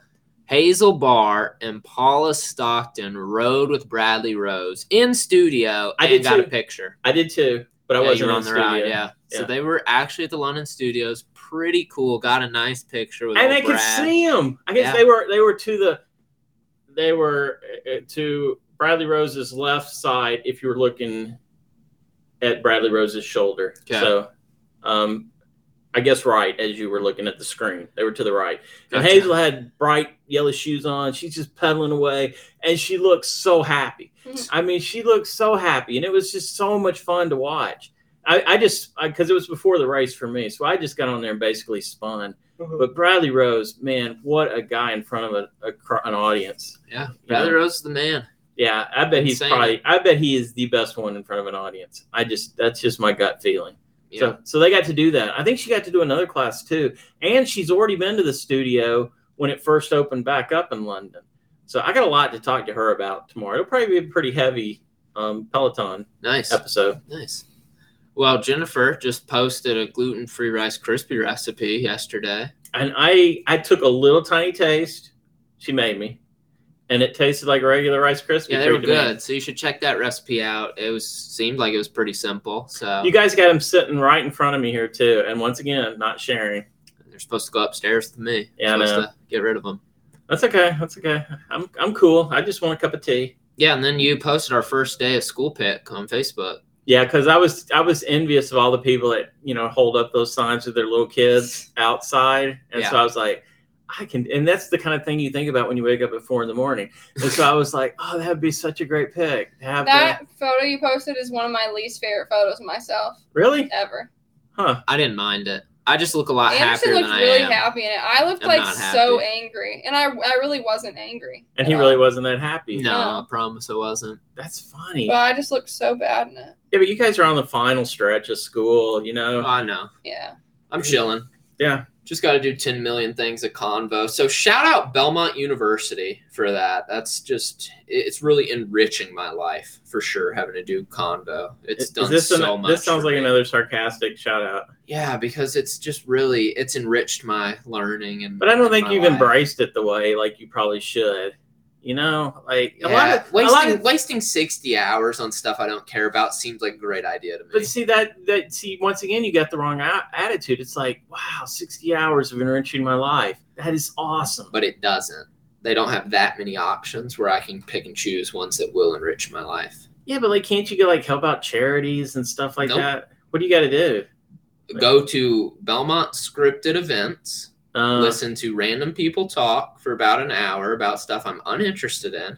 A: Hazel Barr and Paula Stockton rode with Bradley Rose in studio
C: I
A: and
C: did
A: got
C: too.
A: a picture.
C: I did too, but I
A: Yeah, you
C: wasn't
A: were
C: on
A: on
C: the
A: the
C: studio.
A: ride. Yeah. So
C: Yeah.
A: they were actually at the London studios. Pretty cool. Got a nice picture with
C: and
A: old
C: I could
A: Brad.
C: see him. I guess
A: Yeah.
C: they were they were to the they were uh, to Bradley Rose's left side if you were looking at Bradley Rose's shoulder.
A: Okay.
C: So, um, I guess right as you were looking at the screen, they were to the right. And
A: Gotcha.
C: Hazel had bright yellow shoes on. She's just pedaling away, and she looks so happy.
B: Mhm.
C: I mean, she looked so happy, and it was just so much fun to watch. I, I just because it was before the race for me, so I just got on there and basically spun. But Bradley Rose, man, what a guy in front of a, a cr- an audience.
A: Yeah. Bradley
C: Yeah.
A: Rose is the man.
C: Yeah, I bet he's
A: Insane.
C: probably. I bet he is the best one in front of an audience. I just that's just my gut feeling.
A: Yeah.
C: So so they got to do that. I think she got to do another class too, and she's already been to the studio when it first opened back up in London. So I got a lot to talk to her about tomorrow. It'll probably be a pretty heavy um, Peloton
A: Nice.
C: episode.
A: Nice. Well, Jennifer just posted a gluten free Rice crispy recipe yesterday.
C: And I I took a little tiny taste. She made me, and it tasted like regular Rice Krispie.
A: Yeah, they were
C: treat to me.
A: good. So you should check that recipe out. It was seemed like it was pretty simple. So
C: You guys got them sitting right in front of me here too, and once again, not sharing.
A: they're supposed to go upstairs with me.
C: Yeah, I
A: supposed
C: know.
A: to get rid of them.
C: That's okay. That's okay. I'm I'm cool. I just want a cup of tea.
A: Yeah, and then you posted our first day of school pick on Facebook.
C: Yeah, because I was I was envious of all the people that you know hold up those signs with their little kids outside, and so I was like, I can, and that's the kind of thing you think about when you wake up at four in the morning. And so I was like, oh, that would be such a great pick. to Have that,
B: That photo you posted is one of my least favorite photos of myself
C: really?
B: ever.
C: Huh?
A: I didn't mind it. I just look a lot
B: Anderson
A: happier
B: looked
A: than I
B: really
A: am.
B: happy in it. I looked
A: I'm
B: like
A: not
B: so
A: happy.
B: angry, and I I really wasn't angry.
C: And
B: at
C: he
B: all.
C: really wasn't that happy.
A: No, I
B: Yeah.
A: promise I wasn't.
C: That's funny.
B: But I just looked so bad in it.
C: Yeah, but you guys are on the final stretch of school. You know.
A: I know.
B: Yeah.
A: I'm chilling.
C: Yeah.
A: Just got to do 10 million things at Convo. So shout out Belmont University for that. That's just, it- it's really enriching my life for sure, having to do Convo. It's
C: Is
A: done
C: this an-
A: so much.
C: This sounds
A: for
C: like
A: me.
C: another sarcastic shout out.
A: Yeah, because it's just really, it's enriched my learning. and.
C: But I don't
A: and
C: think
A: my
C: you've
A: life.
C: embraced it the way like you probably should. You know, like a lot
A: Yeah,
C: of
A: wasting,
C: a lot of,
A: wasting 60 hours on stuff I don't care about seems like a great idea to me.
C: but see that that see once again you got the wrong a- attitude. It's like wow, sixty hours of enriching my life. That is awesome.
A: but it doesn't. They don't have that many options where I can pick and choose ones that will enrich my life.
C: yeah, but like, can't you go like help out charities and stuff like
A: Nope.
C: that? What do you got to do?
A: Go to Belmont scripted events,
C: Uh,
A: listen to random people talk for about an hour about stuff I'm uninterested in.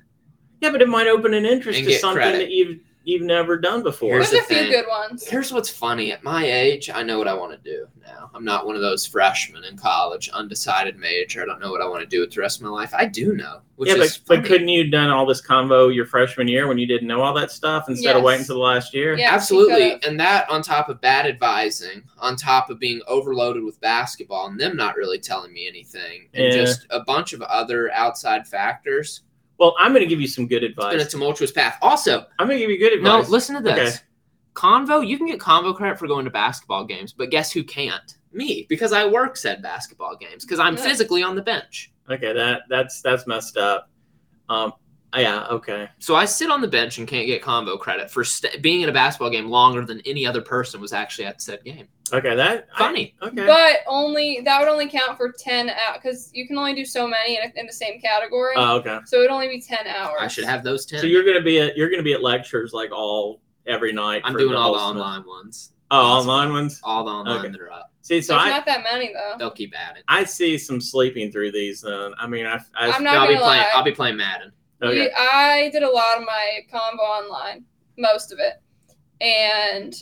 C: Yeah, but it might open an interest
A: And
C: to
A: get
C: something
A: credit.
C: that you've you've never done before.
A: Here's
B: There's
A: the
B: a few
A: thing.
B: good ones.
A: Here's what's funny at my age, I know what I want to do now. I'm not one of those freshmen in college, undecided major. I don't know what I want to do with the rest of my life. I do know, which
C: yeah,
A: is
C: but, but
A: funny.
C: couldn't you have done all this combo your freshman year when you didn't know all that stuff instead of
B: Yes.
C: waiting until the last year?
B: Yeah, she
A: Absolutely.
B: could've.
A: And that on top of bad advising, on top of being overloaded with basketball and them not really telling me anything, and
C: Yeah.
A: just a bunch of other outside factors.
C: Well, I'm going to give you some good
A: It's been a
C: advice.
A: tumultuous path. Also,
C: I'm going to give you good
A: no,
C: advice.
A: listen to this.
C: Okay.
A: Convo, you can get convo credit for going to basketball games, but guess who can't? Me, because I work said basketball games, because I'm
B: Yeah.
A: physically on the bench.
C: Okay, that that's that's messed up. Um, yeah, okay.
A: So I sit on the bench and can't get convo credit for st- being in a basketball game longer than any other person was actually at said game.
C: Okay, that I-
A: Funny.
C: okay.
B: But only that would only count for ten out because you can only do so many in, in the same category.
C: oh, okay.
B: so it'd only be ten hours.
A: Uh, I should have those 10.
C: So you're going to be at you're going to be at lectures like all every night
A: I'm
C: for
A: doing
C: the
A: all the
C: whole semester.
A: online ones.
C: Oh, online ones.
A: All the online
C: Okay.
A: that are up.
C: See,
B: There's
C: so I
B: not that many though.
A: They'll keep at it.
C: I see some sleeping through these then. I mean, I, I
B: I'm
A: I'll
B: not
A: be
B: gonna
A: playing.
B: lie.
A: I'll be playing Madden.
C: okay.
B: We- I did a lot of my combo online, most of it. And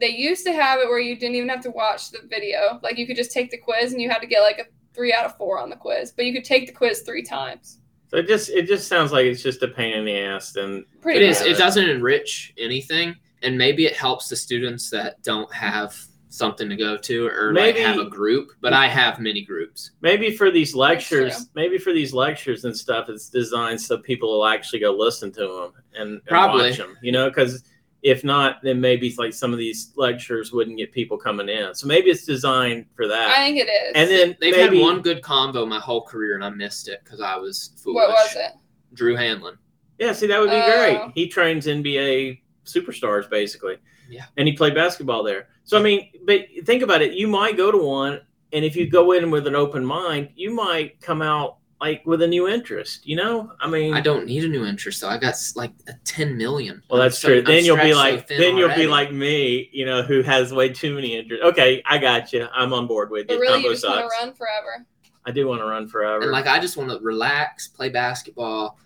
B: they used to have it where you didn't even have to watch the video. Like you could just take the quiz and you had to get like a three out of four on the quiz, but you could take the quiz three times.
C: So it just it just sounds like it's just a pain in the ass and
A: It
B: Pretty
A: is.
B: much.
A: It doesn't enrich anything, and maybe it helps the students that don't have something to go to or
C: Maybe-
A: like have a group. But I have many groups.
C: maybe for these
B: true.
C: lectures, maybe for these lectures and stuff, it's designed so people will actually go listen to them and, and
A: Probably.
C: watch them. You know, because if not, then maybe like some of these lectures wouldn't get people coming in. So maybe it's designed for
B: I
C: that.
B: think it is.
C: and then
A: They've
C: maybe
A: had one good combo my whole career, and I missed it because I was foolish.
B: what was it?
A: Drew Hanlon.
C: yeah, see that would be
B: Oh.
C: great. He trains NBA superstars basically.
A: Yeah.
C: and he played basketball there. So I mean, but think about it. You might go to one, and if you go in with an open mind, you might come out like with a new interest. You know, I mean,
A: I don't need a new interest though. I got s- like a ten million.
C: Well,
A: I'm
C: that's
A: so-
C: true.
A: I'm
C: then you'll
A: stretched
C: be
A: so
C: like,
A: thin
C: then you'll
A: already.
C: be like me, you know, who has way too many injuries. Okay, I got you. I'm on board with
B: But
C: you.
B: really,
C: Combo
B: you just want
C: sucks.
B: to run forever.
C: I do want to run forever. *laughs*
A: And like I just want to relax, play basketball,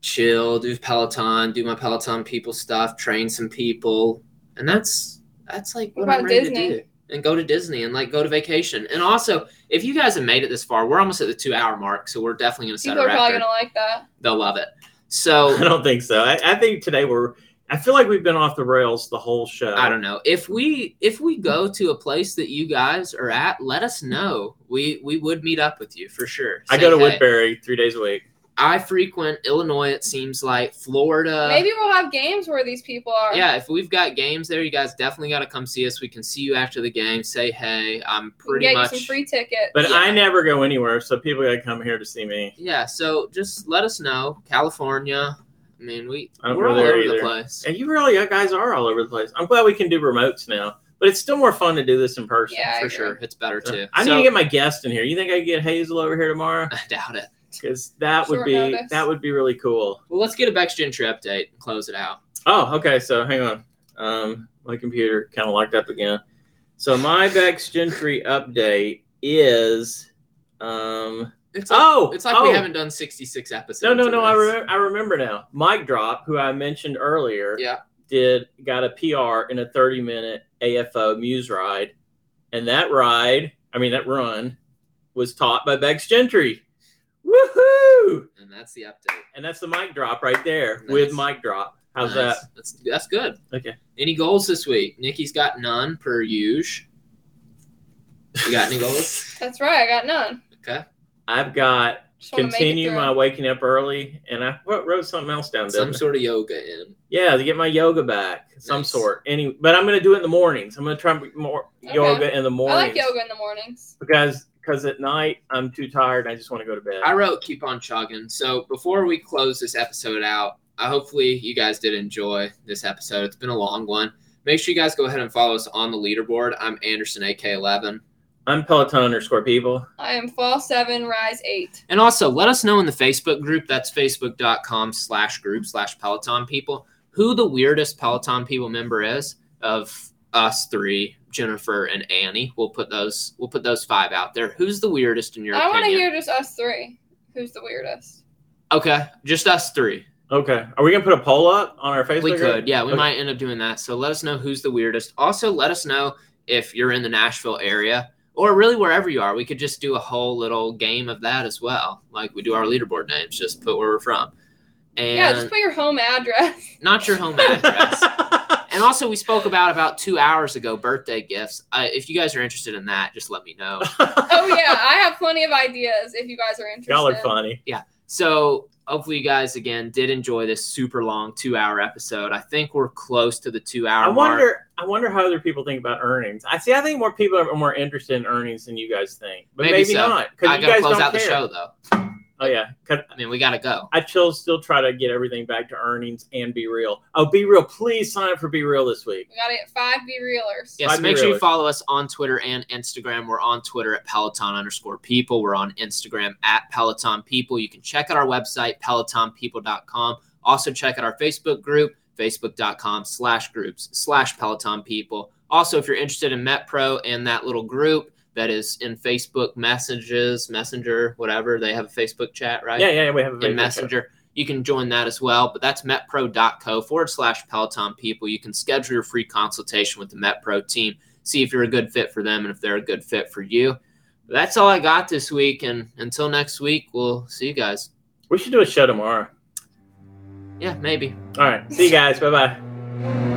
A: chill, do Peloton, do my Peloton people stuff, train some people, and that's that's like what,
B: What about
A: I'm ready
B: Disney?
A: to do. And go to Disney and like go to vacation. And also, if you guys have made it this far, we're almost at the two hour mark, so we're definitely gonna set
B: People
A: a
B: are
A: record.
B: probably gonna like that.
A: They'll love it.
C: I
A: So
C: don't think so. I, I think today we're. I feel like we've been off the rails the whole show.
A: I don't know if we if we go to a place that you guys are at, let us know. We we would meet up with you for sure.
C: I
A: Say
C: go to
A: hey.
C: Woodbury three days a week.
A: I frequent Illinois. It seems like Florida.
B: Maybe we'll have games where these people are.
A: Uh, Yeah, if we've got games there, you guys definitely got to come see us. We can see you after the game. Say hey. I'm
B: We can
A: pretty
B: get
A: much.
B: you some free tickets.
C: But
A: Yeah.
C: I never go anywhere, so people gotta come here to see me.
A: yeah, so just let us know, California. I mean, we
C: I don't
A: we're
C: go
A: all
C: there
A: over the
C: either.
A: place.
C: And you really you guys are all over the place. I'm glad we can do remotes now, but it's still more fun to do this in person.
B: Yeah, I
A: For
B: agree.
A: sure, it's better too.
C: Uh, I need
A: So-
C: to get my guest in here. You think I can get Hazel over here tomorrow?
A: *laughs* I doubt it.
C: Because that would
B: Short
C: be
B: notice.
C: that would be really cool.
A: Well, let's get a Bex Gentry update and close it out.
C: Oh, okay. So hang on. Um, my computer kind of locked up again. So my Bex Gentry update is. Um,
A: It's like,
C: oh,
A: it's like
C: oh,
A: we haven't done 66 episodes.
C: No, no,
A: of
C: no. I
A: this.
C: remember. I remember now. Mike Drop, who I mentioned earlier,
A: Yeah.
C: did got a PR in a 30 minute AFO Muse ride, and that ride, I mean that run, was taught by Bex Gentry. Woohoo!
A: And that's the update.
C: And that's the mic drop right there
A: Nice.
C: with mic drop. How's
A: Nice. That's that's good.
C: Okay.
A: Any goals this week? Nikki's got none per usual.
C: that?
A: You got any goals?
B: That's right. I got none.
A: Okay.
C: *laughs* I've got
B: Just wanna make it
C: continue
B: through.
C: my waking up early, and I wrote, wrote something else down. didn't
A: Some
C: I?
A: sort of yoga in.
C: yeah, to get my yoga back, some
A: Nice.
C: sort. Any, but I'm gonna do it in the mornings. I'm gonna try more
B: Okay.
C: yoga in the
B: I
C: mornings
B: like yoga in the mornings.
C: because because at night I'm too tired. and I just want to go to bed.
A: I wrote keep on chugging. So before we close this episode out, I hopefully you guys did enjoy this episode. It's been a long one. Make sure you guys go ahead and follow us on the leaderboard. I'm Anderson AK11.
C: I'm Peloton underscore people.
B: I am fall seven, rise eight.
A: And also let us know in the Facebook group, that's facebook.com slash group slash Peloton people, who the weirdest Peloton people member is of us three, Jennifer and Annie. We'll put those we'll put those five out there. Who's the weirdest in your
B: I want to
A: opinion?
B: hear just us three. Who's the weirdest?
A: okay. Just us three.
C: Okay, are we gonna put a poll up on our Facebook?
A: We could. Yeah, we
C: Okay.
A: might end up doing that. So let us know who's the weirdest. Also let us know if you're in the Nashville area or really wherever you are. We could just do a whole little game of that as well. Like we do our leaderboard names, just put where we're from. And
B: yeah, just put your home address. *laughs*
A: not your home address. and also, we spoke about about two hours ago birthday gifts. Uh, if you guys are interested in that, just let me know.
B: oh yeah, I have plenty of ideas if you guys are interested.
C: *laughs* y'all are funny.
A: So hopefully, you guys again did enjoy this super long two hour episode. I think we're close to the two hour
C: I
A: mark.
C: wonder. I wonder how other people think about earnings. I see. I think more people are more interested in earnings than you guys think, but
A: Maybe
C: maybe,
A: so.
C: not
A: I
C: because you
A: gotta
C: guys
A: close
C: don't
A: out the
C: care.
A: show though.
C: Oh yeah, 'Cause
A: I mean, we gotta go.
C: I still still try to get everything back to earnings and be real. Oh, be real! Please sign up for be real this week.
B: We gotta get five B reelers.
A: Yes,
C: I'd be
A: make sure you
C: really-
A: follow us on Twitter and Instagram. We're on Twitter at Peloton underscore people. We're on Instagram at Peloton People. You can check out our website, PelotonPeople.com. Also check out our Facebook group, Facebook.com slash groups slash Peloton People. Also, if you're interested in MetPro and that little group that is in Facebook messages, Messenger, whatever, they have a Facebook chat, right?
C: Yeah, yeah, we have a
A: in
C: Facebook
A: Messenger. You can join that as well, but that's metpro.co forward slash Peloton people. You can schedule your free consultation with the MetPro team, see if you're a good fit for them and if they're a good fit for you. That's all I got this week. And until next week, we'll see you guys.
C: chat. We should do a show tomorrow.
A: Yeah, maybe.
C: All right, see you guys. bye bye.